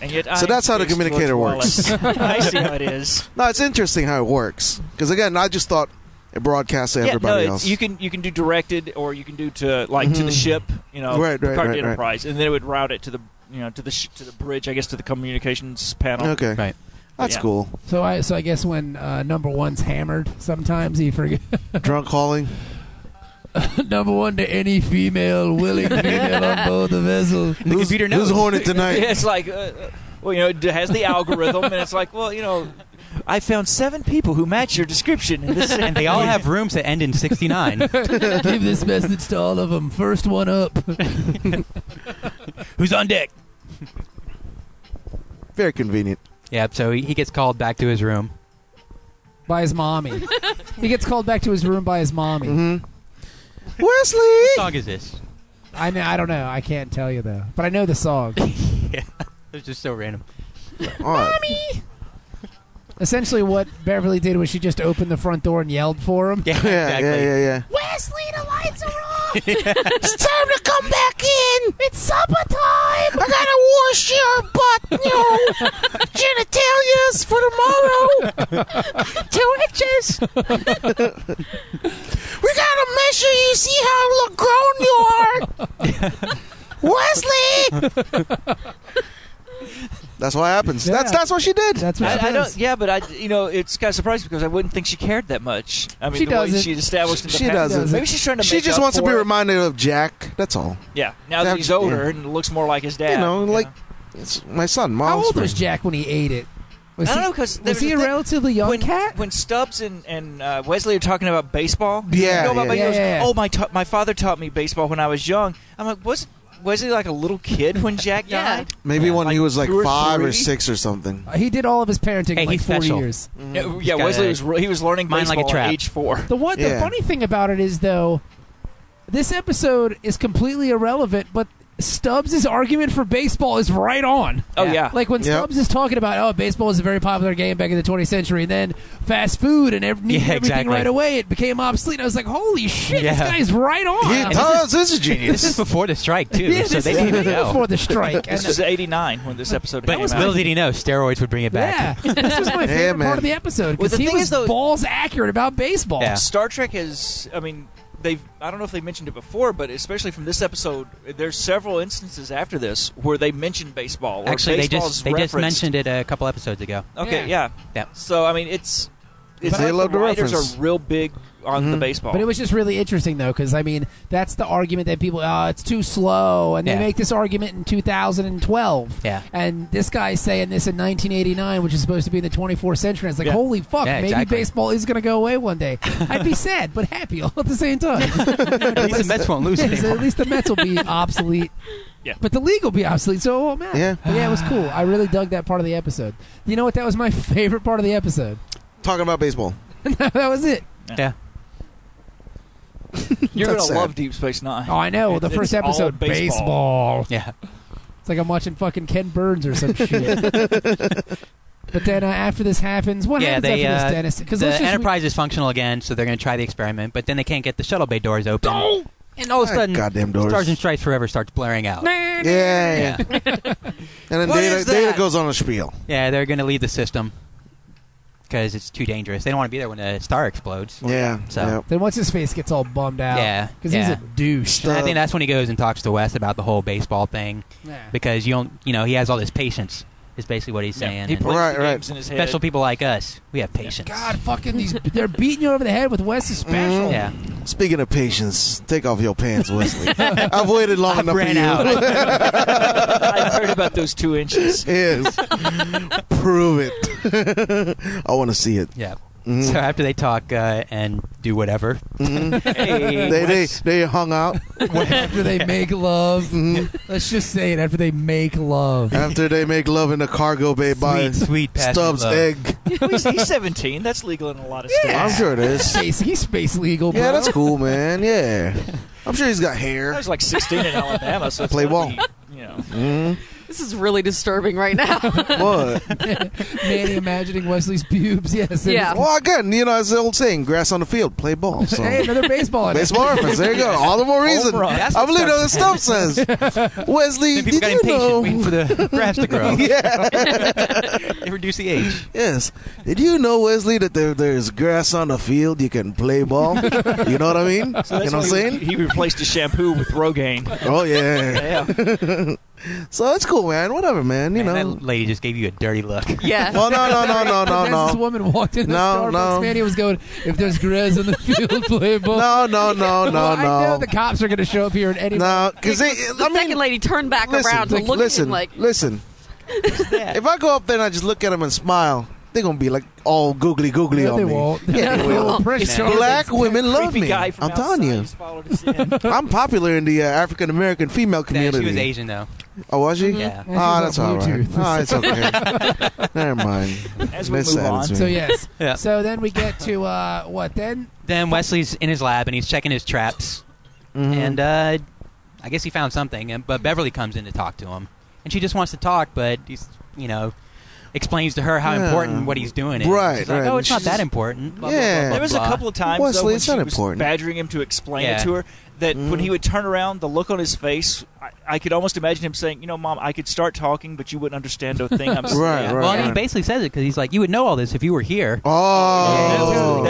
Speaker 4: And yet
Speaker 2: So
Speaker 4: I'm
Speaker 2: that's how the
Speaker 4: fixed
Speaker 2: communicator
Speaker 4: with
Speaker 2: works.
Speaker 4: Wallace.
Speaker 3: [laughs]
Speaker 4: [laughs] I see how
Speaker 2: [laughs]
Speaker 4: it is.
Speaker 2: No, it's interesting how it works. Because again, I just thought it broadcasts to everybody
Speaker 4: yeah, no,
Speaker 2: else.
Speaker 4: it's you can you can do directed or you can do to like to the
Speaker 2: Mhm.
Speaker 4: ship, you know,
Speaker 2: Right, right,
Speaker 4: Picard
Speaker 2: right, right.
Speaker 4: Enterprise, and then it would route it to the you know to the sh- to the bridge, I guess, to the communications panel.
Speaker 2: okay.
Speaker 5: Right.
Speaker 2: That's
Speaker 4: Yeah.
Speaker 2: cool.
Speaker 4: [laughs]
Speaker 3: so i so i guess when uh, number one's hammered sometimes he forget [laughs]
Speaker 2: Drunk hauling.
Speaker 3: number one to any female willing female on board the vessel
Speaker 5: The
Speaker 2: who's,
Speaker 5: computer knows.
Speaker 2: Who's horny tonight?
Speaker 4: [laughs] Yeah, [laughs] it's like, uh, uh, well, you know, it has the algorithm, and it's like, well, you know, I found seven people who match your description,
Speaker 2: [laughs]
Speaker 4: and this
Speaker 5: and they all have rooms that end in 69.
Speaker 3: give this message to all of them first one up
Speaker 5: [laughs]
Speaker 3: [laughs]
Speaker 5: Who's on deck?
Speaker 2: Very convenient.
Speaker 5: Yep, so he, he gets called back to his room.
Speaker 3: by his mommy he gets called back to his room by his mommy
Speaker 2: Mm-hmm. Wesley!
Speaker 5: What song is this?
Speaker 3: I know. I don't know. I can't tell you though. But I know the song.
Speaker 5: It's just so random.
Speaker 2: Mommy!
Speaker 3: Essentially, what Beverly did was she just opened the front door and yelled for him.
Speaker 5: [laughs] Yeah,
Speaker 2: Yeah,
Speaker 5: exactly.
Speaker 2: yeah, yeah, yeah.
Speaker 3: Wesley, the lights are off.
Speaker 2: [laughs] It's time to come back in!
Speaker 3: It's supper time.
Speaker 2: I gotta wash your butt, you [laughs] know, genitalias for tomorrow. [laughs] Two inches. we gotta measure you, see how lo- grown you are. [laughs] Wesley! That's what happens.
Speaker 3: Yeah.
Speaker 2: That's that's what she did.
Speaker 3: That's what she
Speaker 4: I, I don't.
Speaker 3: does.
Speaker 4: Yeah, but I, you know, it's kind of surprising because I wouldn't think she cared that much. I mean,
Speaker 3: She
Speaker 4: the way
Speaker 3: doesn't.
Speaker 4: she established in the
Speaker 2: She
Speaker 4: past-
Speaker 2: doesn't.
Speaker 4: Maybe she's trying to.
Speaker 2: she
Speaker 4: make
Speaker 2: just
Speaker 4: up
Speaker 2: wants to
Speaker 4: for
Speaker 2: be
Speaker 4: it.
Speaker 2: reminded of Jack. That's all.
Speaker 4: Yeah, now
Speaker 2: That-
Speaker 4: that he's older and looks more like his dad.
Speaker 2: you know,
Speaker 4: you
Speaker 2: like it's my son, Miles.
Speaker 3: How old was
Speaker 2: Spring.
Speaker 3: Jack when he ate it? Was
Speaker 4: I don't
Speaker 3: he,
Speaker 4: know because
Speaker 3: was he a relatively young
Speaker 4: when,
Speaker 3: cat?
Speaker 4: When Stubbs and and uh, Wesley are talking about baseball,
Speaker 2: Yeah,
Speaker 4: you know
Speaker 2: yeah.
Speaker 4: about baseball, he goes,
Speaker 3: Yeah, yeah.
Speaker 4: Oh, my ta- my father taught me baseball when I was young. I'm like, was Wesley like a little kid when Jack
Speaker 6: Yeah.
Speaker 4: died?
Speaker 2: Maybe when he
Speaker 4: like
Speaker 2: was like
Speaker 4: two or
Speaker 2: five or
Speaker 4: three?
Speaker 2: six or something.
Speaker 3: Uh, he did all of his parenting
Speaker 5: Hey,
Speaker 3: in like
Speaker 5: he's
Speaker 3: forty
Speaker 5: special.
Speaker 3: years.
Speaker 2: Mm-hmm.
Speaker 4: Yeah, yeah
Speaker 5: got
Speaker 4: Wesley
Speaker 5: a-
Speaker 4: was re- he was learning
Speaker 5: mind
Speaker 4: baseball
Speaker 5: like a trap.
Speaker 4: at age four.
Speaker 3: The one, the
Speaker 2: Yeah.
Speaker 3: funny thing about it is though, this episode is completely irrelevant. But Stubbs' argument for baseball is right on.
Speaker 4: Oh
Speaker 5: Yeah.
Speaker 4: yeah,
Speaker 3: Like when
Speaker 2: Yep.
Speaker 3: Stubbs is talking about, oh, baseball was a very popular game back in the 20th century, and then fast food and every,
Speaker 5: Yeah,
Speaker 3: everything
Speaker 5: exactly.
Speaker 3: right away, it became obsolete. I was like, holy shit, this
Speaker 5: Yeah.
Speaker 3: guy's right on.
Speaker 2: He
Speaker 3: And
Speaker 2: does. This is
Speaker 5: [laughs] This
Speaker 2: genius.
Speaker 5: is before the strike,
Speaker 3: this
Speaker 5: too,
Speaker 3: is- yeah,
Speaker 5: so
Speaker 3: this
Speaker 5: they
Speaker 3: is
Speaker 5: didn't
Speaker 3: [laughs]
Speaker 5: even know.
Speaker 3: before the strike.
Speaker 4: this
Speaker 3: And-
Speaker 4: was '89 when this episode
Speaker 5: but
Speaker 4: came out.
Speaker 5: little did he know, steroids would bring it back.
Speaker 3: yeah, this was my favorite
Speaker 2: man.
Speaker 3: part of the episode
Speaker 4: Well,
Speaker 3: because
Speaker 4: the
Speaker 3: he
Speaker 4: thing
Speaker 3: was
Speaker 4: is, though-
Speaker 3: balls accurate about baseball.
Speaker 5: Yeah.
Speaker 4: Star Trek has, I mean, they've I don't know if they mentioned it before, but especially from this episode, there's several instances after this where they mention baseball. Or
Speaker 5: Actually, they
Speaker 4: baseball's
Speaker 5: just they just
Speaker 4: referenced.
Speaker 5: mentioned it a couple episodes ago.
Speaker 4: Okay,
Speaker 3: Yeah.
Speaker 4: yeah.
Speaker 5: Yeah.
Speaker 4: So I mean, it's, it's
Speaker 2: They
Speaker 4: like
Speaker 2: love
Speaker 4: the
Speaker 2: the
Speaker 4: writers
Speaker 2: reference. Mm-hmm.
Speaker 4: are real big on the baseball.
Speaker 3: But it was just really interesting though, because I mean, that's the argument that people, oh, it's too slow, and
Speaker 5: Yeah.
Speaker 3: they make this argument in 2012.
Speaker 5: Yeah.
Speaker 3: And this guy's saying this in 1989, which is supposed to be in the 24th century. It's like,
Speaker 4: Yeah.
Speaker 3: holy fuck,
Speaker 5: Yeah,
Speaker 3: maybe
Speaker 5: exactly.
Speaker 3: baseball is going to go away one day. I'd be [laughs] sad, but happy all at the same
Speaker 5: [laughs]
Speaker 3: time.
Speaker 5: [laughs] At least the Mets won't [laughs] lose
Speaker 3: Yeah, so at
Speaker 5: anymore.
Speaker 3: least the Mets will
Speaker 5: [laughs]
Speaker 3: be obsolete.
Speaker 4: Yeah.
Speaker 3: But the league will be obsolete, so it won't matter.
Speaker 2: Yeah.
Speaker 3: But yeah, it was cool. I really dug that part of the episode. You know what? That was my [laughs] favorite part of the episode. [laughs]
Speaker 2: Talking about baseball.
Speaker 3: that was it.
Speaker 5: Yeah.
Speaker 4: You're gonna
Speaker 2: That's sad.
Speaker 4: love Deep Space Nine.
Speaker 3: Oh, I know.
Speaker 4: It-
Speaker 3: The first
Speaker 4: it's all
Speaker 3: episode, baseball.
Speaker 5: Yeah.
Speaker 3: It's like I'm watching fucking Ken Burns or some
Speaker 5: [laughs]
Speaker 3: shit. but then uh, after this happens, what
Speaker 5: yeah,
Speaker 3: happens
Speaker 5: they
Speaker 3: after
Speaker 5: uh,
Speaker 3: this, Dennis? Because
Speaker 5: the Enterprise is functional again, so they're going to try the experiment, but then they can't get the shuttle bay doors open. And all of a
Speaker 2: Ah,
Speaker 5: sudden,
Speaker 2: goddamn doors.
Speaker 5: Stars and Stripes Forever starts blaring out.
Speaker 2: Yeah, yeah.
Speaker 5: Yeah,
Speaker 2: yeah. And then
Speaker 4: What
Speaker 2: Data,
Speaker 4: is that?
Speaker 2: Data goes on a spiel.
Speaker 5: yeah, they're going to leave the system because it's too dangerous. They don't want to be there when a star explodes.
Speaker 2: Yeah.
Speaker 5: So-
Speaker 2: yeah.
Speaker 3: then once his face gets all bummed out,
Speaker 5: Yeah,
Speaker 3: because
Speaker 5: yeah.
Speaker 3: he's a douche.
Speaker 5: And I
Speaker 2: Uh,
Speaker 5: think that's when he goes and talks to Wes about the whole baseball thing
Speaker 3: Yeah.
Speaker 5: because you don't, you know, he has all this patience. Is basically what he's
Speaker 4: Yeah,
Speaker 5: saying.
Speaker 4: he
Speaker 5: And
Speaker 4: plays
Speaker 2: Right,
Speaker 4: the
Speaker 2: right.
Speaker 4: games in his head.
Speaker 5: special people like us, we have patience.
Speaker 3: God, fucking these! They're beating you over the head with Wes's special.
Speaker 5: Yeah,
Speaker 2: Speaking of patience, take off your pants, Wesley. I've waited long
Speaker 5: I
Speaker 2: enough
Speaker 5: ran
Speaker 2: for you.
Speaker 5: out.
Speaker 4: [laughs] I've heard about those two
Speaker 2: [laughs]
Speaker 4: inches.
Speaker 2: Yes. Prove it. [laughs] I want to see it.
Speaker 5: [laughs] yeah. So after they talk uh, and do whatever,
Speaker 4: Hey,
Speaker 2: They, they,
Speaker 4: Wes.
Speaker 2: they hung out Mm-hmm.
Speaker 3: after they make love, let's just say it. After they make love,
Speaker 2: after they make love in the cargo bay by
Speaker 5: sweet, sweet passion
Speaker 2: Stubbs'
Speaker 5: love.
Speaker 2: egg.
Speaker 4: Well, he's, he's 17. That's legal in a lot of
Speaker 2: I'm
Speaker 4: states.
Speaker 2: sure it is.
Speaker 3: [laughs] space, he's space legal. Bro.
Speaker 2: Yeah, that's cool, man. Yeah. I'm sure he's got hair.
Speaker 4: I was like 16 in Alabama, so it's
Speaker 2: Play
Speaker 4: gotta
Speaker 2: ball.
Speaker 4: be, You know,
Speaker 6: This is really disturbing
Speaker 2: [laughs]
Speaker 6: right now. [laughs]
Speaker 2: What?
Speaker 3: Manny imagining Wesley's pubes. [laughs] Yes. it
Speaker 6: Yeah.
Speaker 3: is.
Speaker 2: Well, again, you know, it's the old saying grass on the field, play ball. So.
Speaker 3: Hey, another baseball. in it.
Speaker 2: Baseball reference. There you go. All the more reason.
Speaker 4: run.
Speaker 5: That's
Speaker 2: I
Speaker 5: what
Speaker 2: believe
Speaker 5: Stubbs
Speaker 2: that's what Stubbs says. Wesley,
Speaker 5: Then
Speaker 2: did
Speaker 5: people got
Speaker 2: you
Speaker 5: impatient,
Speaker 2: know? [laughs]
Speaker 5: waiting for the grass to grow.
Speaker 2: yeah.
Speaker 5: They reduce the age.
Speaker 2: Yes. Did you know, Wesley, that there, there's grass on the field? You can play ball. You know what I mean?
Speaker 4: So
Speaker 2: you
Speaker 4: that's
Speaker 2: know what I'm
Speaker 4: why he-
Speaker 2: saying?
Speaker 4: He replaced the shampoo with
Speaker 5: [laughs]
Speaker 4: Rogaine.
Speaker 2: Oh, yeah.
Speaker 4: Yeah.
Speaker 2: [laughs] So it's cool, man. Whatever, man. You
Speaker 5: Man,
Speaker 2: know.
Speaker 5: that lady just gave you a dirty look. [laughs]
Speaker 6: yeah.
Speaker 2: Oh, no, no, no, no,
Speaker 3: As
Speaker 2: no,
Speaker 3: [laughs] This
Speaker 2: no.
Speaker 3: woman walked in the
Speaker 2: No,
Speaker 3: Starbucks.
Speaker 2: no.
Speaker 3: Manny was going, if there's grass on the field, [laughs] play ball.
Speaker 2: No, no, no, no,
Speaker 3: Well, I know
Speaker 2: no.
Speaker 3: the cops are going to show up here at any.
Speaker 2: No, because they.
Speaker 6: the
Speaker 2: I mean,
Speaker 6: second lady turned back
Speaker 2: listen,
Speaker 6: around to
Speaker 2: like,
Speaker 6: look at
Speaker 2: listen,
Speaker 6: him like,
Speaker 2: listen. if I go up there and I just look at them and smile, they're gonna be like all googly googly
Speaker 3: No,
Speaker 2: on
Speaker 3: they
Speaker 2: me.
Speaker 3: won't.
Speaker 2: Yeah,
Speaker 3: [laughs]
Speaker 2: they will.
Speaker 3: Press charges.
Speaker 2: Black women love
Speaker 4: Creepy
Speaker 2: me.
Speaker 4: guy from
Speaker 2: I'm telling you,
Speaker 4: you.
Speaker 2: [laughs] I'm popular in the uh, African American female
Speaker 5: Nah,
Speaker 2: community.
Speaker 5: she was Asian though.
Speaker 2: Oh, was she?
Speaker 5: Yeah.
Speaker 3: she was
Speaker 2: Oh,
Speaker 3: on
Speaker 2: that's all right.
Speaker 3: Bluetooth.
Speaker 2: Oh, it's okay.
Speaker 5: [laughs]
Speaker 2: Never mind.
Speaker 4: As we
Speaker 2: Miss
Speaker 4: move on.
Speaker 2: Adams,
Speaker 3: So
Speaker 2: man.
Speaker 3: yes.
Speaker 5: Yeah.
Speaker 3: So then we get to uh, what
Speaker 5: [laughs]
Speaker 3: then?
Speaker 5: Then Wesley's in his lab and he's checking his traps,
Speaker 2: Mhm.
Speaker 5: and uh, I guess he found something. And but Beverly comes in to talk to him, and she just wants to talk, but he's you know explains to her how
Speaker 2: Yeah.
Speaker 5: important what he's doing is.
Speaker 2: Right,
Speaker 5: She's like,
Speaker 2: right.
Speaker 5: Oh, it's not
Speaker 2: She's-
Speaker 5: that important. Blah, blah,
Speaker 2: Yeah.
Speaker 5: blah, blah,
Speaker 4: There was a
Speaker 5: blah.
Speaker 4: couple of times
Speaker 2: Wesley,
Speaker 4: though, when
Speaker 2: it's
Speaker 4: she
Speaker 2: not
Speaker 4: was
Speaker 2: important. Mm-hmm.
Speaker 4: badgering him to explain
Speaker 5: Yeah.
Speaker 4: it to her that when he would turn around, the look on his face, I, I could almost imagine him saying, "You know, Mom, I could start talking, but you wouldn't understand a
Speaker 2: [laughs]
Speaker 4: thing I'm saying."
Speaker 2: Right,
Speaker 5: Well, and
Speaker 2: right.
Speaker 5: he basically says it because he's like, you would know all this if you were here.
Speaker 2: Oh,
Speaker 4: Yeah,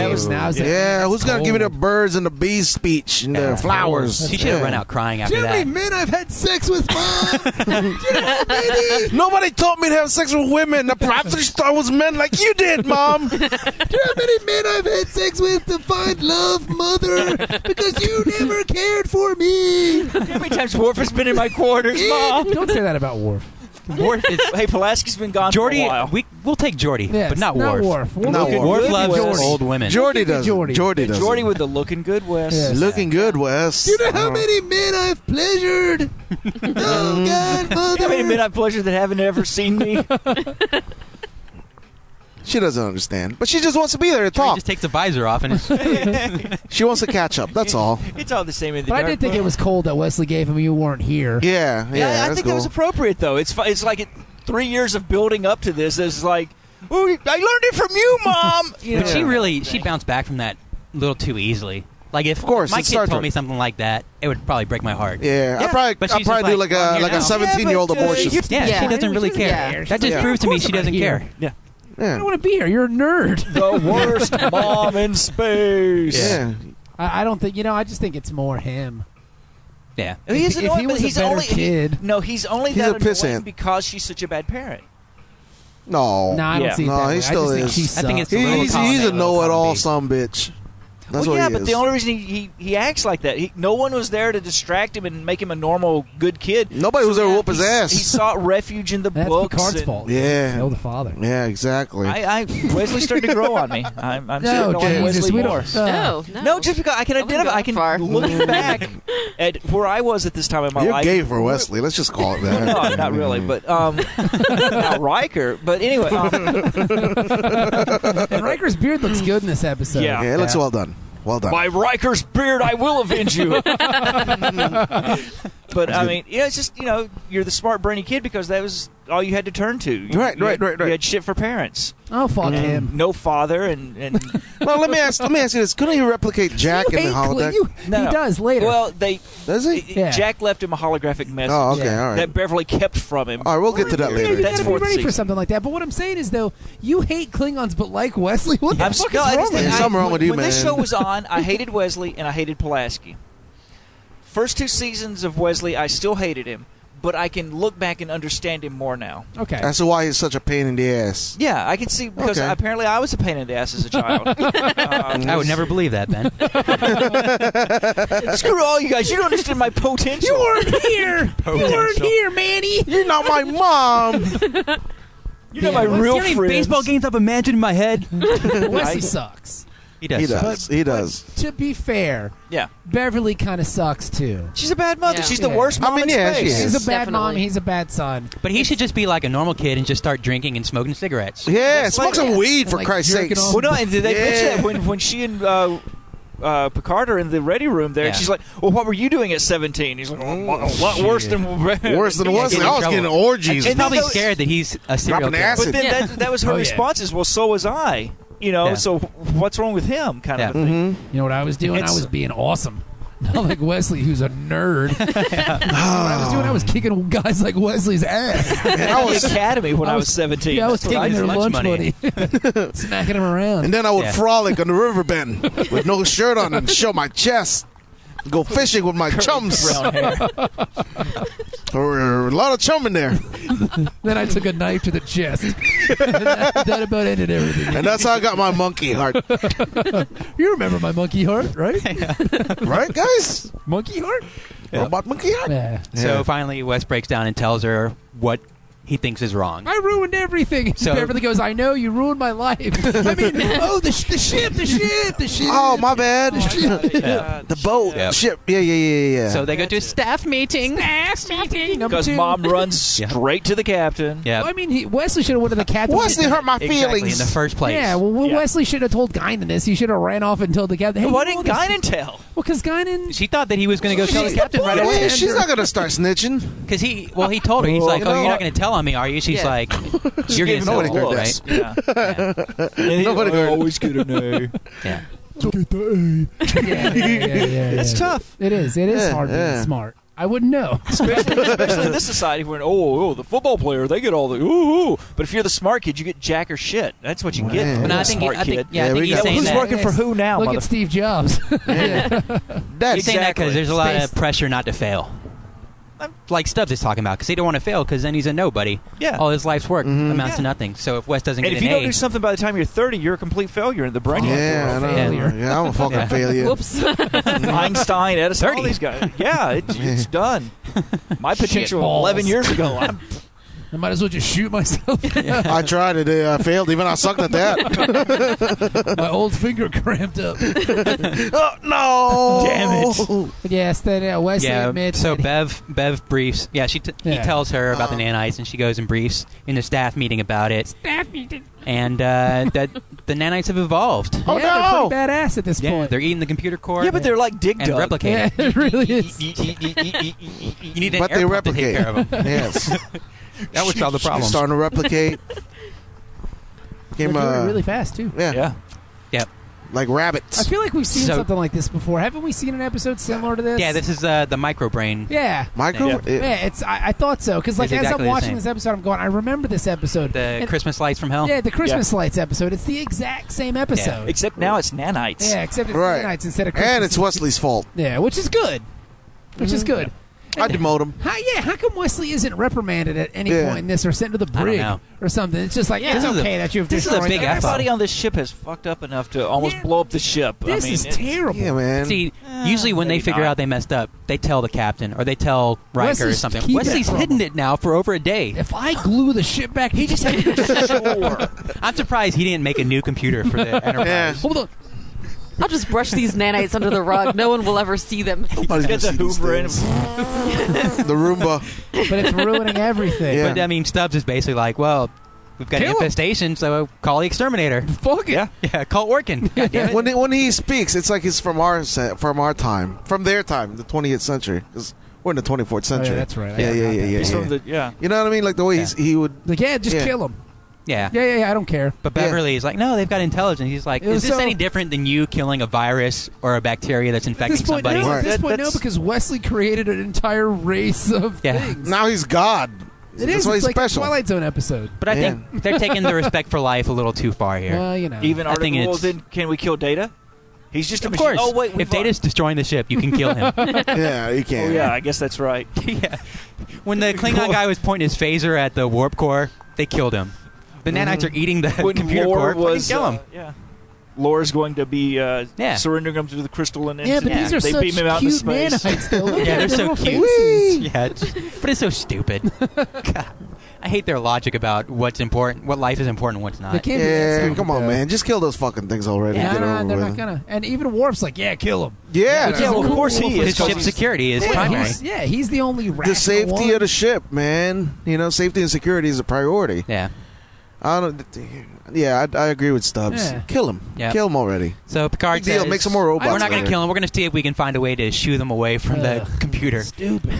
Speaker 4: that was-
Speaker 3: that was-
Speaker 2: yeah. Who's gonna give me the
Speaker 3: cold.
Speaker 2: birds and the bees speech and
Speaker 5: Yeah.
Speaker 2: the flowers?
Speaker 5: She should have
Speaker 2: Yeah.
Speaker 5: run out crying after that.
Speaker 3: men I've had sex with?
Speaker 2: [laughs] Nobody taught me to have sex with women. The prophecy star was men like you did,
Speaker 3: [laughs]
Speaker 2: mom.
Speaker 3: How many men I've had sex with to find love, mother? Because you never cared for me.
Speaker 4: How many times Worf has been in
Speaker 2: [laughs]
Speaker 4: my quarters,
Speaker 5: Oh.
Speaker 4: Mom?
Speaker 3: Don't say that about Worf.
Speaker 4: Worf is, hey, Pulaski's been gone for a
Speaker 5: Jordy,
Speaker 4: while.
Speaker 5: we we'll take Jordy,
Speaker 3: Yes,
Speaker 5: but not
Speaker 3: not
Speaker 5: Worf.
Speaker 3: Worf. Worf-
Speaker 2: Not
Speaker 4: Looking
Speaker 5: Worf
Speaker 4: good,
Speaker 5: loves
Speaker 4: Wes.
Speaker 5: old women.
Speaker 2: Jordy
Speaker 3: Look at
Speaker 2: does.
Speaker 3: Jordy.
Speaker 2: Jordy, Jordy does.
Speaker 4: Jordy with the looking good Wes.
Speaker 3: Yes.
Speaker 2: looking good, Wes. Uh-huh.
Speaker 3: men I've
Speaker 2: [laughs]
Speaker 3: pleasured? oh God,
Speaker 4: How many men I've pleasured that haven't ever seen
Speaker 2: [laughs]
Speaker 4: me?
Speaker 2: She doesn't understand, but she just wants to be there to
Speaker 5: He
Speaker 2: talk.
Speaker 5: just takes the visor
Speaker 4: [laughs]
Speaker 5: off and it's,
Speaker 2: She wants to catch up. That's all.
Speaker 4: It's all the same in the
Speaker 3: But I
Speaker 4: dark.
Speaker 3: did think
Speaker 4: book.
Speaker 3: it was cold that Wesley gave him. You weren't here.
Speaker 2: Yeah, yeah.
Speaker 4: Yeah, I
Speaker 2: that's
Speaker 4: think
Speaker 2: cool.
Speaker 4: that was appropriate though. It's fu- it's like it, three years of building up to this. It's like, "Ooh, I learned it from you, mom. You
Speaker 5: but
Speaker 4: know?
Speaker 5: she really she bounced back from that a little too easily. Like if of
Speaker 2: course,
Speaker 5: my
Speaker 2: it's
Speaker 5: kid
Speaker 2: Star
Speaker 5: told
Speaker 2: Trek.
Speaker 5: me something like that, it would probably break my heart.
Speaker 2: yeah,
Speaker 4: Yeah,
Speaker 2: I probably,
Speaker 5: but
Speaker 2: I
Speaker 5: she's
Speaker 2: probably do
Speaker 5: just
Speaker 2: like
Speaker 5: like, "Oh,
Speaker 2: a
Speaker 5: you're
Speaker 2: like a
Speaker 5: now."
Speaker 2: seventeen year old
Speaker 4: Yeah, but, uh,
Speaker 2: abortion.
Speaker 4: [laughs] you-
Speaker 5: Yeah,
Speaker 6: Yeah.
Speaker 5: she doesn't really
Speaker 3: Yeah.
Speaker 5: care.
Speaker 3: Yeah.
Speaker 5: That just
Speaker 2: Yeah.
Speaker 5: proves to me she doesn't
Speaker 3: Here.
Speaker 5: care.
Speaker 4: yeah.
Speaker 3: I don't
Speaker 2: Yeah,
Speaker 3: want to be here. You're a nerd.
Speaker 4: the worst mom in space.
Speaker 2: yeah.
Speaker 3: I, I don't think you know. I just think it's more him.
Speaker 5: Yeah.
Speaker 4: he
Speaker 3: If-
Speaker 4: is
Speaker 3: if
Speaker 4: annoying,
Speaker 3: he
Speaker 4: but
Speaker 3: was a
Speaker 4: he's
Speaker 3: better
Speaker 4: only he-
Speaker 3: kid-
Speaker 4: no, he's only
Speaker 2: He's
Speaker 4: that
Speaker 2: a piss
Speaker 4: annoying
Speaker 2: ant.
Speaker 4: because she's such a bad parent.
Speaker 2: No.
Speaker 3: No, I don't
Speaker 4: Yeah.
Speaker 3: see it
Speaker 2: No,
Speaker 3: that
Speaker 2: he
Speaker 3: way.
Speaker 2: still
Speaker 3: I just
Speaker 2: is.
Speaker 3: Think uh, she
Speaker 5: I think
Speaker 3: sucks.
Speaker 5: it's- little
Speaker 2: he's
Speaker 5: column
Speaker 2: he's
Speaker 5: A,
Speaker 2: a
Speaker 5: little
Speaker 2: know-it-all
Speaker 5: column B.
Speaker 2: some bitch. That's
Speaker 4: well,
Speaker 2: what
Speaker 4: yeah,
Speaker 2: he
Speaker 4: but
Speaker 2: is.
Speaker 4: the only reason he, he, he acts like that, he, no one was there to distract him and make him a normal good kid.
Speaker 2: Nobody was there to whoop his
Speaker 4: he,
Speaker 2: ass.
Speaker 4: He sought refuge in the
Speaker 3: That's
Speaker 4: books.
Speaker 3: Picard's
Speaker 4: and-
Speaker 3: fault.
Speaker 2: Yeah.
Speaker 3: Kill the father.
Speaker 2: yeah, exactly.
Speaker 4: I, I Wesley started to grow on me. I'm, I'm starting to like
Speaker 2: Jesus,
Speaker 4: Wesley
Speaker 3: we don't-
Speaker 4: more.
Speaker 3: uh,
Speaker 6: No, Oh, no.
Speaker 4: No, just because I can
Speaker 6: I wouldn't
Speaker 4: identify,
Speaker 6: go
Speaker 4: I can
Speaker 6: far. [laughs]
Speaker 4: look back at where I was at this time in my
Speaker 2: You're
Speaker 4: life.
Speaker 2: gay for Wesley. Let's just call it that.
Speaker 4: [laughs] No, not really, but um, not Riker. But
Speaker 2: [laughs]
Speaker 4: anyway, um,
Speaker 3: And Riker's beard looks good in this episode.
Speaker 4: Yeah.
Speaker 2: [laughs] yeah, it looks well done. Well done.
Speaker 4: by Riker's beard, I will avenge [laughs] you. but I mean, yeah, it's just you know, you're the smart, brainy kid because that was all you had to turn to. You-
Speaker 2: Right,
Speaker 4: you
Speaker 2: right,
Speaker 4: had-
Speaker 2: right, Um, right.
Speaker 4: You had shit for parents,
Speaker 3: Oh fuck
Speaker 4: Mm-hmm.
Speaker 3: him.
Speaker 4: no father,
Speaker 2: [laughs]
Speaker 4: and and
Speaker 2: well, let me ask. Let me ask you this: Couldn't you replicate Jack
Speaker 3: You
Speaker 2: in the
Speaker 3: hate Cle-
Speaker 2: holodeck?
Speaker 3: you-
Speaker 4: no,
Speaker 3: he
Speaker 4: no.
Speaker 3: does later.
Speaker 4: Well, they
Speaker 2: Does he?
Speaker 3: Yeah.
Speaker 4: Jack left him a holographic message
Speaker 2: Oh, okay,
Speaker 3: Yeah.
Speaker 2: all right.
Speaker 4: that Beverly kept from him.
Speaker 2: All right, we'll get to that
Speaker 3: Yeah,
Speaker 2: later.
Speaker 3: you
Speaker 4: That's
Speaker 3: gotta be
Speaker 4: fourth
Speaker 3: ready for
Speaker 4: season.
Speaker 3: something like that. But what I'm saying is, though, you hate Klingons, but like Wesley. What the
Speaker 4: I'm
Speaker 3: fuck
Speaker 4: no,
Speaker 3: is
Speaker 4: I
Speaker 3: wrong
Speaker 4: just
Speaker 3: with
Speaker 4: think-
Speaker 3: you?
Speaker 2: There's
Speaker 4: I-
Speaker 2: something wrong with you,
Speaker 4: When this
Speaker 2: man.
Speaker 4: show was on, I hated Wesley and I hated Pulaski. First two seasons of Wesley, I still hated him, but I can look back and understand him more now.
Speaker 3: Okay.
Speaker 2: That's why he's such a pain in the ass.
Speaker 4: Yeah, I can see because
Speaker 2: Okay.
Speaker 4: apparently I was a pain in the ass as a child.
Speaker 5: [laughs]
Speaker 4: Um,
Speaker 5: I would never believe that, [laughs] Ben.
Speaker 4: Screw all you guys! You don't understand my potential.
Speaker 3: You weren't here. you weren't here, Manny.
Speaker 2: You're not my mom.
Speaker 4: You're not my real friends.
Speaker 5: baseball games I've imagined in my head.
Speaker 3: Wesley
Speaker 4: I-
Speaker 3: sucks.
Speaker 5: [laughs] He
Speaker 2: he
Speaker 5: does.
Speaker 2: does. He does.
Speaker 3: To be fair,
Speaker 4: Yeah,
Speaker 3: Beverly kind of sucks too.
Speaker 4: she's a bad mother.
Speaker 6: Yeah.
Speaker 4: She's
Speaker 3: Yeah.
Speaker 4: the worst
Speaker 2: I
Speaker 4: mom
Speaker 2: mean,
Speaker 4: in
Speaker 2: yeah, she
Speaker 4: space.
Speaker 2: is.
Speaker 3: He's a bad mom.
Speaker 6: Definitely.
Speaker 3: He's a bad son.
Speaker 5: But he should just be like a normal kid and just start drinking and smoking cigarettes.
Speaker 2: Yeah, smoke
Speaker 4: like-
Speaker 2: some weed for
Speaker 3: like
Speaker 2: Christ's
Speaker 3: jerking
Speaker 2: sake.
Speaker 3: off.
Speaker 4: Well, no, and did they mention
Speaker 2: Yeah.
Speaker 4: that when when she and uh, uh, Picard are in the ready room there? And
Speaker 5: Yeah.
Speaker 4: she's like, "Well, what were you doing at 17? He's like, "Well, "A lot worse than [laughs]
Speaker 5: [laughs]
Speaker 2: Worse than Wesley.
Speaker 5: in
Speaker 2: I was
Speaker 5: trouble.
Speaker 2: getting orgies.
Speaker 5: She's
Speaker 4: And
Speaker 5: probably
Speaker 4: then those-
Speaker 5: scared that he's a serial
Speaker 2: Dropping
Speaker 5: killer.
Speaker 2: acid.
Speaker 4: But then
Speaker 6: Yeah.
Speaker 4: that, that was her
Speaker 3: Oh, yeah.
Speaker 4: response: "Is well, so was I." You know,
Speaker 5: Yeah.
Speaker 4: so what's wrong with him? Kind of a
Speaker 5: Yeah.
Speaker 4: thing.
Speaker 3: You know what I was doing? I
Speaker 4: It's-
Speaker 3: was being awesome. [laughs] Not like Wesley, who's a nerd. You know what [laughs] I was doing? I was kicking guys like Wesley's ass.
Speaker 2: And I
Speaker 4: At
Speaker 2: was-
Speaker 4: the academy when
Speaker 3: I
Speaker 4: I
Speaker 3: was-
Speaker 4: was 17.
Speaker 3: Yeah, I was
Speaker 4: That's what
Speaker 3: taking their
Speaker 4: did.
Speaker 3: lunch,
Speaker 5: lunch
Speaker 3: money, [laughs]
Speaker 5: money.
Speaker 3: smacking them
Speaker 2: and
Speaker 3: around.
Speaker 2: then I would
Speaker 5: Yeah.
Speaker 2: frolic on the river
Speaker 5: [laughs]
Speaker 2: bend with no shirt on and show my chest. Go fishing with my chums.
Speaker 4: Brown hair.
Speaker 2: There were a lot of chum in there,
Speaker 3: Then I took a knife to the chest. that, that about ended everything.
Speaker 2: and that's how I got my monkey heart.
Speaker 3: You remember my monkey heart, right?
Speaker 2: Right, guys?
Speaker 3: monkey heart?
Speaker 2: Robot monkey heart.
Speaker 3: Yeah.
Speaker 5: So finally, Wes breaks down and tells her what he thinks is wrong.
Speaker 3: I ruined [laughs] everything.
Speaker 5: So-
Speaker 3: Beverly goes, I know, you ruined my life. I mean, oh, the, sh- the ship, the ship, the ship.
Speaker 2: Oh, my
Speaker 5: [laughs]
Speaker 2: bad.
Speaker 4: Yeah.
Speaker 2: the boat,
Speaker 5: Yeah.
Speaker 2: ship. Yeah, yeah, yeah, yeah.
Speaker 5: So they go to a
Speaker 4: That's it.
Speaker 5: step.
Speaker 6: staff meeting. Staff meeting.
Speaker 3: Number
Speaker 4: Because
Speaker 3: two.
Speaker 4: mom runs
Speaker 5: Yeah.
Speaker 4: straight to the captain.
Speaker 5: Yeah,
Speaker 3: Well, I mean, he, Wesley should have went to the captain.
Speaker 2: Wesley hurt my
Speaker 5: exactly
Speaker 2: feelings.
Speaker 5: in the first Uh, place.
Speaker 3: Yeah, well,
Speaker 4: Yeah.
Speaker 3: Wesley should have told Guinan this. He should have ran off and told the captain. Hey,
Speaker 4: Why
Speaker 3: you know
Speaker 4: didn't
Speaker 3: this-
Speaker 4: Guinan tell?
Speaker 3: Well, because Guinan.
Speaker 5: she thought that he was going to go tell the
Speaker 2: She's
Speaker 5: captain right
Speaker 2: Yeah,
Speaker 5: away
Speaker 2: She's not gonna start snitching.
Speaker 5: because he. Well, he told her he's like,
Speaker 2: You
Speaker 5: "Oh, you're
Speaker 2: know-
Speaker 5: not going to tell on me, are you?" She's
Speaker 6: Yeah.
Speaker 5: like, "You're going to tell."
Speaker 2: nobody
Speaker 5: him,
Speaker 2: heard
Speaker 5: right?
Speaker 4: Yeah.
Speaker 5: Yeah.
Speaker 2: Nobody heard.
Speaker 4: get an A.
Speaker 5: yeah. [laughs]
Speaker 3: Yeah, yeah, yeah, yeah, yeah.
Speaker 4: It's tough.
Speaker 3: It is. It is
Speaker 2: Yeah,
Speaker 3: hard
Speaker 2: yeah.
Speaker 3: being smart. I wouldn't know.
Speaker 4: especially, especially in this society where oh, oh the football player they get all the ooh, ooh. but if you're the smart kid you get jack or shit that's what you
Speaker 2: Wow.
Speaker 4: get
Speaker 2: But
Speaker 4: from
Speaker 5: But
Speaker 4: the
Speaker 5: I think,
Speaker 4: smart
Speaker 5: I think,
Speaker 4: kid
Speaker 5: yeah,
Speaker 2: Yeah,
Speaker 5: I
Speaker 2: we
Speaker 5: think he's
Speaker 2: got-
Speaker 5: saying
Speaker 4: who's
Speaker 5: that.
Speaker 4: working for who now
Speaker 3: Look
Speaker 4: mother-
Speaker 3: at Steve Jobs. [laughs]
Speaker 5: He's saying that because
Speaker 4: Exactly.
Speaker 5: there's a lot of
Speaker 3: Space.
Speaker 5: pressure not to fail.
Speaker 4: I'm-
Speaker 5: Like Stubbs is talking about, because he don't want to fail, because then he's a nobody.
Speaker 4: Yeah. Mm-hmm.
Speaker 5: All his life's work amounts to
Speaker 4: Yeah.
Speaker 5: nothing. So if Wes doesn't
Speaker 4: and
Speaker 5: get
Speaker 4: if
Speaker 5: an
Speaker 4: you don't
Speaker 5: A,
Speaker 4: do something by the time you're 30 you're a complete failure in the brain
Speaker 2: Yeah, I
Speaker 3: I'm a
Speaker 2: know.
Speaker 3: failure.
Speaker 2: Yeah, I'm a fucking
Speaker 5: [laughs] Yeah.
Speaker 2: failure.
Speaker 6: Whoops. [laughs]
Speaker 4: Einstein [laughs] Edison
Speaker 5: 30.
Speaker 4: all these guys yeah [laughs] it, it's done my potential
Speaker 3: balls.
Speaker 4: 11 years [laughs] ago I'm,
Speaker 3: I might as well just shoot
Speaker 5: [laughs]
Speaker 3: myself.
Speaker 2: I tried it. uh, I failed. Even I sucked at that.
Speaker 3: [laughs] My old finger cramped up.
Speaker 2: [laughs] oh no!
Speaker 4: Damn
Speaker 2: it!
Speaker 3: Yes, then uh, Wesley
Speaker 5: yeah.
Speaker 3: admits.
Speaker 5: So
Speaker 3: that
Speaker 5: Bev, Bev briefs. Yeah, she t-
Speaker 3: Yeah.
Speaker 5: he tells her about
Speaker 2: Uh-huh.
Speaker 5: the nanites, and she goes and briefs in the staff meeting about it. Staff meeting. And uh, [laughs] that the nanites have evolved.
Speaker 3: he,
Speaker 2: Oh,
Speaker 3: yeah,
Speaker 2: no!
Speaker 3: they're pretty badass at this
Speaker 5: Yeah,
Speaker 3: point.
Speaker 5: they're eating the computer core.
Speaker 4: yeah but they're like dig
Speaker 5: and
Speaker 4: dug [laughs]
Speaker 5: replicating.
Speaker 3: yeah, [laughs] it really is.
Speaker 5: You
Speaker 4: you
Speaker 5: need an
Speaker 2: But
Speaker 5: air
Speaker 2: they
Speaker 5: pump to
Speaker 2: replicate.
Speaker 5: take
Speaker 4: [laughs]
Speaker 5: care of
Speaker 2: [laughs]
Speaker 5: them.
Speaker 2: Yes,
Speaker 5: [laughs] That would solve the
Speaker 2: They're
Speaker 5: problem.
Speaker 2: starting to
Speaker 3: [laughs]
Speaker 2: replicate.
Speaker 3: They're
Speaker 2: Came,
Speaker 3: doing
Speaker 2: uh,
Speaker 3: it really fast too.
Speaker 2: yeah.
Speaker 4: yeah
Speaker 5: Yep.
Speaker 2: like
Speaker 3: I
Speaker 2: rabbits.
Speaker 3: feel like we've seen
Speaker 5: So-
Speaker 3: something like this before. Haven't we seen an episode similar to this?
Speaker 5: Yeah, this is uh, the microbrain.
Speaker 3: Yeah.
Speaker 2: Micro.
Speaker 5: Yeah.
Speaker 2: it-
Speaker 3: Yeah, it's. I, I thought so because, like,
Speaker 5: It's
Speaker 3: as
Speaker 5: exactly
Speaker 3: I'm
Speaker 5: the
Speaker 3: watching
Speaker 5: same.
Speaker 3: this episode, I'm going, I remember this episode.
Speaker 5: The
Speaker 3: And-
Speaker 5: Christmas lights from hell.
Speaker 3: Yeah, the Christmas lights episode. It's the exact same episode.
Speaker 4: Except now it's nanites.
Speaker 3: Yeah, except it's
Speaker 2: Right.
Speaker 3: nights instead of Christmas.
Speaker 2: and it's Wesley's fault.
Speaker 3: yeah, which is good, which is
Speaker 5: Mm-hmm.
Speaker 3: good.
Speaker 2: I demote him.
Speaker 3: How, yeah, how come Wesley isn't reprimanded at any
Speaker 2: Yeah.
Speaker 3: point in this or sent to the
Speaker 5: don't
Speaker 3: brig
Speaker 5: know.
Speaker 3: or something? It's just like
Speaker 5: Yeah,
Speaker 3: it's
Speaker 5: this is a-
Speaker 3: okay that you've
Speaker 5: this is a
Speaker 3: destroyed
Speaker 5: big
Speaker 3: the-
Speaker 5: F up.
Speaker 4: Everybody on this ship has fucked up enough to almost
Speaker 3: Yeah.
Speaker 4: blow up the ship.
Speaker 3: This
Speaker 4: I mean,
Speaker 3: is
Speaker 4: it's- [laughs]
Speaker 3: terrible.
Speaker 2: Yeah, man.
Speaker 5: See, usually when they
Speaker 4: maybe
Speaker 5: figure
Speaker 4: not.
Speaker 5: out they messed up, they tell the captain or they tell Riker or
Speaker 3: Wesley's
Speaker 5: something.
Speaker 3: keeping
Speaker 5: Wesley's
Speaker 3: it from
Speaker 5: hidden
Speaker 3: him.
Speaker 5: it now for over a day.
Speaker 3: If I glue the ship back, he just
Speaker 5: [laughs]
Speaker 3: had
Speaker 5: I'm surprised he didn't make a new computer
Speaker 3: [laughs]
Speaker 5: for the
Speaker 2: Yeah.
Speaker 5: Enterprise.
Speaker 3: hold on.
Speaker 6: I'll just brush these nanites under the rug. No one will ever see them.
Speaker 2: Nobody's
Speaker 4: Get the
Speaker 2: gonna see these
Speaker 4: Hoover in.
Speaker 2: things. [laughs]
Speaker 5: [laughs]
Speaker 2: the Roomba.
Speaker 3: But it's ruining everything.
Speaker 2: Yeah.
Speaker 5: But I mean, Stubbs is basically like, well, we've got
Speaker 3: Kill
Speaker 5: an
Speaker 3: 'em.
Speaker 5: infestation, so call
Speaker 3: [laughs]
Speaker 5: the exterminator.
Speaker 3: Fuck it.
Speaker 4: Yeah.
Speaker 5: Yeah,
Speaker 3: [laughs]
Speaker 5: call Orkin. God damn it.
Speaker 2: When he, when he speaks, it's like he's from our se- from our time, from their time, the 20th century. 'cause we're in the 24th
Speaker 3: Oh,
Speaker 2: century.
Speaker 3: yeah, that's right. I
Speaker 2: Yeah, yeah,
Speaker 3: forgot
Speaker 2: yeah,
Speaker 3: that.
Speaker 2: yeah.
Speaker 4: It's
Speaker 2: yeah.
Speaker 4: from the- yeah.
Speaker 2: you know what I mean? Like the way he's, he would.
Speaker 3: Like, yeah, just
Speaker 2: Yeah.
Speaker 3: kill him.
Speaker 5: [laughs] yeah.
Speaker 3: Yeah, yeah, yeah. I don't care.
Speaker 5: But Beverly is like, no, they've got intelligence. He's like,
Speaker 3: It was
Speaker 5: is this
Speaker 3: so-
Speaker 5: any different than you killing a virus or a bacteria that's
Speaker 3: At this
Speaker 5: infecting
Speaker 3: point,
Speaker 5: somebody?
Speaker 3: no. At
Speaker 2: Right.
Speaker 3: this
Speaker 4: That-
Speaker 3: point, no,
Speaker 4: that's-
Speaker 3: because Wesley created an entire race of
Speaker 5: Yeah.
Speaker 3: things.
Speaker 2: Now he's God.
Speaker 3: It
Speaker 2: that's
Speaker 3: is.
Speaker 2: why
Speaker 3: It's
Speaker 2: he's
Speaker 3: like
Speaker 2: special.
Speaker 3: a Twilight Zone episode.
Speaker 5: But I
Speaker 2: Yeah.
Speaker 5: think they're taking the respect for life a little too far
Speaker 3: [laughs]
Speaker 5: here.
Speaker 3: Well, you know,
Speaker 4: Even
Speaker 5: I think
Speaker 4: article. Well,
Speaker 5: it's-
Speaker 4: then can we kill Data? He's just a
Speaker 5: of
Speaker 4: machine.
Speaker 5: course.
Speaker 4: Oh wait,
Speaker 5: if
Speaker 4: we've-
Speaker 5: Data's destroying the ship, you can
Speaker 3: [laughs]
Speaker 5: kill him.
Speaker 2: yeah, he
Speaker 4: Oh
Speaker 2: can.
Speaker 4: yeah, I guess that's right.
Speaker 5: yeah. When the Klingon guy was pointing his phaser at the warp core, they killed him. The
Speaker 2: Mm-hmm.
Speaker 5: nanites are eating the
Speaker 4: When
Speaker 5: [laughs] computer
Speaker 4: Lore
Speaker 5: core. fucking
Speaker 4: was
Speaker 5: kill him.
Speaker 4: uh, yeah. Lore's going to be uh,
Speaker 5: Yeah.
Speaker 4: surrendering him to the crystal and
Speaker 3: Yeah, but
Speaker 4: and
Speaker 3: these are
Speaker 4: they
Speaker 3: such
Speaker 4: beam him out into
Speaker 3: cute
Speaker 4: space.
Speaker 3: nanites. Though. Look
Speaker 5: Yeah,
Speaker 3: at
Speaker 5: they're
Speaker 3: their
Speaker 2: [laughs]
Speaker 5: so
Speaker 3: little
Speaker 5: cute.
Speaker 3: faces.
Speaker 5: Yeah, it's, but it's so stupid. God, I hate their logic about what's important, what life is important, and what's
Speaker 3: They
Speaker 5: not.
Speaker 3: can't do that
Speaker 2: Yeah,
Speaker 3: stuff,
Speaker 2: come on,
Speaker 3: though.
Speaker 2: man. Just kill those fucking things already.
Speaker 3: Yeah,
Speaker 2: Get it
Speaker 3: no,
Speaker 2: over
Speaker 3: no, they're
Speaker 2: with.
Speaker 3: not gonna. And even Worf's like, yeah, kill him.
Speaker 2: Yeah,
Speaker 3: Which
Speaker 4: Yeah,
Speaker 3: is
Speaker 4: well, of
Speaker 3: cool.
Speaker 4: course he
Speaker 5: His
Speaker 4: is.
Speaker 5: ship security is primary.
Speaker 3: he's, yeah, he's the only rational
Speaker 2: the safety
Speaker 3: one.
Speaker 2: of the ship, man. You know, safety and security is a priority.
Speaker 5: Yeah.
Speaker 2: I don't. Yeah, I, I agree with Stubbs.
Speaker 3: Yeah.
Speaker 2: Kill him.
Speaker 5: Yeah.
Speaker 2: Kill him already.
Speaker 5: So Picard
Speaker 2: Big deal.
Speaker 5: says,
Speaker 2: Make some more robots
Speaker 5: We're not going
Speaker 2: later."
Speaker 5: to kill him. We're going to see if we can find a way to shoo them away from the
Speaker 3: Ugh.
Speaker 5: computer.
Speaker 3: stupid.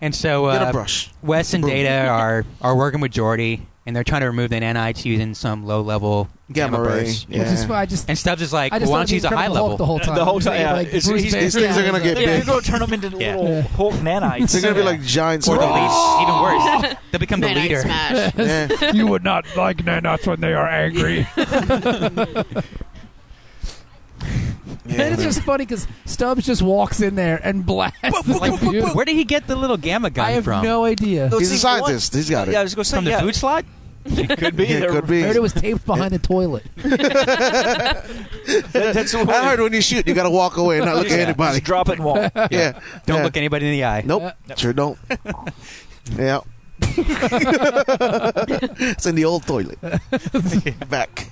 Speaker 5: And so uh,
Speaker 2: Get a brush.
Speaker 5: Wes and
Speaker 2: Boom.
Speaker 5: Data are are working with Geordi, and they're trying to remove the nanites using some low level
Speaker 2: Gamma, ray.
Speaker 5: burst.
Speaker 2: Yeah.
Speaker 3: Which is why I just.
Speaker 5: And Stubbs is like,
Speaker 3: I
Speaker 5: well,
Speaker 3: just thought
Speaker 5: why don't
Speaker 3: of
Speaker 5: you use a high
Speaker 3: Incredible Hulk the
Speaker 5: level?
Speaker 3: whole time.
Speaker 4: The whole
Speaker 3: I'm just
Speaker 4: time,
Speaker 3: thinking,
Speaker 4: yeah.
Speaker 3: like,
Speaker 4: It's-
Speaker 3: Bruce
Speaker 4: he's- these
Speaker 3: Banner
Speaker 2: things are gonna
Speaker 3: down there.
Speaker 2: get
Speaker 4: Yeah,
Speaker 2: big.
Speaker 4: you're going to turn him into little
Speaker 3: Yeah.
Speaker 4: Hulk nanites.
Speaker 2: They're gonna be
Speaker 5: Yeah.
Speaker 2: like giant
Speaker 5: Or the
Speaker 2: spiders.
Speaker 5: least, even
Speaker 3: [laughs]
Speaker 5: worse, they'll become the
Speaker 6: Nanite
Speaker 5: leader.
Speaker 6: smash.
Speaker 2: [laughs] Yeah.
Speaker 1: you would not like nanots when they are
Speaker 5: [laughs]
Speaker 1: angry.
Speaker 2: Yeah.
Speaker 3: And it's just funny because Stubbs just walks in there and blasts.
Speaker 5: Like,
Speaker 3: the computer.
Speaker 5: where did he get the little gamma gun
Speaker 3: I have
Speaker 5: from?
Speaker 3: no idea.
Speaker 4: Those
Speaker 2: He's a
Speaker 4: things want-
Speaker 2: scientist. He's got it.
Speaker 4: Yeah, I was going to say
Speaker 5: from the
Speaker 4: yeah,
Speaker 5: food slot?
Speaker 4: It could be.
Speaker 2: Yeah, it
Speaker 4: They're-
Speaker 2: could be.
Speaker 3: I
Speaker 2: [laughs]
Speaker 3: heard it was taped behind the toilet.
Speaker 4: that- that's the way.
Speaker 2: I heard when you shoot, you gotta walk away and not look
Speaker 4: Yeah,
Speaker 2: at anybody.
Speaker 4: [laughs] Just drop it and
Speaker 5: [laughs]
Speaker 4: walk.
Speaker 2: Yeah.
Speaker 5: Don't
Speaker 2: Yeah.
Speaker 5: look anybody in the eye.
Speaker 2: Nope. Sure don't. yeah. it's in the old toilet. Back.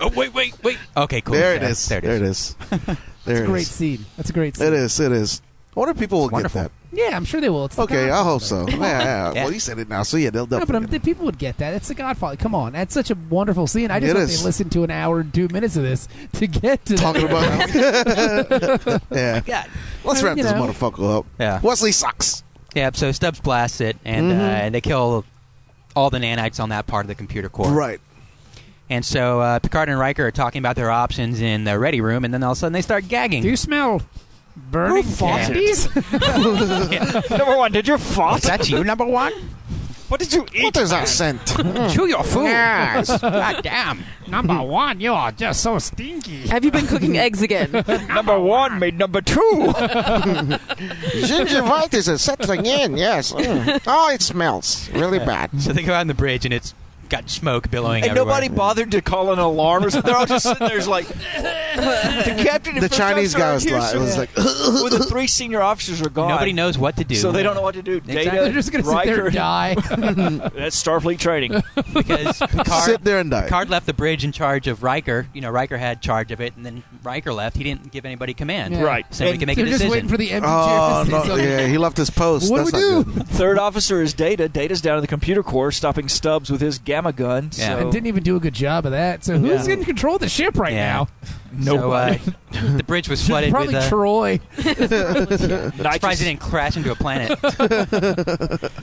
Speaker 5: Oh, wait, wait, wait. Okay, cool.
Speaker 2: There it
Speaker 5: Yeah,
Speaker 2: is.
Speaker 5: There it is.
Speaker 2: There it is. There
Speaker 3: That's a
Speaker 2: it
Speaker 3: great
Speaker 2: is.
Speaker 3: scene. That's a great scene.
Speaker 2: It is. It is. I wonder if people will
Speaker 5: wonderful.
Speaker 2: get
Speaker 3: Yeah, I'm sure they will. It's
Speaker 2: that.
Speaker 3: the
Speaker 2: Okay, I
Speaker 3: Godfather.
Speaker 2: hope so. Yeah, yeah.
Speaker 5: Yeah.
Speaker 2: Well, you said it now, so yeah, they'll
Speaker 3: No, but I'm,
Speaker 2: definitely.
Speaker 3: the people would get that. It's The Godfather. Come on, that's such a wonderful scene. I just
Speaker 2: It
Speaker 3: hope
Speaker 2: is.
Speaker 3: they listened to an hour and two minutes of this to get to
Speaker 2: talking
Speaker 3: that.
Speaker 2: about. [laughs] yeah. Let's
Speaker 3: I mean,
Speaker 2: wrap
Speaker 3: you
Speaker 2: this
Speaker 3: know.
Speaker 2: motherfucker up.
Speaker 5: Yeah.
Speaker 2: Wesley sucks.
Speaker 5: Yeah, so Stubbs blasts it, and
Speaker 2: Mhm.
Speaker 5: uh, and they kill all the nanites on that part of the computer core.
Speaker 2: Right.
Speaker 5: And so uh, Picard and Riker are talking about their options in the ready room, and then all of a sudden they start gagging.
Speaker 3: Do you smell burning
Speaker 5: fought
Speaker 3: bodies?
Speaker 5: it?
Speaker 4: Number one, did your fart?
Speaker 5: That's you, number one.
Speaker 4: What did you eat?
Speaker 2: What is that scent?
Speaker 5: Chew your food. Yes. God damn.
Speaker 3: [laughs] Number one, you are just so stinky.
Speaker 6: Have you
Speaker 2: [laughs]
Speaker 6: been cooking eggs again?
Speaker 4: Number one made number two.
Speaker 2: Gingivitis is settling in, yes. Mm. Oh, it smells really bad.
Speaker 5: So they go out on the bridge, and it's got smoke billowing
Speaker 4: and
Speaker 5: everywhere.
Speaker 4: nobody bothered to call an alarm. Or something. They're all just sitting there,
Speaker 2: [laughs]
Speaker 4: just like the captain. and
Speaker 2: The
Speaker 4: first
Speaker 2: Chinese
Speaker 4: officer
Speaker 2: guy
Speaker 4: are
Speaker 2: was,
Speaker 4: here,
Speaker 2: li-
Speaker 4: so-
Speaker 2: was like,
Speaker 4: well, the three senior officers are gone.
Speaker 5: Nobody knows what to do.
Speaker 4: so they don't know what to do.
Speaker 5: Exactly.
Speaker 4: Data,
Speaker 3: They're just going to sit there
Speaker 4: Riker,
Speaker 3: and die.
Speaker 4: That's Starfleet
Speaker 5: [laughs]
Speaker 4: training. [laughs]
Speaker 5: because Picard,
Speaker 2: sit there and die.
Speaker 5: Picard left the bridge in charge of Riker. You know, Riker had charge of it, and then Riker left. He didn't give anybody command.
Speaker 3: Yeah.
Speaker 4: Right.
Speaker 5: Somebody
Speaker 4: And
Speaker 5: can make
Speaker 3: They're
Speaker 5: a
Speaker 3: just
Speaker 5: decision.
Speaker 3: waiting for the empty
Speaker 2: oh,
Speaker 3: chair. to [laughs]
Speaker 2: no,
Speaker 3: sit.
Speaker 2: yeah, he left his post.
Speaker 3: What do
Speaker 2: That's
Speaker 3: we
Speaker 2: not
Speaker 3: do?
Speaker 2: good.
Speaker 4: Third officer is Data. Data's down in the computer core, stopping Stubbs with his pajama gun. So
Speaker 5: Yeah.
Speaker 3: And didn't even do a good job of that. So who's
Speaker 4: Yeah.
Speaker 3: in control of the ship right
Speaker 5: Yeah.
Speaker 3: now?
Speaker 4: nobody.
Speaker 5: So, uh, [laughs] the bridge was
Speaker 3: [laughs]
Speaker 5: flooded
Speaker 3: Probably
Speaker 5: with. Uh,
Speaker 3: Troy.
Speaker 5: surprised it
Speaker 4: nitrous
Speaker 5: didn't crash into a planet.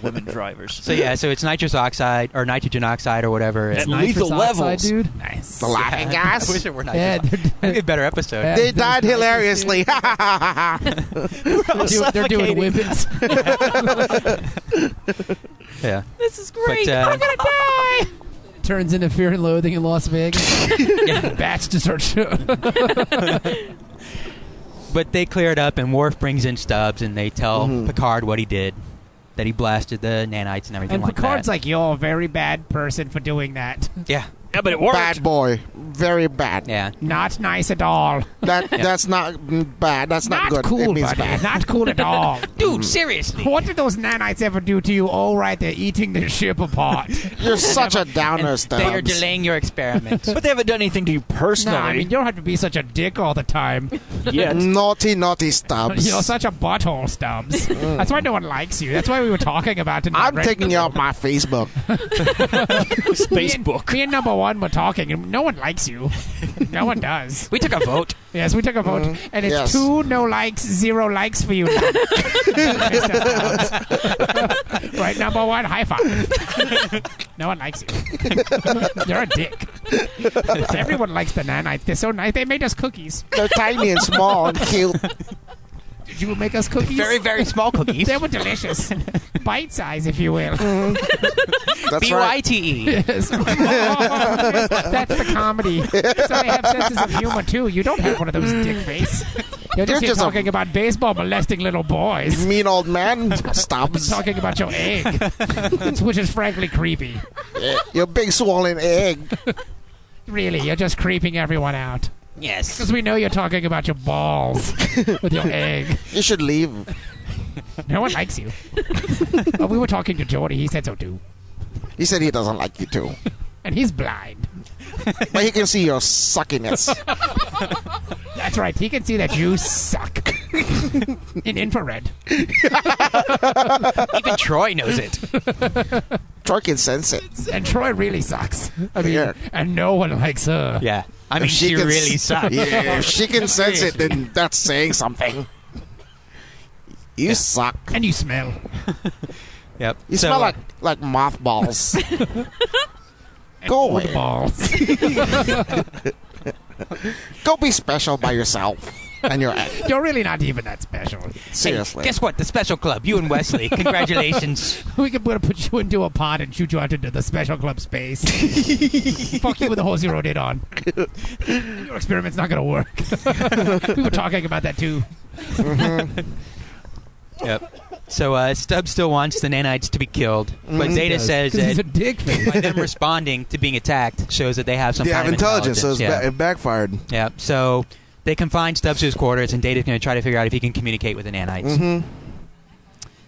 Speaker 4: [laughs] women drivers.
Speaker 5: so yeah, so it's nitrous oxide or nitrogen oxide or whatever.
Speaker 4: At
Speaker 5: [laughs] It's
Speaker 4: least- lethal
Speaker 3: Nitrous oxide,
Speaker 4: levels.
Speaker 3: dude.
Speaker 2: The laughing
Speaker 5: I wish
Speaker 2: gas.
Speaker 5: it were
Speaker 3: Yeah,
Speaker 5: nitrous.
Speaker 3: they're,
Speaker 5: That'd be a better episode.
Speaker 3: Yeah.
Speaker 2: [laughs] They died hilariously.
Speaker 3: they're doing, they're doing whippets.
Speaker 5: Yeah.
Speaker 6: This is great.
Speaker 5: But, uh,
Speaker 6: I'm gonna die.
Speaker 2: [laughs]
Speaker 3: Turns into Fear and Loathing in Las Vegas. Batch dessert [laughs] show.
Speaker 5: But they clear it up, and Worf brings in Stubbs, and they tell Picard what he did, that he blasted the nanites and everything
Speaker 3: and
Speaker 5: like
Speaker 3: Picard's
Speaker 5: that.
Speaker 3: like, "You're a very bad person for
Speaker 2: [laughs]
Speaker 3: doing that.
Speaker 5: yeah,
Speaker 4: Yeah, but it worked.
Speaker 2: [laughs] bad boy. Very bad.
Speaker 5: yeah.
Speaker 3: Not nice at all.
Speaker 2: That that's not mm, bad. That's not,
Speaker 3: Not,
Speaker 2: good.
Speaker 3: cool,
Speaker 2: it means
Speaker 3: buddy.
Speaker 2: bad.
Speaker 3: Not cool
Speaker 2: [laughs]
Speaker 3: at all." Mm-hmm.
Speaker 5: Dude, seriously.
Speaker 3: What did those nanites ever do to you? Oh, right, they're eating the
Speaker 2: [laughs]
Speaker 3: ship apart.
Speaker 2: You're such a downer,
Speaker 5: they are
Speaker 2: Stubbs.
Speaker 5: delaying your experiment.
Speaker 4: [laughs] But they haven't done anything to you
Speaker 3: no,
Speaker 4: personally.
Speaker 2: e-
Speaker 3: I
Speaker 5: [laughs]
Speaker 3: mean, you don't have to be such a dick all the time.
Speaker 4: yet.
Speaker 2: Naughty, naughty Stubbs.
Speaker 3: You're such a
Speaker 2: [laughs]
Speaker 3: butthole, Stubbs. That's why no one likes you. That's why we were talking about it. in
Speaker 2: Mm. I'm
Speaker 3: that
Speaker 2: taking
Speaker 3: red- [laughs]
Speaker 2: you off my Facebook.
Speaker 3: Me and-
Speaker 4: Facebook.
Speaker 3: Me and number one were talking, and no one likes you. No one does.
Speaker 5: [laughs] we took a vote.
Speaker 3: Yes, we took a vote, and it's
Speaker 2: Yes.
Speaker 3: two no likes, zero likes for you. Mr. Stubbs. [laughs] right, number one, high five. no one likes you. You're a dick. Everyone likes the nanites. They're so nice. They made us cookies.
Speaker 2: They're tiny and small and cute.
Speaker 3: Did you make us cookies?
Speaker 5: Very, very small cookies.
Speaker 3: They were
Speaker 5: [laughs]
Speaker 3: delicious. Bite size, if you will.
Speaker 2: That's
Speaker 5: B Y
Speaker 2: right.
Speaker 3: [laughs]
Speaker 5: T E.
Speaker 3: Yes. [laughs] That's the comedy. So they have senses of humor too. You don't have one of those dick face. You're just,
Speaker 2: You're
Speaker 3: here
Speaker 2: just a-
Speaker 3: talking about baseball molesting little boys.
Speaker 2: [laughs] Mean old man Stubbs.
Speaker 3: Talking about your egg, which is frankly creepy.
Speaker 2: [laughs] Your big swollen egg.
Speaker 3: Really, you're just creeping everyone out.
Speaker 5: Yes.
Speaker 3: Because we know you're talking about your balls with your egg.
Speaker 2: You should leave.
Speaker 3: No one likes you. but we were talking to Jordy. He said so too.
Speaker 2: He said he doesn't like you too,
Speaker 3: And he's blind.
Speaker 2: but he can see your suckiness.
Speaker 3: That's right. He can see that you suck in infrared.
Speaker 5: Even Troy knows it.
Speaker 2: Troy can sense it.
Speaker 3: And Troy really sucks. I mean,
Speaker 5: [laughs]
Speaker 2: Yeah.
Speaker 3: and no one likes her.
Speaker 5: Yeah. I mean,
Speaker 2: If
Speaker 5: she,
Speaker 2: can
Speaker 5: really
Speaker 2: s- [laughs]
Speaker 5: sucks.
Speaker 2: Yeah, if she can sense it, then that's saying something. You suck.
Speaker 3: And you smell.
Speaker 5: Yep.
Speaker 2: You
Speaker 5: so,
Speaker 2: smell
Speaker 5: uh,
Speaker 2: like like
Speaker 5: [laughs]
Speaker 2: mothballs. Go
Speaker 3: With
Speaker 2: away. [laughs]
Speaker 3: balls.
Speaker 2: Go be special by yourself and your act.
Speaker 3: You're really not even that special.
Speaker 5: hey,
Speaker 2: Seriously.
Speaker 5: guess what? The special club. You and Wesley. Congratulations.
Speaker 3: We could put, put you into a pod and shoot you out into the special club
Speaker 2: [laughs]
Speaker 3: space. Fuck you with the hose you rode it on. Your experiment's not going to work. [laughs] we were talking about that too.
Speaker 5: yep. So uh, Stubbs still wants the nanites to be killed, but Zeta says
Speaker 3: 'Cause
Speaker 5: that
Speaker 3: he's a dick.
Speaker 2: [laughs]
Speaker 5: by them responding to being attacked shows that they have some
Speaker 2: they
Speaker 5: kind
Speaker 2: have
Speaker 5: of
Speaker 2: intelligence, so it's
Speaker 5: yeah.
Speaker 2: ba- it backfired.
Speaker 5: yeah. So they confine Stubbs to his quarters, and Data's going to try to figure out if he can communicate with the nanites.
Speaker 2: Mm-hmm.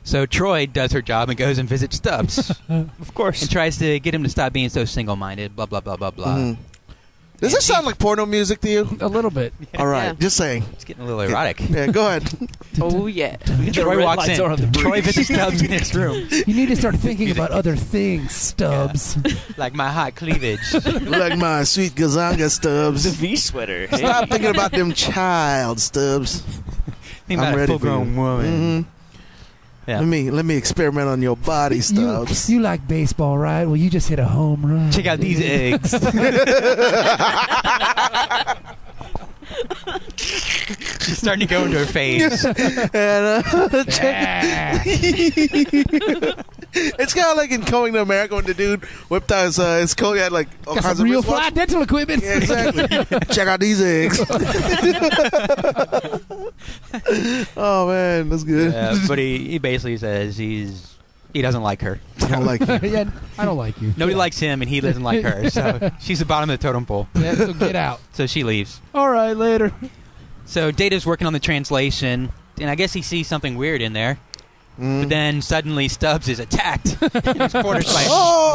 Speaker 5: So Troy does her job and goes and
Speaker 2: [laughs]
Speaker 5: visits Stubbs
Speaker 4: Of
Speaker 5: and
Speaker 4: course.
Speaker 5: tries to get him to stop being so single-minded. Blah blah blah blah blah.
Speaker 2: Mhm. Does this sound like porno music to you?
Speaker 3: a little bit.
Speaker 2: [laughs] All right,
Speaker 6: Yeah.
Speaker 2: just saying.
Speaker 5: It's getting a little erotic.
Speaker 2: [laughs] Yeah, go ahead. [laughs]
Speaker 6: Oh yeah.
Speaker 4: The
Speaker 5: Troy
Speaker 4: red
Speaker 5: walks
Speaker 4: lights are on
Speaker 5: in.
Speaker 4: the
Speaker 5: Troy
Speaker 4: bridge.
Speaker 5: visits Stubbs in his room,
Speaker 3: You need
Speaker 2: [laughs]
Speaker 3: to start thinking about other things, Stubbs.
Speaker 5: like my hot cleavage.
Speaker 2: like my sweet gazanga
Speaker 4: The
Speaker 2: stubs.
Speaker 4: V sweater. Hey.
Speaker 2: Stop thinking
Speaker 5: [laughs]
Speaker 2: about them child stubs. I'm
Speaker 5: Think about a
Speaker 2: ready for
Speaker 5: full-grown
Speaker 2: you.
Speaker 5: woman.
Speaker 2: hmm
Speaker 5: Yeah.
Speaker 2: Let me let me experiment on your body stubs.
Speaker 3: you like baseball, right? Well, you just hit a home run.
Speaker 5: Check out these eggs. She's starting to go into her phase.
Speaker 2: and uh, [laughs]
Speaker 3: Yeah.
Speaker 2: it's kind of like in Coming to America when the dude whipped out his uh, his coat. He had like all
Speaker 3: Got
Speaker 2: kinds
Speaker 3: some
Speaker 2: of
Speaker 3: real
Speaker 2: wristwatch.
Speaker 3: fly dental equipment.
Speaker 2: [laughs] Yeah, exactly. [laughs] Check out these eggs. oh man, that's good.
Speaker 5: Uh, but he, he basically says he's he doesn't like her.
Speaker 2: I don't like you.
Speaker 3: [laughs] yeah, I don't like you.
Speaker 5: Nobody likes him, and he doesn't like her. So she's the bottom of the totem pole.
Speaker 3: Yeah, so get out.
Speaker 5: So she leaves.
Speaker 3: [laughs] All right, later.
Speaker 5: So Data's working on the translation, and I guess he sees something weird in there. But then suddenly Stubbs is attacked. [laughs] He's quartered by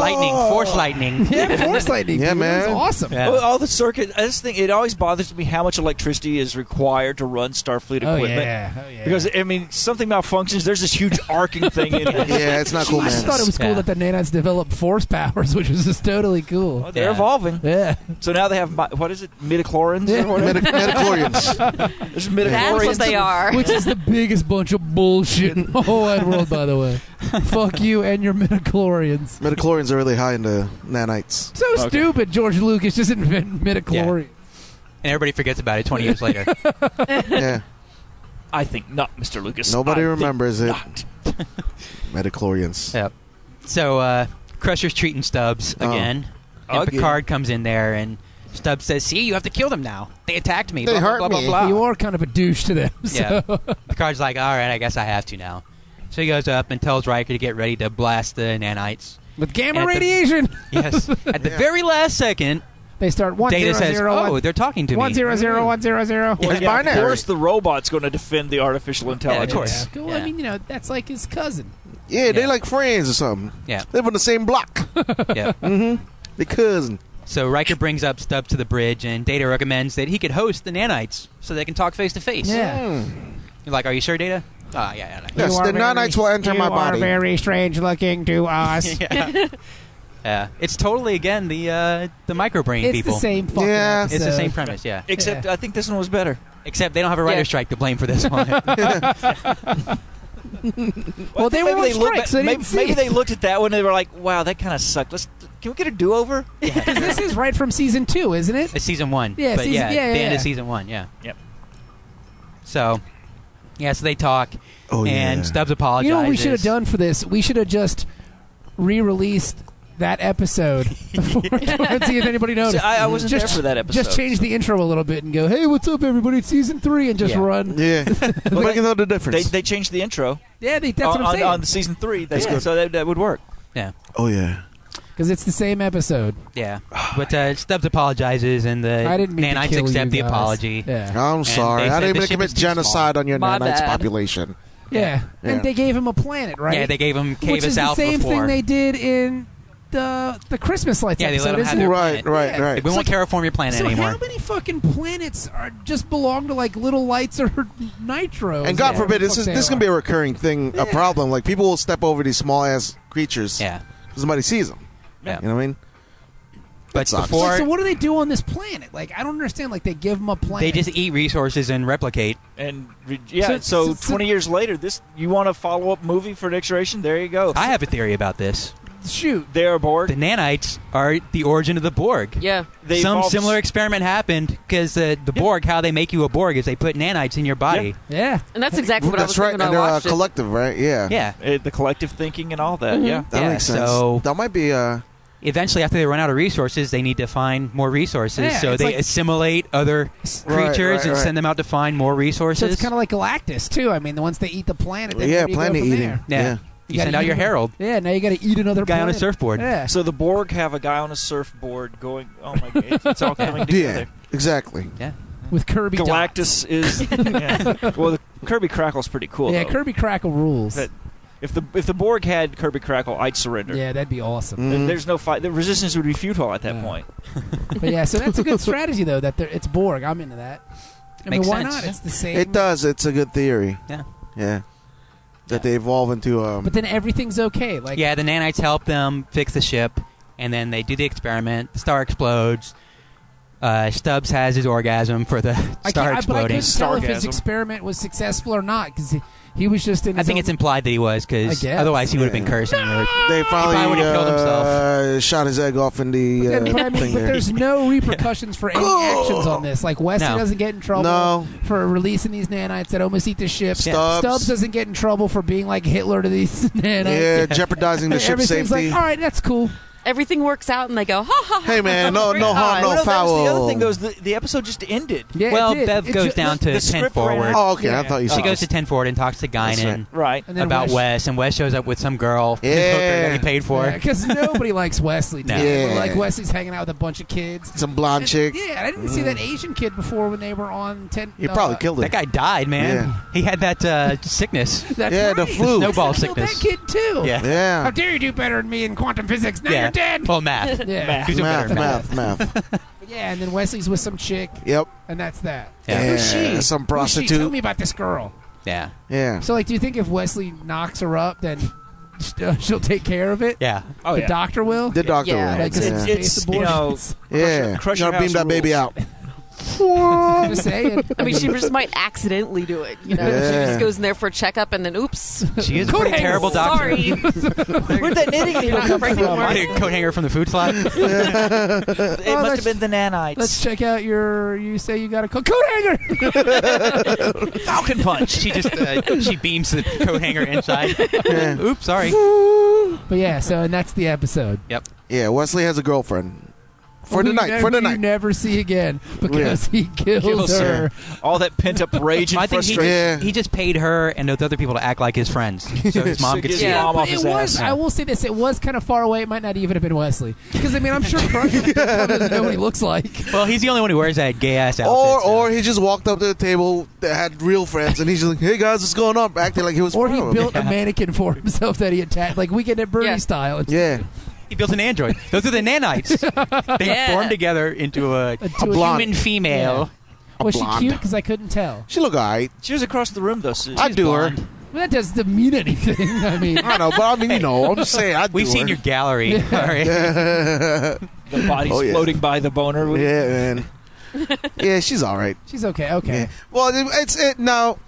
Speaker 5: lightning, force lightning.
Speaker 3: Yeah, force lightning.
Speaker 2: Yeah,
Speaker 3: dude, That was
Speaker 2: man.
Speaker 3: awesome.
Speaker 5: Yeah.
Speaker 4: All- All the circuit. This thing. It always bothers me how much electricity is required to run Starfleet
Speaker 3: Oh,
Speaker 4: equipment.
Speaker 3: yeah. Oh, yeah.
Speaker 4: Because I mean, something malfunctions. There's this huge
Speaker 3: [laughs]
Speaker 4: arcing thing in it.
Speaker 2: Yeah, it's not cool,
Speaker 3: I
Speaker 2: man.
Speaker 3: just thought it was cool
Speaker 5: Yeah.
Speaker 3: that the nanites developed force powers, [laughs] which was just totally cool.
Speaker 4: Well, Oh, they're
Speaker 5: Yeah.
Speaker 4: evolving.
Speaker 3: Yeah.
Speaker 4: So now they have mi- what is it? Midichlorians
Speaker 3: Yeah.
Speaker 4: or whatever.
Speaker 2: Medi- Metachlorians.
Speaker 4: There's
Speaker 6: That's
Speaker 4: midichlorians.
Speaker 6: what they are.
Speaker 3: Which is the biggest bunch of bullshit in the whole wide world, by the way. Fuck you and your midichlorians.
Speaker 2: Metachlorians are really high into nanites.
Speaker 3: So stupid, George Lucas just invented midichlorians.
Speaker 5: And everybody forgets about it 20 years later.
Speaker 2: Yeah,
Speaker 4: I think not, Mr. Lucas.
Speaker 2: nobody
Speaker 4: I think
Speaker 2: remembers it.
Speaker 4: Not.
Speaker 2: Metachlorians.
Speaker 5: yep. So uh, Crusher's treating Stubbs
Speaker 2: Oh.
Speaker 5: again. And
Speaker 4: Again.
Speaker 5: Picard comes in there and Stubbs says, See, you have to kill them now. They attacked me.
Speaker 2: They
Speaker 5: blah, blah,
Speaker 2: hurt
Speaker 5: blah, blah,
Speaker 2: me."
Speaker 5: blah."
Speaker 3: You are kind of a douche to them. [laughs] So.
Speaker 5: Ah. [laughs] Yeah. Picard's like, All right, I guess I have to now. So he goes up and tells Riker to get ready to blast the nanites.
Speaker 3: With gamma
Speaker 5: At the-
Speaker 3: radiation, [laughs]
Speaker 5: Yes. At the very last second,
Speaker 3: they start one
Speaker 5: Data
Speaker 3: zero
Speaker 5: says,
Speaker 3: zero
Speaker 5: "Oh,
Speaker 3: one-
Speaker 5: they're talking to
Speaker 3: one
Speaker 5: me."
Speaker 3: zero zero one zero zero.
Speaker 4: Well,
Speaker 2: It's
Speaker 4: yeah,
Speaker 2: binary.
Speaker 4: Of course, the robot's going to defend the artificial
Speaker 5: Yeah,
Speaker 4: intelligence.
Speaker 5: of course.
Speaker 3: Well,
Speaker 5: Yeah.
Speaker 3: I mean, you know, that's like his cousin.
Speaker 2: Yeah, they
Speaker 5: Yeah.
Speaker 2: like friends or something.
Speaker 5: Yeah.
Speaker 2: Live on the same block.
Speaker 3: [laughs]
Speaker 5: yeah.
Speaker 2: They cousin.
Speaker 5: So Riker brings up Stubbs to the bridge, and Data recommends that he could host the nanites so they can talk face to face.
Speaker 3: Yeah.
Speaker 5: You're like, are you sure, Data? Ah, yeah, yeah,
Speaker 2: Yes,
Speaker 3: You
Speaker 2: the
Speaker 3: are
Speaker 2: nanites will enter
Speaker 3: you
Speaker 2: my
Speaker 3: are
Speaker 2: body.
Speaker 3: very strange looking to us.
Speaker 5: yeah. yeah. Yeah. It's totally again the uh, the microbrain
Speaker 3: It's
Speaker 5: people.
Speaker 3: the same fucking
Speaker 2: Yeah.
Speaker 3: episode.
Speaker 5: It's the same premise, yeah.
Speaker 4: Except I think this one was better.
Speaker 5: Except they don't have a writer
Speaker 6: Yeah.
Speaker 5: strike to blame
Speaker 3: [laughs]
Speaker 5: for this one.
Speaker 3: Well, they were
Speaker 4: maybe
Speaker 3: on
Speaker 4: they looked
Speaker 3: strike,
Speaker 4: at-
Speaker 3: so they
Speaker 4: maybe,
Speaker 3: didn't see
Speaker 4: maybe
Speaker 3: it.
Speaker 4: they looked at that one and they were like, "Wow, that kind of sucked. Let's can we get a do-over?"
Speaker 3: Because [laughs] this is right from season two, isn't it?
Speaker 5: [laughs] it's season one.
Speaker 3: Yeah,
Speaker 5: but
Speaker 3: season-
Speaker 5: yeah,
Speaker 3: yeah,
Speaker 5: the
Speaker 3: yeah,
Speaker 5: end of
Speaker 3: yeah.
Speaker 5: season one. Yeah.
Speaker 4: Yep.
Speaker 5: So, yeah, so they talk,
Speaker 2: Oh,
Speaker 5: and
Speaker 2: yeah.
Speaker 5: Stubbs apologizes.
Speaker 3: You know what we should have done for this? We should have just re-released that episode before [laughs] and see if anybody
Speaker 4: So
Speaker 3: noticed.
Speaker 4: I, I wasn't
Speaker 3: just,
Speaker 4: there for that episode.
Speaker 3: Just change the intro a little bit and go, "Hey, what's up, everybody? It's season three, and just
Speaker 5: Yeah.
Speaker 3: run.
Speaker 2: Yeah.
Speaker 4: Well,
Speaker 2: Make
Speaker 4: they,
Speaker 2: know the
Speaker 4: they,
Speaker 2: difference.
Speaker 4: they changed the intro
Speaker 3: Yeah, they, that's
Speaker 4: on,
Speaker 3: what I'm
Speaker 4: on,
Speaker 3: saying.
Speaker 4: on season three. They,
Speaker 2: That's good.
Speaker 4: So that, that would work.
Speaker 5: Yeah.
Speaker 2: oh, yeah.
Speaker 3: Because it's the same episode.
Speaker 2: [sighs]
Speaker 5: Yeah. But uh, Stubbs apologizes, and the
Speaker 3: I didn't mean
Speaker 5: nanites
Speaker 3: to kill
Speaker 5: accept
Speaker 3: you
Speaker 5: the
Speaker 3: guys.
Speaker 5: apology.
Speaker 3: Yeah.
Speaker 2: I'm
Speaker 5: they
Speaker 2: sorry. I didn't
Speaker 5: said the
Speaker 2: even
Speaker 5: ship
Speaker 2: commit
Speaker 5: is too small.
Speaker 2: genocide on your
Speaker 6: My
Speaker 2: nanites
Speaker 6: bad.
Speaker 2: population.
Speaker 3: yeah,
Speaker 2: Yeah.
Speaker 3: And they gave him a planet, right?
Speaker 5: Yeah, they gave him Cavis
Speaker 3: Which is the
Speaker 5: Alpha
Speaker 3: same
Speaker 5: for.
Speaker 3: thing they did in the the Christmas lights
Speaker 5: Yeah, they let
Speaker 3: episode.
Speaker 5: him have
Speaker 3: isn't
Speaker 5: their
Speaker 3: it?
Speaker 2: Right,
Speaker 5: planet.
Speaker 2: right,
Speaker 3: Yeah.
Speaker 2: right.
Speaker 5: We won't terraform your planet
Speaker 3: So
Speaker 5: anymore.
Speaker 3: how many fucking planets are just belong to like little lights or [laughs] nitro?
Speaker 2: And God forbid, this is this can be a recurring thing, a problem. Like people will step over these small ass creatures.
Speaker 5: Yeah.
Speaker 2: 'cause somebody sees them.
Speaker 5: Yeah.
Speaker 2: You know what I mean?
Speaker 5: But
Speaker 2: sucks.
Speaker 5: before
Speaker 3: so what do they do on this planet? Like I don't understand. Like they give them a
Speaker 5: they
Speaker 3: planet.
Speaker 5: just eat resources and replicate.
Speaker 4: And re- yeah,
Speaker 3: So-
Speaker 4: so,
Speaker 3: so- so-
Speaker 4: 20 years later, this you want a follow-up movie for Next Generation? There you go.
Speaker 5: I have a theory about this.
Speaker 3: shoot.
Speaker 4: they are Borg.
Speaker 5: The nanites are the origin of the Borg.
Speaker 6: Yeah.
Speaker 4: They
Speaker 5: Some
Speaker 4: evolved-
Speaker 5: similar experiment happened because the, the Borg, how they make you a Borg is they put nanites in your body.
Speaker 3: Yeah.
Speaker 6: And that's exactly what I was
Speaker 2: That's right.
Speaker 6: thinking
Speaker 2: And
Speaker 6: when
Speaker 2: they're
Speaker 6: I
Speaker 2: uh,
Speaker 6: watched it.
Speaker 2: collective, right? Yeah.
Speaker 5: Yeah.
Speaker 4: uh, the collective thinking and all that.
Speaker 3: Mm-hmm.
Speaker 4: Yeah.
Speaker 2: That
Speaker 5: Yeah,
Speaker 2: makes sense.
Speaker 5: so-
Speaker 2: that might be uh,
Speaker 5: Eventually, after they run out of resources, they need to find more resources.
Speaker 3: Yeah,
Speaker 5: so
Speaker 3: it's
Speaker 5: they
Speaker 3: like-
Speaker 5: assimilate other creatures
Speaker 2: Right, right,
Speaker 5: and
Speaker 2: right.
Speaker 5: send them out to find more resources.
Speaker 3: So it's kind of like Galactus too. I mean, the once they eat the planet, then
Speaker 2: yeah,
Speaker 3: where do you go
Speaker 2: planet
Speaker 3: from
Speaker 2: eating.
Speaker 3: there?
Speaker 5: yeah.
Speaker 2: yeah.
Speaker 5: You,
Speaker 3: gotta
Speaker 5: send out
Speaker 3: eat
Speaker 5: your
Speaker 3: another-
Speaker 5: herald.
Speaker 3: Yeah, now you got to eat another
Speaker 5: Guy on a
Speaker 3: planet.
Speaker 5: surfboard.
Speaker 3: Yeah.
Speaker 4: So the Borg have a guy on a surfboard going. Oh my god, it's, it's
Speaker 3: [laughs]
Speaker 4: all coming
Speaker 2: Yeah,
Speaker 4: together.
Speaker 2: exactly.
Speaker 3: with Kirby dots. [laughs]
Speaker 4: Galactus is. yeah. Well, the Kirby Crackle's pretty cool.
Speaker 3: Yeah,
Speaker 4: though.
Speaker 3: Kirby Crackle rules.
Speaker 4: That- if the if the Borg had Kirby Crackle, I'd surrender.
Speaker 3: yeah, that'd be awesome.
Speaker 4: There-
Speaker 2: Mhm.
Speaker 4: There's no fight. The resistance would be futile at that
Speaker 3: Yeah.
Speaker 4: point.
Speaker 3: But yeah, so that's a
Speaker 5: [laughs]
Speaker 3: good strategy though. That they're- it's Borg. I'm into that. I
Speaker 5: Makes
Speaker 3: mean, why
Speaker 5: sense.
Speaker 3: not? It's the same.
Speaker 2: It does. It's a good theory.
Speaker 5: Yeah.
Speaker 2: Yeah. That they evolve into um.
Speaker 3: But then everything's okay. Like
Speaker 5: yeah, the nanites help them fix the ship, and then they do the experiment. The star explodes. Uh, Stubbs has his orgasm for
Speaker 3: I
Speaker 5: the star
Speaker 3: can't, I, but I
Speaker 5: exploding.
Speaker 3: couldn't tell if his
Speaker 4: Stargasm.
Speaker 3: experiment was successful or not because he, he was just in.
Speaker 5: I
Speaker 3: his
Speaker 5: think
Speaker 3: own-
Speaker 5: it's implied that he was,
Speaker 3: I
Speaker 5: because
Speaker 3: guess.
Speaker 5: otherwise he would have been
Speaker 2: Yeah.
Speaker 5: cursing. or-
Speaker 2: they
Speaker 5: probably
Speaker 2: finally
Speaker 5: would've killed
Speaker 2: uh, shot his egg off in the
Speaker 3: Yeah,
Speaker 2: uh,
Speaker 3: but, I mean,
Speaker 2: thing
Speaker 3: but
Speaker 2: there.
Speaker 3: there's no repercussions for any actions on this. Like Wesley
Speaker 5: No.
Speaker 3: doesn't get in trouble
Speaker 2: No.
Speaker 3: for releasing these nanites that almost eat the ship.
Speaker 2: Stubbs.
Speaker 3: Stubbs doesn't get in trouble for being like Hitler to these [laughs] nanites.
Speaker 2: Yeah, jeopardizing the ship's
Speaker 3: [laughs] Everything's "Ah,
Speaker 2: safety.
Speaker 3: like, all right, that's cool.
Speaker 6: everything works out, and they go, ha ha. ha
Speaker 7: Hey, man, no-
Speaker 6: Great
Speaker 7: no harm,
Speaker 6: odds.
Speaker 7: Oh, no
Speaker 4: Well, that was the
Speaker 7: foul.
Speaker 4: other thing, though, is the, the episode just ended.
Speaker 3: Yeah, it
Speaker 5: well,
Speaker 3: did.
Speaker 5: Bev
Speaker 3: It
Speaker 5: goes
Speaker 3: ju-
Speaker 5: down to
Speaker 4: the
Speaker 5: ten
Speaker 4: script ran
Speaker 5: forward.
Speaker 4: out.
Speaker 7: Oh, okay. I thought you
Speaker 5: She
Speaker 7: said
Speaker 5: goes to ten forward and talks to Guinan
Speaker 4: Right.
Speaker 3: And then
Speaker 5: about
Speaker 3: Wes-
Speaker 5: Wes, and Wes shows up with some girl, his hooker that he
Speaker 7: Yeah.
Speaker 5: paid for.
Speaker 3: because nobody likes
Speaker 7: [laughs]
Speaker 3: Wesley.
Speaker 5: No.
Speaker 3: Dude.
Speaker 7: Yeah.
Speaker 3: Like Wesley's hanging out with a bunch of kids.
Speaker 7: some blonde chick.
Speaker 3: Yeah, I didn't see that Asian kid before when they were on ten.
Speaker 7: Mm. He probably
Speaker 3: uh,
Speaker 7: killed her.
Speaker 5: That guy died, man.
Speaker 7: Yeah.
Speaker 5: He had that uh,
Speaker 3: [laughs]
Speaker 5: sickness.
Speaker 3: That's
Speaker 7: Yeah, the
Speaker 3: right.
Speaker 7: flu.
Speaker 5: Snowball
Speaker 3: Killed
Speaker 5: sickness.
Speaker 3: That kid too.
Speaker 5: Yeah.
Speaker 3: How
Speaker 7: Yeah.
Speaker 3: dare you do better than me in quantum physics? Now
Speaker 5: yeah.
Speaker 3: you're dead.
Speaker 5: Well, math.
Speaker 3: yeah.
Speaker 5: He was a
Speaker 7: Math,
Speaker 5: better math.
Speaker 7: math, math.
Speaker 3: Yeah, and then Wesley's with some chick,
Speaker 7: Yep.
Speaker 3: and that's that.
Speaker 5: Yeah.
Speaker 7: Yeah,
Speaker 4: Who's she?
Speaker 7: Some
Speaker 3: Who's she? Tell
Speaker 7: prostitute.
Speaker 3: me about this girl.
Speaker 5: Yeah.
Speaker 7: Yeah.
Speaker 3: So, like, do you think if Wesley knocks her up, then [laughs] st- she'll take care of it?
Speaker 5: Yeah.
Speaker 4: Oh,
Speaker 3: the
Speaker 4: yeah.
Speaker 3: doctor will.
Speaker 7: The doctor.
Speaker 6: Yeah,
Speaker 7: will.
Speaker 3: like,
Speaker 7: yeah.
Speaker 3: it's-
Speaker 4: It's, you know,
Speaker 7: yeah.
Speaker 4: Crush Your
Speaker 7: Gotta beam
Speaker 4: House
Speaker 7: that baby out.
Speaker 3: I'm [laughs] just saying.
Speaker 6: I mean, she just might accidentally do it. You know, she
Speaker 7: Yeah.
Speaker 6: just goes in there for a checkup, and then oops.
Speaker 5: She is a pretty
Speaker 6: Hey,
Speaker 5: terrible doctor. [laughs]
Speaker 6: Sorry.
Speaker 4: Where'd that knitting needle come
Speaker 6: Breaking
Speaker 4: from?
Speaker 6: work.
Speaker 5: Big coat hanger from the food [laughs] slot.
Speaker 4: It must
Speaker 3: let's-
Speaker 4: have been the nanites.
Speaker 3: Let's check out your. You say you got a co- coat hanger.
Speaker 5: Falcon punch. She just uh, she beams the coat hanger inside.
Speaker 7: Yeah.
Speaker 5: Oops, sorry.
Speaker 3: [laughs] but yeah, so and that's the episode.
Speaker 5: Yep.
Speaker 7: Yeah, Wesley has a girlfriend. For
Speaker 3: Who
Speaker 7: the
Speaker 3: you
Speaker 7: night,
Speaker 3: nev-
Speaker 7: for the
Speaker 3: you
Speaker 7: night.
Speaker 3: never see again because he kills,
Speaker 5: Kills
Speaker 3: her.
Speaker 4: All that pent [laughs] up rage and
Speaker 5: I think he,
Speaker 4: frustration.
Speaker 7: Yeah.
Speaker 5: he just paid her and those other people to act like his [laughs] friends, so his mom could
Speaker 4: Get
Speaker 5: see.
Speaker 4: your
Speaker 6: Yeah,
Speaker 4: mom
Speaker 3: But
Speaker 4: off
Speaker 3: it
Speaker 4: his
Speaker 3: was.
Speaker 4: ass.
Speaker 3: I will say this: it was kind of far away. It might not even have been Wesley, because I mean, I'm
Speaker 7: [laughs]
Speaker 3: sure Crush doesn't know what he looks like.
Speaker 5: Well, he's the only one who wears that gay ass outfit.
Speaker 7: Or
Speaker 5: so-
Speaker 7: or he just walked up to the table that had real friends and he's just like, Hey guys, what's going on? Acting like he was
Speaker 3: Or he
Speaker 7: proud of
Speaker 3: built a
Speaker 5: Yeah.
Speaker 3: mannequin for himself that he attacked, like Weekend at Bernie
Speaker 6: Yeah.
Speaker 3: style.
Speaker 7: it. Yeah. [laughs]
Speaker 5: he built an android. Those are the nanites. [laughs] they
Speaker 6: Yeah.
Speaker 5: formed together into a,
Speaker 3: A two-
Speaker 7: blonde.
Speaker 5: human female.
Speaker 7: A
Speaker 3: was
Speaker 7: blonde.
Speaker 3: she cute? Because I couldn't tell.
Speaker 7: She look alright.
Speaker 4: She was across the room, though, Sue.
Speaker 7: I do her.
Speaker 3: Well, that doesn't mean anything. [laughs] I mean,
Speaker 7: I know, but I mean, you know, I'm just saying, I do
Speaker 5: We've seen
Speaker 7: her.
Speaker 5: your gallery. All right.
Speaker 4: The body's
Speaker 7: Oh, yeah.
Speaker 4: floating by the boner.
Speaker 7: Yeah, man. yeah, she's all right.
Speaker 3: she's okay. Okay.
Speaker 7: Yeah. Well, it- it's it now.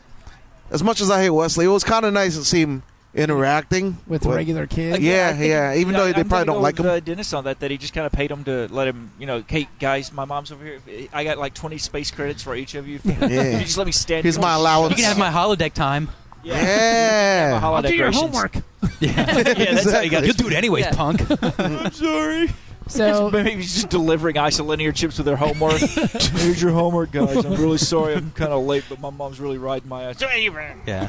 Speaker 7: As much as I hate Wesley, it was kind of nice to see him interacting
Speaker 3: With regular kids.
Speaker 7: Yeah,
Speaker 4: I think-
Speaker 7: yeah. Even though
Speaker 4: I'm
Speaker 7: they
Speaker 4: gonna
Speaker 7: probably
Speaker 4: go
Speaker 7: don't like
Speaker 4: with,
Speaker 7: him.
Speaker 4: Uh, Dennis on that that he just kind of paid him to let him, you know, hey guys, my mom's over here. I got like 20 space credits for each of you. If you
Speaker 7: [laughs] Yeah.
Speaker 4: just let me stand.
Speaker 7: Here's
Speaker 4: here,
Speaker 7: my
Speaker 4: I'll
Speaker 7: allowance.
Speaker 5: You can have my holodeck time.
Speaker 4: [laughs] Yeah.
Speaker 7: Yeah.
Speaker 4: Mahalo
Speaker 3: I'll do your
Speaker 4: decorations.
Speaker 3: homework.
Speaker 5: Yeah.
Speaker 4: yeah, that's how you got.
Speaker 5: You'll do it anyways,
Speaker 6: Yeah.
Speaker 5: [laughs] punk.
Speaker 4: I'm sorry.
Speaker 7: [laughs]
Speaker 3: So
Speaker 4: [laughs] Maybe he's just delivering isolinear chips with their homework. [laughs] Here's your homework, guys. I'm really sorry. I'm kind of late, but my mom's really riding my ass.
Speaker 5: Yeah.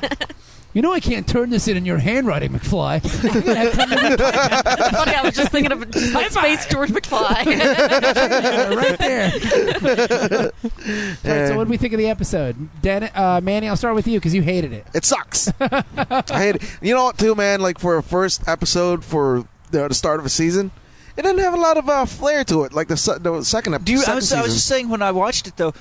Speaker 3: you know I can't turn this in in your handwriting, McFly. I'm gonna have to
Speaker 6: Funny, I was just thinking of just like space George McFly.
Speaker 5: [laughs]
Speaker 3: do it right there. All right, so what do we think of the episode, Dan, uh, Manny? I'll start with you because you hated it.
Speaker 7: It sucks. I hate it. You know what, too, man? Like for a first episode for the, the start of a season, it didn't have a lot of uh, flair to it. Like the, se- the second episode.
Speaker 4: Do you? I
Speaker 7: Second
Speaker 4: was, I was
Speaker 7: season.
Speaker 4: just saying when I watched it though.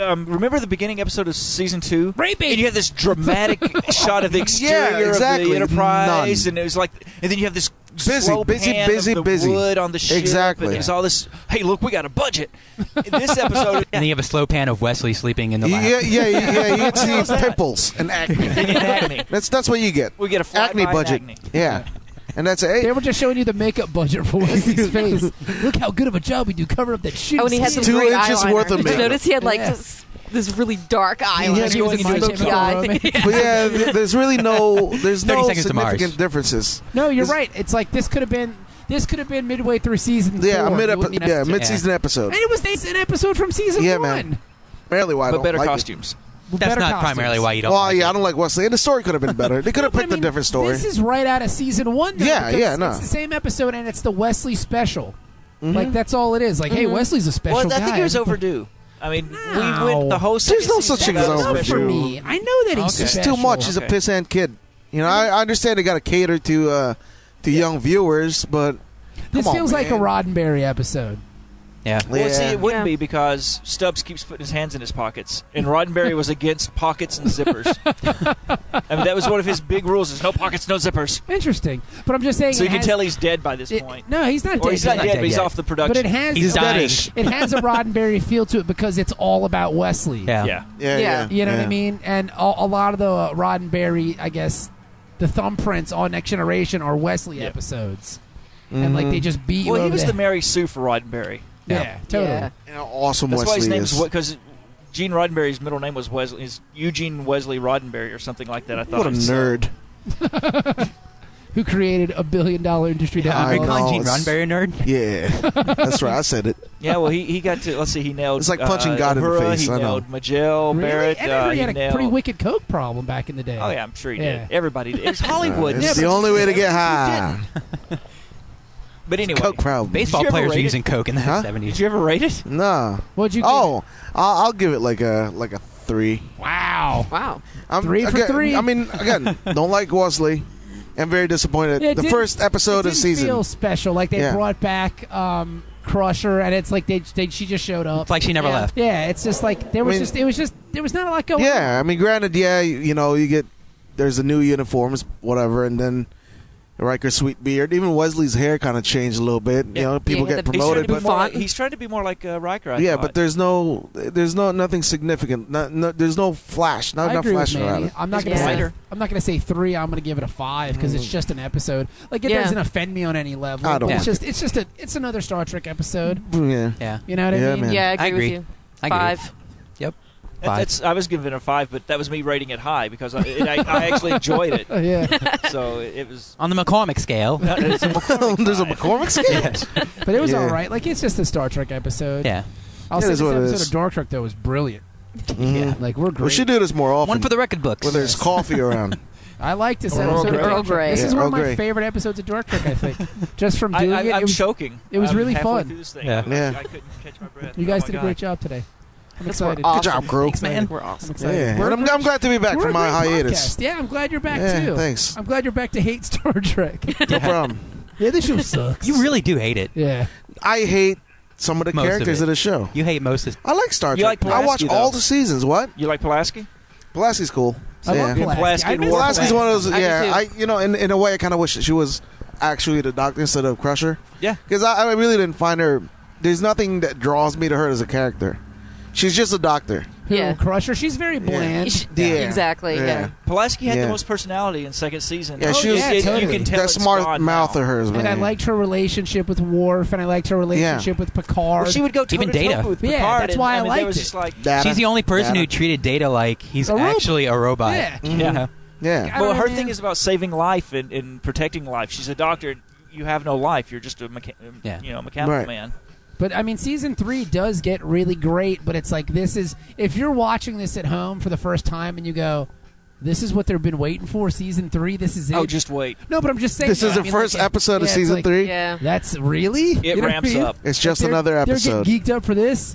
Speaker 4: Um, remember the beginning episode of season two?
Speaker 3: Rape
Speaker 4: And you have this
Speaker 7: [laughs]
Speaker 4: dramatic [laughs] shot of the exterior
Speaker 7: exactly.
Speaker 4: of the Enterprise,
Speaker 7: None.
Speaker 4: and it was like, and then you have this
Speaker 7: Busy,
Speaker 4: slow
Speaker 7: busy,
Speaker 4: pan of
Speaker 7: busy,
Speaker 4: the
Speaker 7: busy.
Speaker 4: wood on the ship,
Speaker 7: Exactly.
Speaker 4: And there's all this. Hey, look, we got a budget. [laughs] In this episode,
Speaker 7: [laughs]
Speaker 5: And then you have a slow pan of Wesley sleeping in the lap.
Speaker 7: yeah, yeah, yeah, yeah. You can see pimples and acne.
Speaker 4: acne.
Speaker 7: That's that's what you get.
Speaker 4: We get a fly
Speaker 7: Acne
Speaker 4: by
Speaker 7: budget.
Speaker 4: Acne.
Speaker 7: Yeah, and that's it.
Speaker 3: They were just showing you the makeup budget
Speaker 7: [laughs]
Speaker 3: for Wesley's face. Look how good of a job we do covering up that shit.
Speaker 6: oh, and he had some
Speaker 7: Two
Speaker 6: great
Speaker 7: inches
Speaker 6: eyeliner.
Speaker 7: worth of
Speaker 6: Did you
Speaker 7: makeup.
Speaker 6: notice he had like
Speaker 3: Yeah.
Speaker 6: this, this really dark eyeliner?
Speaker 7: has
Speaker 6: He was a
Speaker 7: going into
Speaker 6: smoky
Speaker 7: the
Speaker 6: eye.
Speaker 3: camera.
Speaker 6: thing.
Speaker 7: But yeah, th- there's really no there's
Speaker 5: 30
Speaker 7: no
Speaker 5: Seconds to Mars.
Speaker 7: significant differences.
Speaker 3: No, you're
Speaker 7: This-
Speaker 3: right. It's like this could have been this could have been midway through season.
Speaker 7: Yeah,
Speaker 3: four.
Speaker 7: mid
Speaker 3: You wouldn't
Speaker 7: epi-
Speaker 3: even
Speaker 7: yeah
Speaker 3: have to-
Speaker 7: mid season episode.
Speaker 3: And it was this- an episode from season
Speaker 7: Yeah,
Speaker 3: one.
Speaker 7: man. Barely why I
Speaker 4: but
Speaker 7: don't
Speaker 4: better
Speaker 7: like it.
Speaker 4: costumes.
Speaker 3: With
Speaker 5: That's
Speaker 3: better
Speaker 5: not
Speaker 3: costumes.
Speaker 5: primarily why you don't.
Speaker 7: Well,
Speaker 5: like
Speaker 7: yeah,
Speaker 5: it.
Speaker 7: I don't like Wesley, and the story could have been better. They could have
Speaker 3: But I
Speaker 7: picked
Speaker 3: mean,
Speaker 7: a different story.
Speaker 3: This is right out of season one. Though,
Speaker 7: Yeah,
Speaker 3: because
Speaker 7: yeah, no. Mm-hmm.
Speaker 3: It's the same episode, and it's the Wesley special. Like that's all it is. Like, hey,
Speaker 6: Mhm.
Speaker 3: Wesley's a special
Speaker 4: Well,
Speaker 3: guy.
Speaker 4: I think it was overdue. I mean,
Speaker 3: No.
Speaker 4: we went the whole.
Speaker 7: There's no
Speaker 4: second
Speaker 7: such
Speaker 4: season
Speaker 7: thing
Speaker 3: That's
Speaker 7: as
Speaker 4: without
Speaker 3: not
Speaker 4: a
Speaker 7: overdue.
Speaker 3: for
Speaker 4: special.
Speaker 3: me. I know that he's
Speaker 4: Okay.
Speaker 7: It's
Speaker 3: special.
Speaker 7: too much. He's a
Speaker 4: Okay.
Speaker 7: pissant kid. You know, I, I understand they got to cater to uh, to young viewers, but
Speaker 3: This
Speaker 7: Come on,
Speaker 3: feels like a
Speaker 7: man.
Speaker 3: Roddenberry episode.
Speaker 5: Yeah.
Speaker 7: yeah,
Speaker 4: Well, see, it wouldn't
Speaker 6: Yeah.
Speaker 4: be because Stubbs keeps putting his hands in his pockets, and Roddenberry was against pockets
Speaker 3: [laughs]
Speaker 4: and zippers. I mean, that was one of his big rules: is no pockets, no zippers.
Speaker 3: Interesting, but I'm just saying.
Speaker 4: So
Speaker 3: it
Speaker 4: you can
Speaker 3: has-
Speaker 4: tell he's dead by this
Speaker 3: it-
Speaker 4: point,
Speaker 3: No, he's not
Speaker 4: or
Speaker 3: dead
Speaker 4: he's not
Speaker 3: yet.
Speaker 4: dead,
Speaker 5: dead
Speaker 4: but he's
Speaker 5: yet.
Speaker 4: off the
Speaker 3: But
Speaker 4: production.
Speaker 3: it has
Speaker 5: He's
Speaker 3: a-
Speaker 5: dying.
Speaker 7: Deadish.
Speaker 3: it has a
Speaker 4: [laughs]
Speaker 3: Roddenberry feel to it because it's all about Wesley.
Speaker 5: Yeah.
Speaker 4: yeah.
Speaker 7: yeah,
Speaker 6: [laughs]
Speaker 7: yeah,
Speaker 6: Yeah.
Speaker 3: You know what I
Speaker 7: yeah.
Speaker 3: mean? And a, a lot of the uh, Roddenberry, I guess, the thumbprints on Next Generation are Wesley
Speaker 4: Yeah. Mm-hmm.
Speaker 3: episodes, and like they just beat. you
Speaker 4: Well, he
Speaker 3: over
Speaker 4: was
Speaker 3: the,
Speaker 4: the Mary Sue for Roddenberry.
Speaker 3: yeah,
Speaker 5: Yeah.
Speaker 3: totally.
Speaker 6: Yeah.
Speaker 7: You know, awesome
Speaker 4: That's why his
Speaker 7: Wesley
Speaker 4: name
Speaker 7: is.
Speaker 4: is because Gene Roddenberry's middle name was Wesley, is Eugene Wesley Roddenberry or something like that. I thought.
Speaker 7: what a
Speaker 4: it was.
Speaker 7: nerd!
Speaker 3: who created a billion dollar industry
Speaker 7: Yeah,
Speaker 3: that
Speaker 7: I
Speaker 5: Every
Speaker 3: we love.
Speaker 7: know,
Speaker 5: Gene
Speaker 7: it's-
Speaker 5: Roddenberry nerd.
Speaker 7: Yeah, that's right. I
Speaker 3: [laughs]
Speaker 7: said it.
Speaker 4: Yeah, well, he, he got to. Let's see, he nailed.
Speaker 7: It's like punching
Speaker 4: uh,
Speaker 7: God in the
Speaker 4: Uhura,
Speaker 7: face,
Speaker 4: He
Speaker 7: I know.
Speaker 4: nailed Majel,
Speaker 3: Really?
Speaker 4: Barrett. uh,
Speaker 3: Everybody
Speaker 4: he
Speaker 3: had a
Speaker 4: nailed,
Speaker 3: pretty wicked coke problem back in the day.
Speaker 4: Oh yeah, I'm sure
Speaker 3: [laughs]
Speaker 4: he
Speaker 3: Yeah.
Speaker 4: did. Everybody did. It's Hollywood.
Speaker 7: it's
Speaker 4: Yeah,
Speaker 7: the
Speaker 4: but-
Speaker 7: only way to get high.
Speaker 4: But anyway,
Speaker 7: Coke problem.
Speaker 5: Baseball
Speaker 4: Did you ever
Speaker 5: players were
Speaker 4: rate it?
Speaker 5: using coke in the
Speaker 7: Huh?
Speaker 4: did
Speaker 5: 70s.
Speaker 4: you ever rate it?
Speaker 7: No.
Speaker 3: What'd you?
Speaker 7: Oh, I'll, I'll give it like a like a three.
Speaker 3: get? wow.
Speaker 6: Wow.
Speaker 7: I'm,
Speaker 3: Three for
Speaker 7: again-
Speaker 3: three.
Speaker 7: I mean, again, don't like Wesley. I'm very disappointed.
Speaker 3: Yeah, it
Speaker 7: the
Speaker 3: didn't-
Speaker 7: first episode
Speaker 3: it
Speaker 7: of
Speaker 3: didn't
Speaker 7: season.
Speaker 3: feel special. Like they
Speaker 7: Yeah.
Speaker 3: brought back um, Crusher, and it's like they, they she just showed up.
Speaker 5: It's like she never
Speaker 6: Yeah.
Speaker 5: left.
Speaker 3: yeah, it's just like there was
Speaker 7: mean-
Speaker 3: just it was just there was not a lot going. on.
Speaker 7: yeah, I mean, granted, yeah, you, you know, you get there's the new uniforms, whatever, and then Riker sweet beard. Even Wesley's hair kind of changed a little bit. You
Speaker 4: Yeah.
Speaker 7: know, people
Speaker 6: he had
Speaker 7: get
Speaker 6: the big beard.
Speaker 7: promoted, but
Speaker 6: Buffon.
Speaker 4: more like, he's trying to be more like uh, Riker. I
Speaker 7: yeah,
Speaker 4: thought.
Speaker 7: but there's no, there's no nothing significant. Not, no, there's no flash. Not
Speaker 3: I
Speaker 7: enough
Speaker 3: agree with
Speaker 7: flash around
Speaker 3: Manny.
Speaker 7: it.
Speaker 3: I'm not
Speaker 6: It's
Speaker 3: gonna say
Speaker 4: brighter.
Speaker 3: I'm not gonna say three. I'm gonna give it a five because it's just an episode. Like it
Speaker 6: Yeah.
Speaker 3: doesn't offend me on any level.
Speaker 7: Mm. I don't
Speaker 3: It's
Speaker 7: like
Speaker 3: just it's just a it's another Star Trek episode.
Speaker 7: Mm, Yeah.
Speaker 5: Yeah.
Speaker 3: You know what
Speaker 7: Yeah,
Speaker 3: I mean?
Speaker 7: man.
Speaker 6: Yeah, I agree,
Speaker 5: I agree.
Speaker 6: with you.
Speaker 5: I agree.
Speaker 6: Five.
Speaker 4: That- that's- I was giving it a five, but that was me rating it high because I, it, I, I actually
Speaker 3: [laughs]
Speaker 4: enjoyed it.
Speaker 3: Oh,
Speaker 7: [laughs]
Speaker 3: yeah.
Speaker 4: So it,
Speaker 3: [laughs]
Speaker 4: it was.
Speaker 5: On the McCormick scale. [laughs]
Speaker 4: It's a McCormick
Speaker 7: there's a
Speaker 4: five.
Speaker 7: McCormick scale.
Speaker 3: but it was
Speaker 7: Yeah.
Speaker 3: all right. Like it's just a Star Trek episode.
Speaker 5: Yeah.
Speaker 3: I'll
Speaker 7: It
Speaker 3: say
Speaker 7: is
Speaker 3: this
Speaker 7: what it
Speaker 3: episode
Speaker 7: is.
Speaker 3: of Dark Trek though was brilliant.
Speaker 7: Mhm.
Speaker 3: Like we're
Speaker 7: We
Speaker 3: great.
Speaker 7: should do this more often.
Speaker 5: One for the record books.
Speaker 7: when there's
Speaker 3: [laughs]
Speaker 7: coffee around.
Speaker 3: I liked this
Speaker 4: Earl
Speaker 3: episode.
Speaker 4: Grey.
Speaker 3: of Dark
Speaker 6: Earl
Speaker 3: Trek.
Speaker 6: Grey.
Speaker 3: Oh, This is one
Speaker 7: Yeah, Earl
Speaker 3: of my
Speaker 7: Grey.
Speaker 3: favorite episodes of Dark Trek. I think just from
Speaker 4: I,
Speaker 3: doing
Speaker 4: I,
Speaker 3: it,
Speaker 4: am
Speaker 3: it was,
Speaker 4: choking.
Speaker 3: it was
Speaker 4: I'm
Speaker 3: really
Speaker 4: halfway
Speaker 3: fun.
Speaker 4: through this thing.
Speaker 5: Yeah.
Speaker 4: I'm-
Speaker 7: Yeah.
Speaker 4: I couldn't catch my breath.
Speaker 3: you guys
Speaker 4: Oh my
Speaker 3: did a
Speaker 4: God.
Speaker 3: great job today. I'm
Speaker 6: Yes, we're
Speaker 3: excited.
Speaker 6: awesome.
Speaker 7: Good job, crew.
Speaker 5: Thanks, man.
Speaker 6: We're awesome.
Speaker 3: I'm excited.
Speaker 7: Yeah,
Speaker 3: We're
Speaker 7: and I'm, I'm glad to be back
Speaker 3: We're a
Speaker 7: from my
Speaker 3: great
Speaker 7: hiatus.
Speaker 3: podcast. Yeah, I'm glad you're back
Speaker 7: Yeah,
Speaker 3: too. [laughs]
Speaker 7: thanks.
Speaker 3: I'm glad you're back to hate Star Trek.
Speaker 7: No problem.
Speaker 3: yeah, this show sucks.
Speaker 5: You really do hate it.
Speaker 3: Yeah.
Speaker 7: I hate some of the
Speaker 5: Most of
Speaker 7: characters
Speaker 5: it.
Speaker 7: of, the show.
Speaker 5: You hate most of
Speaker 7: I like Star
Speaker 4: You
Speaker 7: Trek.
Speaker 4: like
Speaker 7: I watch
Speaker 4: Pulaski,
Speaker 7: all
Speaker 4: though.
Speaker 7: the seasons. What?
Speaker 4: You like Pulaski?
Speaker 7: Pulaski's cool.
Speaker 3: I
Speaker 7: yeah.
Speaker 3: love Pulaski.
Speaker 4: Pulaski
Speaker 3: I
Speaker 4: and
Speaker 3: miss
Speaker 4: Warlock.
Speaker 7: Pulaski's one of those.
Speaker 6: I do
Speaker 7: yeah,
Speaker 6: too.
Speaker 7: I you know, in in a way, I kind of wish that she was actually the doctor instead of Crusher.
Speaker 4: Yeah.
Speaker 7: because I, I really didn't find her. There's nothing that draws me to her as a character. She's just a doctor.
Speaker 3: Who,
Speaker 6: Yeah.
Speaker 3: Crusher. She's very
Speaker 6: [laughs]
Speaker 3: bland.
Speaker 7: Yeah.
Speaker 6: Exactly. Yeah.
Speaker 7: Yeah.
Speaker 4: Pulaski had
Speaker 7: Yeah.
Speaker 4: the most personality in second season.
Speaker 7: Yeah,
Speaker 4: Oh,
Speaker 7: she was.
Speaker 4: you, can- you
Speaker 3: totally.
Speaker 4: can tell
Speaker 7: that
Speaker 4: it's
Speaker 7: smart
Speaker 4: gone
Speaker 7: mouth
Speaker 4: now.
Speaker 7: of hers, man.
Speaker 3: And I liked her relationship with Worf, and I liked her relationship with Picard.
Speaker 4: Well, she would go
Speaker 5: Even
Speaker 4: toe-to-toe
Speaker 5: Data.
Speaker 4: with
Speaker 3: Yeah,
Speaker 4: Picard.
Speaker 3: that's
Speaker 4: and-
Speaker 3: why I
Speaker 4: I mean,
Speaker 3: liked
Speaker 4: there was
Speaker 3: it.
Speaker 4: just like
Speaker 5: it.
Speaker 7: Data.
Speaker 5: She's the only person
Speaker 7: Data.
Speaker 5: who treated Data like he's
Speaker 3: A robot.
Speaker 5: actually a robot.
Speaker 3: yeah.
Speaker 5: Yeah.
Speaker 7: Yeah,
Speaker 3: I
Speaker 4: Mm-hmm. Well,
Speaker 3: don't
Speaker 4: her
Speaker 3: know,
Speaker 4: thing
Speaker 3: man.
Speaker 4: is about saving life and, and protecting life. She's a doctor. and You have no life. You're just a mecha-
Speaker 5: Yeah.
Speaker 4: you know mechanical
Speaker 7: Right.
Speaker 4: man.
Speaker 3: But I mean, season three does get really great. But it's like this is if you're watching this at home for the first time and you go, "This is what they've been waiting for." Season three. This is it.
Speaker 4: Oh, just wait.
Speaker 3: no, but I'm just saying.
Speaker 7: this
Speaker 3: that.
Speaker 7: is
Speaker 3: I
Speaker 7: the
Speaker 3: mean,
Speaker 7: first
Speaker 3: like,
Speaker 7: episode
Speaker 3: yeah,
Speaker 7: of
Speaker 3: it's
Speaker 7: season
Speaker 3: like,
Speaker 7: three.
Speaker 6: Yeah.
Speaker 3: That's really.
Speaker 4: It
Speaker 3: You know what I
Speaker 4: ramps
Speaker 3: mean?
Speaker 4: up.
Speaker 7: It's just
Speaker 3: They're-
Speaker 7: another
Speaker 3: They're
Speaker 7: episode.
Speaker 3: getting geeked up for this.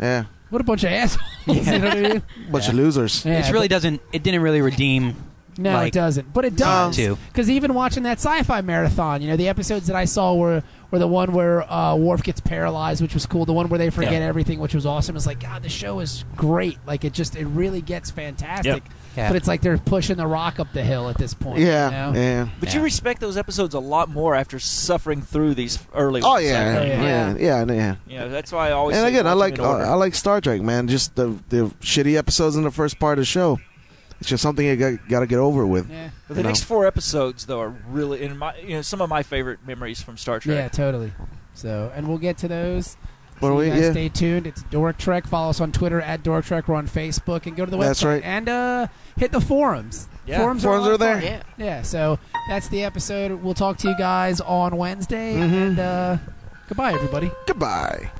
Speaker 7: Yeah,
Speaker 3: What a bunch of assholes! [laughs] you know what I mean?
Speaker 7: bunch of losers.
Speaker 3: Yeah,
Speaker 5: It really
Speaker 3: but-
Speaker 5: doesn't. It didn't really redeem.
Speaker 3: No,
Speaker 5: like,
Speaker 3: it doesn't. But it
Speaker 5: time
Speaker 3: does.
Speaker 5: to.
Speaker 3: Because even watching that sci-fi marathon, you know, the episodes that I saw were were the one where uh, Worf gets paralyzed, which was cool. The one where they forget
Speaker 5: Yeah.
Speaker 3: everything, which was awesome. It's like, God, the show is great. Like it just it really gets fantastic.
Speaker 4: Yep.
Speaker 5: Yeah.
Speaker 3: But it's like they're pushing the rock up the hill at this point.
Speaker 7: Yeah,
Speaker 3: you know?
Speaker 7: yeah.
Speaker 4: But
Speaker 5: Yeah.
Speaker 4: you respect those episodes a lot more after suffering through these early.
Speaker 7: Oh
Speaker 4: ones, I
Speaker 7: yeah,
Speaker 4: think.
Speaker 3: Yeah.
Speaker 7: yeah, yeah, yeah.
Speaker 4: You know, that's why I always.
Speaker 7: And
Speaker 4: say
Speaker 7: again, I
Speaker 4: watch
Speaker 7: like
Speaker 4: them
Speaker 7: uh,
Speaker 4: in order.
Speaker 7: I like Star Trek, man. Just the the shitty episodes in the first part of the show. It's just something you got, got to get over with.
Speaker 3: yeah.
Speaker 4: But the
Speaker 7: you
Speaker 4: next
Speaker 7: know.
Speaker 4: four episodes though are really in my you know some of my favorite memories from Star
Speaker 3: Yeah,
Speaker 4: Trek.
Speaker 3: totally. So, and we'll get to those. so
Speaker 7: What do
Speaker 3: you
Speaker 7: we-
Speaker 3: guys
Speaker 7: yeah.
Speaker 3: stay tuned. It's Dork Trek. Follow us on Twitter at Dork Trek. We're on Facebook, and go to the website
Speaker 7: That's right.
Speaker 3: and uh, hit the forums.
Speaker 4: Yeah.
Speaker 3: Forums,
Speaker 7: Forums
Speaker 3: are, a lot
Speaker 7: are
Speaker 3: of fun.
Speaker 7: there.
Speaker 6: Yeah.
Speaker 3: Yeah, so that's the episode. We'll talk to you guys on Wednesday, and uh, goodbye, everybody.
Speaker 7: Goodbye.